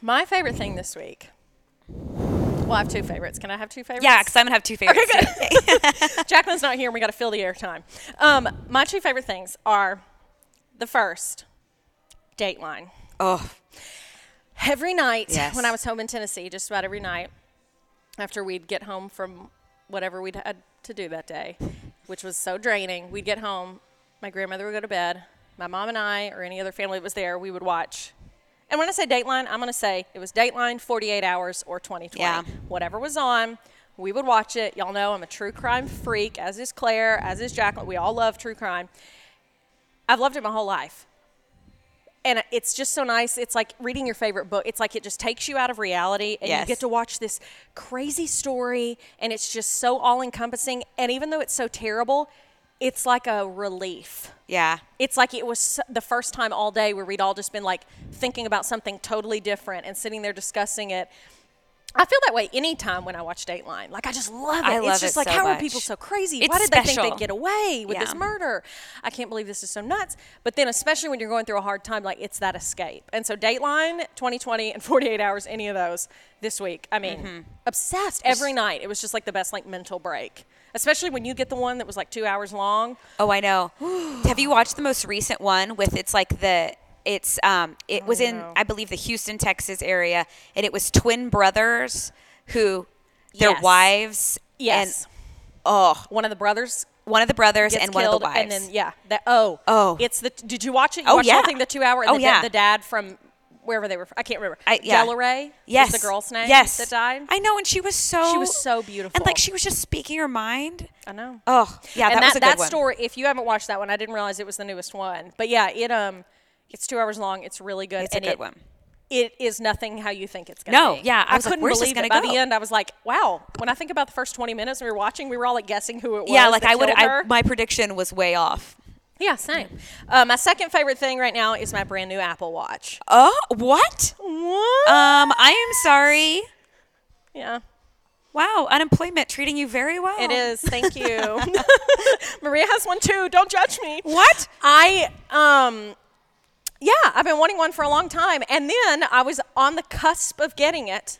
[SPEAKER 1] My favorite thing this week. Well, I have two favorites. Can I have two favorites?
[SPEAKER 2] Yeah, because I'm gonna have two favorites.
[SPEAKER 1] Jacqueline's not here, and we got to fill the airtime. Um, my two favorite things are the first, Dateline.
[SPEAKER 2] oh,
[SPEAKER 1] Every night
[SPEAKER 2] Yes.
[SPEAKER 1] when I was home in Tennessee, just about every night after we'd get home from whatever we'd had to do that day, which was so draining, we'd get home. My grandmother would go to bed. My mom and I, or any other family that was there, we would watch. And when I say Dateline, I'm going to say it was Dateline 48 Hours or 2020.
[SPEAKER 2] Yeah.
[SPEAKER 1] Whatever was on, we would watch it. Y'all know I'm a true crime freak, as is Claire, as is Jacqueline. We all love true crime. I've loved it my whole life. And it's just so nice. It's like reading your favorite book. It's like it just takes you out of reality and
[SPEAKER 2] Yes.
[SPEAKER 1] you get to watch this crazy story and it's just so all encompassing. And even though it's so terrible, it's like a relief.
[SPEAKER 2] yeah.
[SPEAKER 1] It's like it was so- the first time all day where we'd all just been like thinking about something totally different and sitting there discussing it. I feel that way anytime when I watch Dateline. Like I just love it.
[SPEAKER 2] I love
[SPEAKER 1] it's just
[SPEAKER 2] it
[SPEAKER 1] like
[SPEAKER 2] so
[SPEAKER 1] how
[SPEAKER 2] much.
[SPEAKER 1] are people so crazy?
[SPEAKER 2] It's
[SPEAKER 1] Why did they think
[SPEAKER 2] special.
[SPEAKER 1] they'd get away with this
[SPEAKER 2] Yeah.
[SPEAKER 1] murder? I can't believe this is so nuts. But then especially when you're going through a hard time, like it's that escape. And so Dateline, 2020 and 48 hours, any of those this week. I mean,
[SPEAKER 2] Mm-hmm.
[SPEAKER 1] obsessed every night. It was just like the best like mental break. Especially when you get the one that was like 2 hours long.
[SPEAKER 2] Oh, I know. Have you watched the most recent one with it's like the it's um it was in
[SPEAKER 1] Oh, no.
[SPEAKER 2] I believe the Houston, Texas area and it was twin brothers who their
[SPEAKER 1] Yes.
[SPEAKER 2] wives
[SPEAKER 1] Yes.
[SPEAKER 2] and oh,
[SPEAKER 1] one of the brothers
[SPEAKER 2] one of the brothers
[SPEAKER 1] gets
[SPEAKER 2] and one of
[SPEAKER 1] killed,
[SPEAKER 2] the wives.
[SPEAKER 1] and then yeah, that oh
[SPEAKER 2] Oh.
[SPEAKER 1] it's the. Did you watch it? You
[SPEAKER 2] Oh,
[SPEAKER 1] watched
[SPEAKER 2] yeah.
[SPEAKER 1] the whole thing, the two hour. And
[SPEAKER 2] Oh,
[SPEAKER 1] the, da-
[SPEAKER 2] yeah.
[SPEAKER 1] the dad from wherever they were. From. I can't remember.
[SPEAKER 2] I- yeah.
[SPEAKER 1] Delaray. was
[SPEAKER 2] Yes.
[SPEAKER 1] the girl's name.
[SPEAKER 2] Yes.
[SPEAKER 1] that died.
[SPEAKER 2] I know and she was so
[SPEAKER 1] She was so beautiful.
[SPEAKER 2] And like she was just speaking her mind.
[SPEAKER 1] I know.
[SPEAKER 2] Oh, yeah,
[SPEAKER 1] and that,
[SPEAKER 2] that, was a good
[SPEAKER 1] that
[SPEAKER 2] one.
[SPEAKER 1] story. If you haven't watched that one, I didn't realize it was the newest one. But yeah, it um, it's two hours long. It's really good.
[SPEAKER 2] It's a
[SPEAKER 1] and
[SPEAKER 2] good
[SPEAKER 1] it-
[SPEAKER 2] one.
[SPEAKER 1] It is nothing how you think it's gonna
[SPEAKER 2] No,
[SPEAKER 1] be.
[SPEAKER 2] yeah, I was like,
[SPEAKER 1] couldn't
[SPEAKER 2] where's this
[SPEAKER 1] believe it.
[SPEAKER 2] gonna
[SPEAKER 1] By
[SPEAKER 2] go?
[SPEAKER 1] the end, I was like, wow. When I think about the first twenty minutes we were watching, we were all like guessing who it was.
[SPEAKER 2] Yeah, like
[SPEAKER 1] that
[SPEAKER 2] I would
[SPEAKER 1] killed
[SPEAKER 2] I,
[SPEAKER 1] her.
[SPEAKER 2] my prediction was way off.
[SPEAKER 1] Yeah, same. Uh, my second favorite thing right now is my brand new Apple Watch.
[SPEAKER 2] Oh, what?
[SPEAKER 1] What?
[SPEAKER 2] Um I am sorry.
[SPEAKER 1] yeah, Oh.
[SPEAKER 2] Wow, unemployment treating you very well.
[SPEAKER 1] it is. Thank you. Maria has one too. Don't judge me.
[SPEAKER 2] What?
[SPEAKER 1] I um yeah, I've been wanting one for a long time and then I was on the cusp of getting it.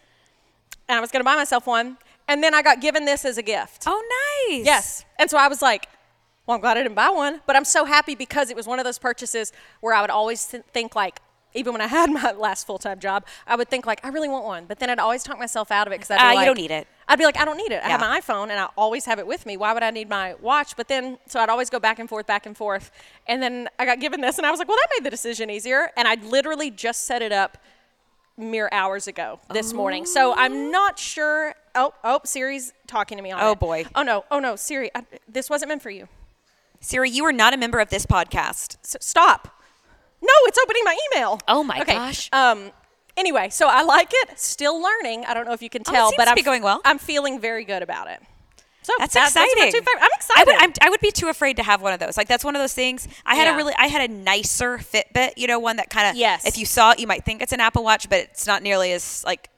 [SPEAKER 1] And I was going to buy myself one and then I got given this as a gift.
[SPEAKER 2] Oh, nice.
[SPEAKER 1] Yes. And so I was like, well, I'm glad I didn't buy one, but I'm so happy because it was one of those purchases where I would always th- think like, even when I had my last full time job, I would think like, I really want one, but then I'd always talk myself out of it because I'd be
[SPEAKER 2] Ah, you
[SPEAKER 1] like,
[SPEAKER 2] don't need it.
[SPEAKER 1] I'd be like, I don't need it. I have
[SPEAKER 2] Yeah.
[SPEAKER 1] my iPhone and I always have it with me. Why would I need my watch? But then, so I'd always go back and forth, back and forth, and then I got given this, and I was like, well, that made the decision easier. And I literally just set it up mere hours ago this morning. So I'm not sure. Oh, oh, Siri's talking to me on
[SPEAKER 2] Oh,
[SPEAKER 1] it.
[SPEAKER 2] boy.
[SPEAKER 1] Oh no, oh no, Siri, I, this wasn't meant for you.
[SPEAKER 2] Siri, you are not a member of this podcast.
[SPEAKER 1] S- stop. No, it's opening my email.
[SPEAKER 2] Oh, my gosh.
[SPEAKER 1] Um. Anyway, so I like it. Still learning. I don't know if you can
[SPEAKER 2] Oh, it
[SPEAKER 1] tell,
[SPEAKER 2] seems
[SPEAKER 1] but
[SPEAKER 2] to
[SPEAKER 1] I'm
[SPEAKER 2] be going well.
[SPEAKER 1] I'm feeling very good about it. So
[SPEAKER 2] That's
[SPEAKER 1] that-
[SPEAKER 2] exciting.
[SPEAKER 1] my two favorite- I'm
[SPEAKER 2] I
[SPEAKER 1] excited.
[SPEAKER 2] would, I'm, I would be too afraid to have one of those. Like that's one of those things. I had
[SPEAKER 1] Yeah.
[SPEAKER 2] a really, I had a nicer Fitbit. You know, one that kind of.
[SPEAKER 1] Yes.
[SPEAKER 2] If you saw it, you might think it's an Apple Watch, but it's not nearly as like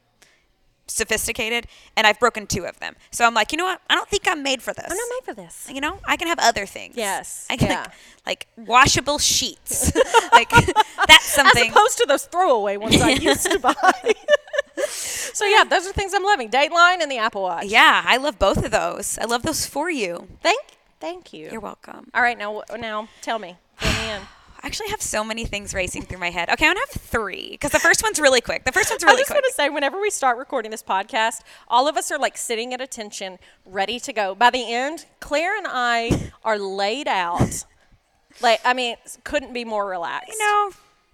[SPEAKER 2] sophisticated. And I've broken two of them, so I'm like, you know what? I don't think I'm made for this.
[SPEAKER 1] I'm not made for this.
[SPEAKER 2] You know, I can have other things.
[SPEAKER 1] Yes.
[SPEAKER 2] I can
[SPEAKER 1] Yeah.
[SPEAKER 2] like, like washable sheets. like that's
[SPEAKER 1] As
[SPEAKER 2] something.
[SPEAKER 1] opposed to those throwaway ones I used to buy. so yeah, those are things I'm loving. Dateline and the Apple Watch.
[SPEAKER 2] yeah, I love both of those. I love those for you.
[SPEAKER 1] Thank, thank you.
[SPEAKER 2] You're welcome.
[SPEAKER 1] All right, now now tell me. Fill me in.
[SPEAKER 2] I actually have so many things racing through my head. Okay, I'm gonna have three because the first one's really quick. The first one's
[SPEAKER 1] I
[SPEAKER 2] really
[SPEAKER 1] just
[SPEAKER 2] quick.
[SPEAKER 1] want to say, whenever we start recording this podcast, all of us are like sitting at attention, ready to go. By the end, Claire and I are laid out. like, I mean, couldn't be more relaxed.
[SPEAKER 2] You know,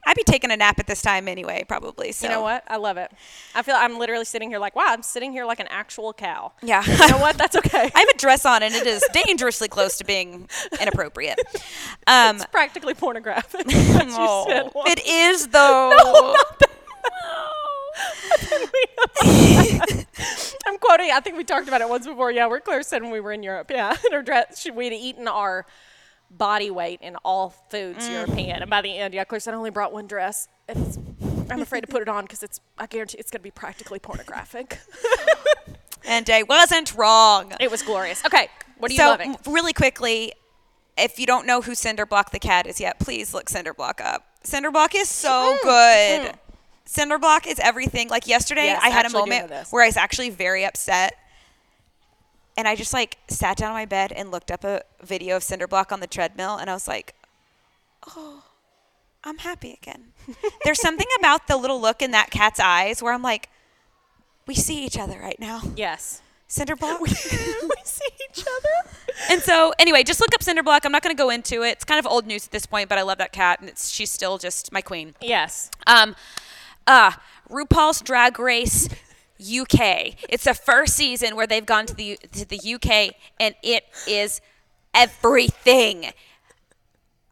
[SPEAKER 2] I'd be taking a nap at this time anyway, probably. So.
[SPEAKER 1] You know what? I love it. I feel I'm literally sitting here like, wow, I'm sitting here like an actual cow.
[SPEAKER 2] Yeah.
[SPEAKER 1] You know what? That's okay.
[SPEAKER 2] I have a dress on and it is dangerously close to being inappropriate. Um,
[SPEAKER 1] it's practically pornographic. what you
[SPEAKER 2] oh,
[SPEAKER 1] said was.
[SPEAKER 2] it is though.
[SPEAKER 1] I'm quoting. I think we talked about it once before. Yeah, where Claire said when we were in Europe. Yeah, in her dress, she, we'd eaten our body weight in all foods European, and by the end, yeah, Claire said I only brought one dress. And it's, I'm afraid to put it on because it's. I guarantee it's going to be practically pornographic.
[SPEAKER 2] and I wasn't wrong.
[SPEAKER 1] It was glorious. Okay, what are you
[SPEAKER 2] so
[SPEAKER 1] loving?
[SPEAKER 2] m- really quickly, if you don't know who Cinderblock the cat is yet, please look Cinderblock up. Cinderblock is so
[SPEAKER 1] Hmm.
[SPEAKER 2] good. Cinderblock is everything. Like yesterday,
[SPEAKER 1] Yes,
[SPEAKER 2] I had a
[SPEAKER 1] actually do know
[SPEAKER 2] moment
[SPEAKER 1] this.
[SPEAKER 2] where I was actually very upset. And I just like sat down on my bed and looked up a video of Cinderblock on the treadmill and I was like, "Oh, I'm happy again." There's something about the little look in that cat's eyes where I'm like, "We see each other right now."
[SPEAKER 1] Yes.
[SPEAKER 2] Cinderblock.
[SPEAKER 1] we see each other.
[SPEAKER 2] And so, anyway, just look up Cinderblock. I'm not going to go into it. It's kind of old news at this point, but I love that cat, and it's, she's still just my queen.
[SPEAKER 1] Yes.
[SPEAKER 2] Um, uh, RuPaul's Drag Race UK. It's the first season where they've gone to the to the UK, and it is everything.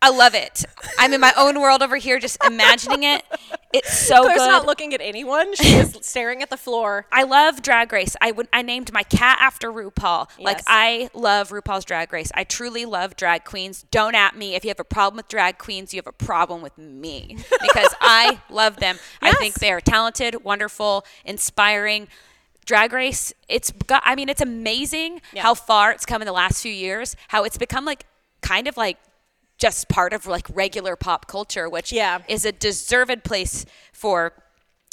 [SPEAKER 2] I love it. I'm in my own world over here, just imagining it. It's so
[SPEAKER 1] Claire's
[SPEAKER 2] good.
[SPEAKER 1] not looking at anyone. She is staring at the floor.
[SPEAKER 2] I love Drag Race. I would I named my cat after RuPaul. Like
[SPEAKER 1] Yes.
[SPEAKER 2] I love RuPaul's Drag Race. I truly love drag queens. Don't at me if you have a problem with drag queens. You have a problem with me because I love them. I think
[SPEAKER 1] Yes.
[SPEAKER 2] they are talented, wonderful, inspiring. Drag Race. It's got. I mean, it's amazing
[SPEAKER 1] Yeah.
[SPEAKER 2] how far it's come in the last few years. How it's become like kind of like just part of like regular pop culture, which
[SPEAKER 1] Yeah.
[SPEAKER 2] is a deserved place for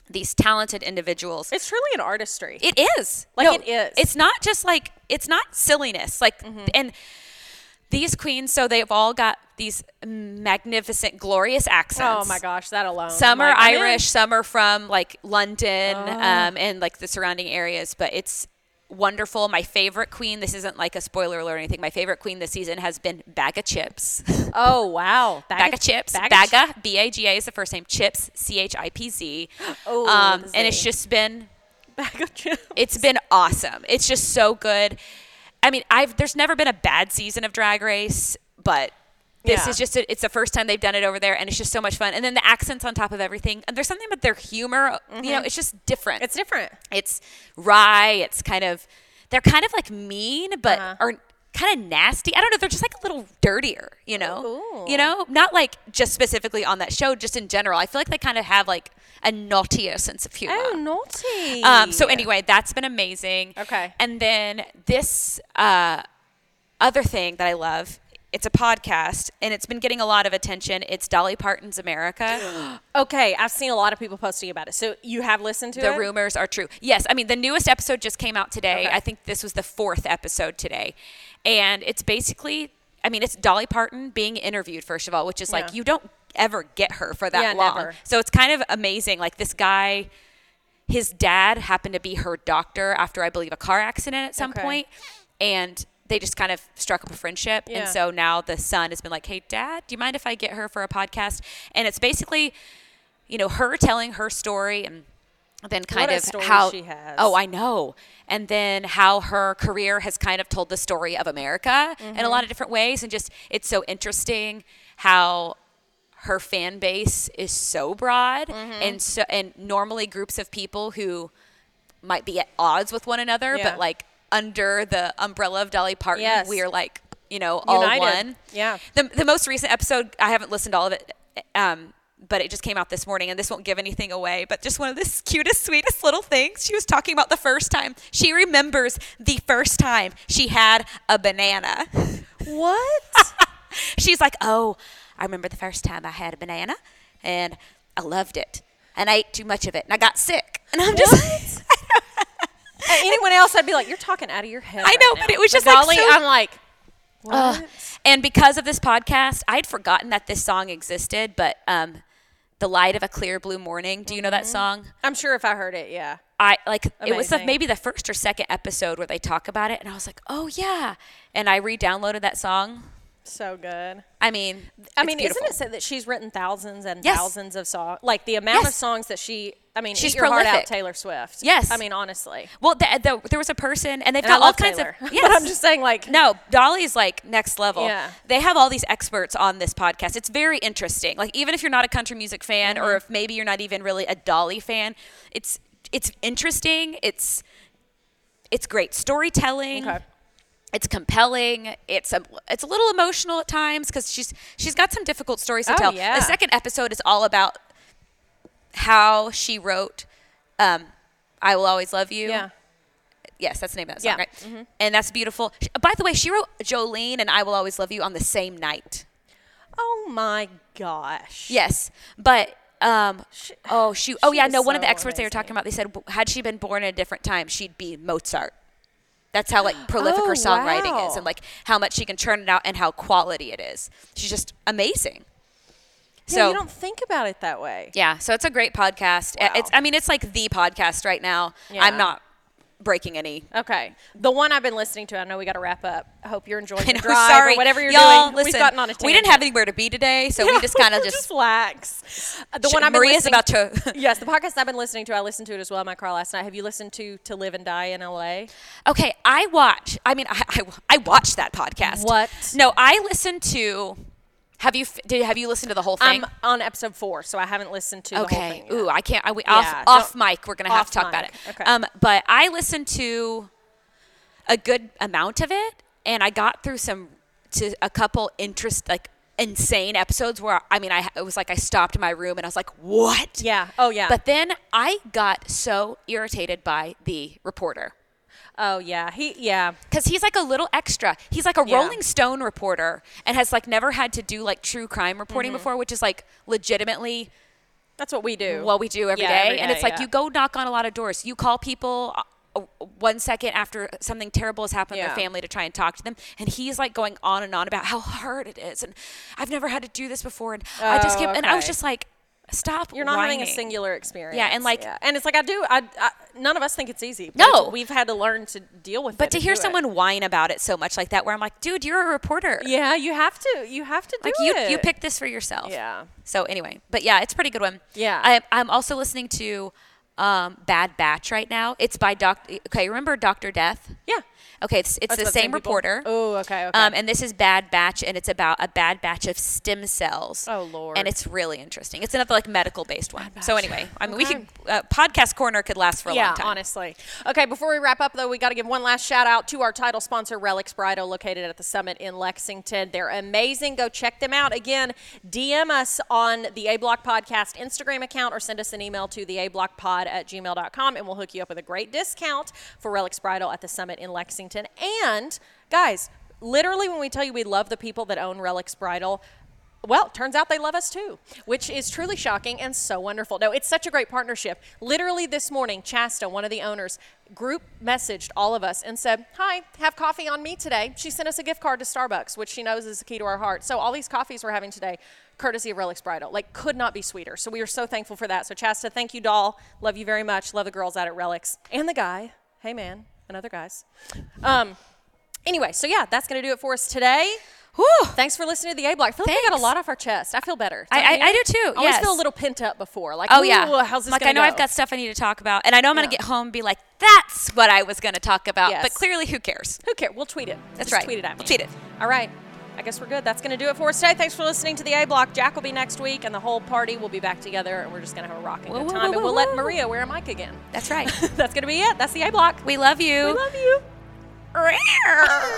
[SPEAKER 2] these talented individuals.
[SPEAKER 1] It's truly an artistry.
[SPEAKER 2] It is.
[SPEAKER 1] Like, it is. Mm-hmm.
[SPEAKER 2] It's not just like it's not silliness. Like and these queens, so they've all got these magnificent, glorious
[SPEAKER 1] oh
[SPEAKER 2] accents.
[SPEAKER 1] my gosh, that alone.
[SPEAKER 2] Some
[SPEAKER 1] I'm
[SPEAKER 2] are
[SPEAKER 1] like, I'm in. Oh.
[SPEAKER 2] Irish, some are from like London um, and like the surrounding areas, but it's wonderful. My favorite queen, this isn't like a spoiler alert or anything, my favorite queen this season has been Bag of Chips.
[SPEAKER 1] Oh wow,
[SPEAKER 2] Bag, of Chips.
[SPEAKER 1] bag of
[SPEAKER 2] Baga, B A G A is the first name. Chips, C H I P Z.
[SPEAKER 1] Oh,
[SPEAKER 2] um,
[SPEAKER 1] the
[SPEAKER 2] and it's
[SPEAKER 1] Z.
[SPEAKER 2] just been
[SPEAKER 1] chi- bag of chips.
[SPEAKER 2] it's been awesome. It's just so good. I mean, I've there's never been a bad season of Drag Race, but this
[SPEAKER 1] Yeah.
[SPEAKER 2] is just a, it's the first time they've done it over there, and it's just so much fun. And then the accents on top of everything, and there's something about their humor. You know, it's just different.
[SPEAKER 1] Mm-hmm. It's different.
[SPEAKER 2] it's wry. It's kind of they're kind of like mean, but
[SPEAKER 1] Uh-huh.
[SPEAKER 2] are kind of nasty. I don't know. They're just like a little dirtier. You know.
[SPEAKER 1] Ooh.
[SPEAKER 2] You know, not like just specifically on that show, just in general. I feel like they kind of have like a naughtier sense of humor.
[SPEAKER 1] Oh, naughty.
[SPEAKER 2] Um, so anyway, that's been amazing.
[SPEAKER 1] Okay.
[SPEAKER 2] And then this uh, other thing that I love, it's a podcast, and it's been getting a lot of attention. It's Dolly Parton's America.
[SPEAKER 1] okay, I've seen a lot of people posting about it. So you have listened to
[SPEAKER 2] the
[SPEAKER 1] it?
[SPEAKER 2] rumors are true. Yes, I mean the newest episode just came out today.
[SPEAKER 1] Okay.
[SPEAKER 2] I think this was the fourth episode today, and it's basically, I mean, it's Dolly Parton being interviewed first of all, which is like
[SPEAKER 1] Yeah.
[SPEAKER 2] you don't ever get her for that
[SPEAKER 1] Yeah,
[SPEAKER 2] long.
[SPEAKER 1] never.
[SPEAKER 2] So it's kind of amazing. Like this guy. his dad happened to be her doctor after I believe a car accident at some
[SPEAKER 1] Okay.
[SPEAKER 2] point, and they just kind of struck up a friendship.
[SPEAKER 1] Yeah.
[SPEAKER 2] And so now the son has been like, "Hey, dad, do you mind if I get her for a podcast?" And it's basically, you know, her telling her story and then kind
[SPEAKER 1] a
[SPEAKER 2] of
[SPEAKER 1] story
[SPEAKER 2] how
[SPEAKER 1] she has.
[SPEAKER 2] oh I know, and then how her career has kind of told the story of America
[SPEAKER 1] Mm-hmm.
[SPEAKER 2] in a lot of different ways, and just it's so interesting how her fan base is so broad
[SPEAKER 1] Mm-hmm.
[SPEAKER 2] and so and normally groups of people who might be at odds with one another
[SPEAKER 1] Yeah.
[SPEAKER 2] but like under the umbrella of Dolly Parton
[SPEAKER 1] Yes.
[SPEAKER 2] we are like you know all
[SPEAKER 1] United.
[SPEAKER 2] one
[SPEAKER 1] Yeah.
[SPEAKER 2] the, the most recent episode I haven't listened to all of it um but it just came out this morning and this won't give anything away but just one of the cutest sweetest little things she was talking about the first time she remembers the first time she had a banana
[SPEAKER 1] What?
[SPEAKER 2] She's like, oh, I remember the first time I had a banana and I loved it and I ate too much of it and I got sick. And I'm just,
[SPEAKER 1] Anyone else? I'd be like, you're talking out of your head.
[SPEAKER 2] I
[SPEAKER 1] right
[SPEAKER 2] know,
[SPEAKER 1] now."
[SPEAKER 2] but it was just like
[SPEAKER 1] Dolly,
[SPEAKER 2] so-
[SPEAKER 1] I'm like, what?
[SPEAKER 2] Ugh. and because of this podcast, I'd forgotten that this song existed, but um, The Light of a Clear Blue Morning, do you know that song?
[SPEAKER 1] I'm sure if I heard it, yeah.
[SPEAKER 2] I like it was the,
[SPEAKER 1] Mm-hmm. Amazing.
[SPEAKER 2] maybe the first or second episode where they talk about it and I was like, oh yeah. And I re downloaded that song.
[SPEAKER 1] So good.
[SPEAKER 2] I mean,
[SPEAKER 1] I
[SPEAKER 2] it's
[SPEAKER 1] mean,
[SPEAKER 2] beautiful.
[SPEAKER 1] isn't it said that she's written thousands and
[SPEAKER 2] Yes.
[SPEAKER 1] thousands of songs? Like the amount of
[SPEAKER 2] Yes.
[SPEAKER 1] songs that she, I mean,
[SPEAKER 2] She's
[SPEAKER 1] eat your heart out,
[SPEAKER 2] prolific.
[SPEAKER 1] Taylor Swift.
[SPEAKER 2] Yes.
[SPEAKER 1] I mean, honestly.
[SPEAKER 2] Well, the, the, there was a person, and they've
[SPEAKER 1] And I
[SPEAKER 2] got all
[SPEAKER 1] love
[SPEAKER 2] kinds
[SPEAKER 1] Taylor.
[SPEAKER 2] of.
[SPEAKER 1] But I'm just saying, like,
[SPEAKER 2] No, Dolly's like next level.
[SPEAKER 1] Yeah.
[SPEAKER 2] They have all these experts on this podcast. It's very interesting. Like even if you're not a country music fan
[SPEAKER 1] Mm-hmm.
[SPEAKER 2] or if maybe you're not even really a Dolly fan, it's it's interesting. It's it's great storytelling.
[SPEAKER 1] Okay.
[SPEAKER 2] It's compelling. It's a it's a little emotional at times because she's she's got some difficult stories to
[SPEAKER 1] Oh,
[SPEAKER 2] tell.
[SPEAKER 1] yeah.
[SPEAKER 2] The second episode is all about how she wrote um, "I Will Always Love You."
[SPEAKER 1] Yeah.
[SPEAKER 2] Yes, that's the name of that song,
[SPEAKER 1] Yeah. Mm-hmm.
[SPEAKER 2] right? And that's beautiful. Sh- By the way, she wrote Jolene and I Will Always Love You on the same night.
[SPEAKER 1] Oh my gosh.
[SPEAKER 2] Yes, but um, oh shoot, oh
[SPEAKER 1] she
[SPEAKER 2] yeah, no.
[SPEAKER 1] was
[SPEAKER 2] One of the
[SPEAKER 1] so
[SPEAKER 2] experts they were talking
[SPEAKER 1] amazing.
[SPEAKER 2] about, they said w- had she been born at a different time, she'd be Mozart. That's how like prolific her
[SPEAKER 1] Oh,
[SPEAKER 2] songwriting is,
[SPEAKER 1] wow.
[SPEAKER 2] and like how much she can churn it out, and how quality it is. She's just amazing.
[SPEAKER 1] Yeah,
[SPEAKER 2] so
[SPEAKER 1] you don't think about it that way.
[SPEAKER 2] yeah, so it's a great podcast. Uh, It's
[SPEAKER 1] Wow.
[SPEAKER 2] I mean it's like the podcast right now.
[SPEAKER 1] Yeah.
[SPEAKER 2] I'm not breaking any.
[SPEAKER 1] Okay. The one I've been listening to, I know we got to wrap up. I hope you're enjoying
[SPEAKER 2] I
[SPEAKER 1] your
[SPEAKER 2] know,
[SPEAKER 1] drive
[SPEAKER 2] sorry,
[SPEAKER 1] or whatever you're
[SPEAKER 2] Y'all,
[SPEAKER 1] doing.
[SPEAKER 2] Listen,
[SPEAKER 1] We've gotten on a
[SPEAKER 2] we didn't
[SPEAKER 1] tangent.
[SPEAKER 2] have anywhere to be today, so we just kind of just.
[SPEAKER 1] lax. The
[SPEAKER 2] Sh-
[SPEAKER 1] one I've been
[SPEAKER 2] Maria's
[SPEAKER 1] listening-
[SPEAKER 2] about to-
[SPEAKER 1] yes, the podcast I've been listening to. I listened to it as well in my car last night. Have you listened to To Live and Die in L.A.?
[SPEAKER 2] Okay, I watch. I mean, I, I, I watched that podcast.
[SPEAKER 1] What?
[SPEAKER 2] No, I listened to. Have you f- did have you listened to the whole thing?
[SPEAKER 1] I'm on episode four, so I haven't listened to the whole
[SPEAKER 2] okay.
[SPEAKER 1] thing. yet.
[SPEAKER 2] Ooh, I can't. I, we,
[SPEAKER 1] Yeah,
[SPEAKER 2] off off
[SPEAKER 1] don't-
[SPEAKER 2] mic, we're gonna have to
[SPEAKER 1] off
[SPEAKER 2] talk about it.
[SPEAKER 1] mic, okay.
[SPEAKER 2] Um, but I listened to a good amount of it, and I got through some to a couple interest like insane episodes where I mean, I it was like I stopped in my room and I was like, what?
[SPEAKER 1] Yeah. Oh yeah.
[SPEAKER 2] But then I got so irritated by the reporter.
[SPEAKER 1] oh yeah. He yeah.
[SPEAKER 2] because he's like a little extra. He's like a
[SPEAKER 1] Yeah.
[SPEAKER 2] Rolling Stone reporter and has like never had to do like true crime reporting
[SPEAKER 1] Mm-hmm.
[SPEAKER 2] before, which is like legitimately
[SPEAKER 1] That's what we do.
[SPEAKER 2] what we do every day.
[SPEAKER 1] Yeah, every
[SPEAKER 2] and it's
[SPEAKER 1] day,
[SPEAKER 2] like
[SPEAKER 1] yeah.
[SPEAKER 2] you go knock on a lot of doors. You call people uh, uh, one second after something terrible has happened to
[SPEAKER 1] Yeah.
[SPEAKER 2] their family to try and talk to them, and he's like going on and on about how hard it is, and I've never had to do this before, and I just
[SPEAKER 1] Oh,
[SPEAKER 2] kept, and I was
[SPEAKER 1] okay.
[SPEAKER 2] just like, stop.
[SPEAKER 1] You're not having a
[SPEAKER 2] whining.
[SPEAKER 1] singular experience.
[SPEAKER 2] Yeah, and, like-
[SPEAKER 1] and it's like I do. I, I none of us think it's easy. but
[SPEAKER 2] No.
[SPEAKER 1] it's- we've had to learn to deal with it.
[SPEAKER 2] But to
[SPEAKER 1] and
[SPEAKER 2] hear
[SPEAKER 1] do it.
[SPEAKER 2] someone whine about it so much like that, where I'm like, dude, you're a reporter.
[SPEAKER 1] yeah, you have to. You have to do
[SPEAKER 2] Like you,
[SPEAKER 1] it.
[SPEAKER 2] you picked this for yourself.
[SPEAKER 1] Yeah.
[SPEAKER 2] So anyway, but yeah, it's a pretty good one.
[SPEAKER 1] Yeah.
[SPEAKER 2] I, I'm also listening to um, Bad Batch right now. It's by Doc. Okay, remember Doctor Death?
[SPEAKER 1] Yeah.
[SPEAKER 2] Okay, it's, it's
[SPEAKER 1] That's
[SPEAKER 2] the
[SPEAKER 1] about
[SPEAKER 2] same,
[SPEAKER 1] people?
[SPEAKER 2] reporter.
[SPEAKER 1] Oh, okay, okay.
[SPEAKER 2] Um, and this is Bad Batch, and it's about a bad batch of stem cells.
[SPEAKER 1] Oh, Lord.
[SPEAKER 2] And it's really interesting. It's another like medical based one. So anyway, I mean, we
[SPEAKER 1] Okay.
[SPEAKER 2] could uh, podcast corner could last for a
[SPEAKER 1] yeah,
[SPEAKER 2] long time.
[SPEAKER 1] honestly. Okay, before we wrap up, though, we got to give one last shout out to our title sponsor, Relics Bridal, located at the Summit in Lexington. They're amazing. Go check them out. Again, DM us on the A Block Podcast Instagram account or send us an email to the A Block Pod at gmail.com and we'll hook you up with a great discount for Relics Bridal at the Summit in Lexington. And, guys, literally, when we tell you we love the people that own Relics Bridal, well, turns out they love us too, which is truly shocking and so wonderful. No, it's such a great partnership. Literally this morning, Chasta, one of the owners, group messaged all of us and said, Hi, have coffee on me today. She sent us a gift card to Starbucks, which she knows is the key to our heart. So all these coffees we're having today, courtesy of Relics Bridal, like could not be sweeter. So we are so thankful for that. So Chasta, thank you, doll. Love you very much. Love the girls out at Relics and the guy. Hey, man, and other guys. Um, anyway, so yeah, that's going to do it for us today.
[SPEAKER 2] Whew.
[SPEAKER 1] Thanks for listening to the A Block. I feel like we got a
[SPEAKER 2] Thanks.
[SPEAKER 1] lot off our chest. I feel better.
[SPEAKER 2] I- I-
[SPEAKER 1] Don't you?
[SPEAKER 2] I do too,
[SPEAKER 1] I always
[SPEAKER 2] yes.
[SPEAKER 1] feel a little pent up before. Like,
[SPEAKER 2] Oh yeah,
[SPEAKER 1] how's this
[SPEAKER 2] like
[SPEAKER 1] gonna
[SPEAKER 2] I know
[SPEAKER 1] go?
[SPEAKER 2] I've got stuff I need to talk about, and I know I'm gonna
[SPEAKER 1] Yeah.
[SPEAKER 2] get home and be like, "That's what I was gonna talk about,"
[SPEAKER 1] Yes.
[SPEAKER 2] but clearly, who cares?
[SPEAKER 1] Who cares? We'll tweet it.
[SPEAKER 2] That's
[SPEAKER 1] Just
[SPEAKER 2] right.
[SPEAKER 1] Tweet it at me.
[SPEAKER 2] We'll tweet it.
[SPEAKER 1] All right. I guess we're good. That's going to do it for us today. Thanks for listening to the A Block. Jack will be next week, and the whole party will be back together, and we're just going to have a rocking
[SPEAKER 2] Whoa,
[SPEAKER 1] good
[SPEAKER 2] whoa,
[SPEAKER 1] time.
[SPEAKER 2] whoa,
[SPEAKER 1] and we'll
[SPEAKER 2] whoa,
[SPEAKER 1] let
[SPEAKER 2] whoa.
[SPEAKER 1] Maria wear a mic again.
[SPEAKER 2] That's right.
[SPEAKER 1] That's going to be it. That's the A Block.
[SPEAKER 2] we love you.
[SPEAKER 1] We love you.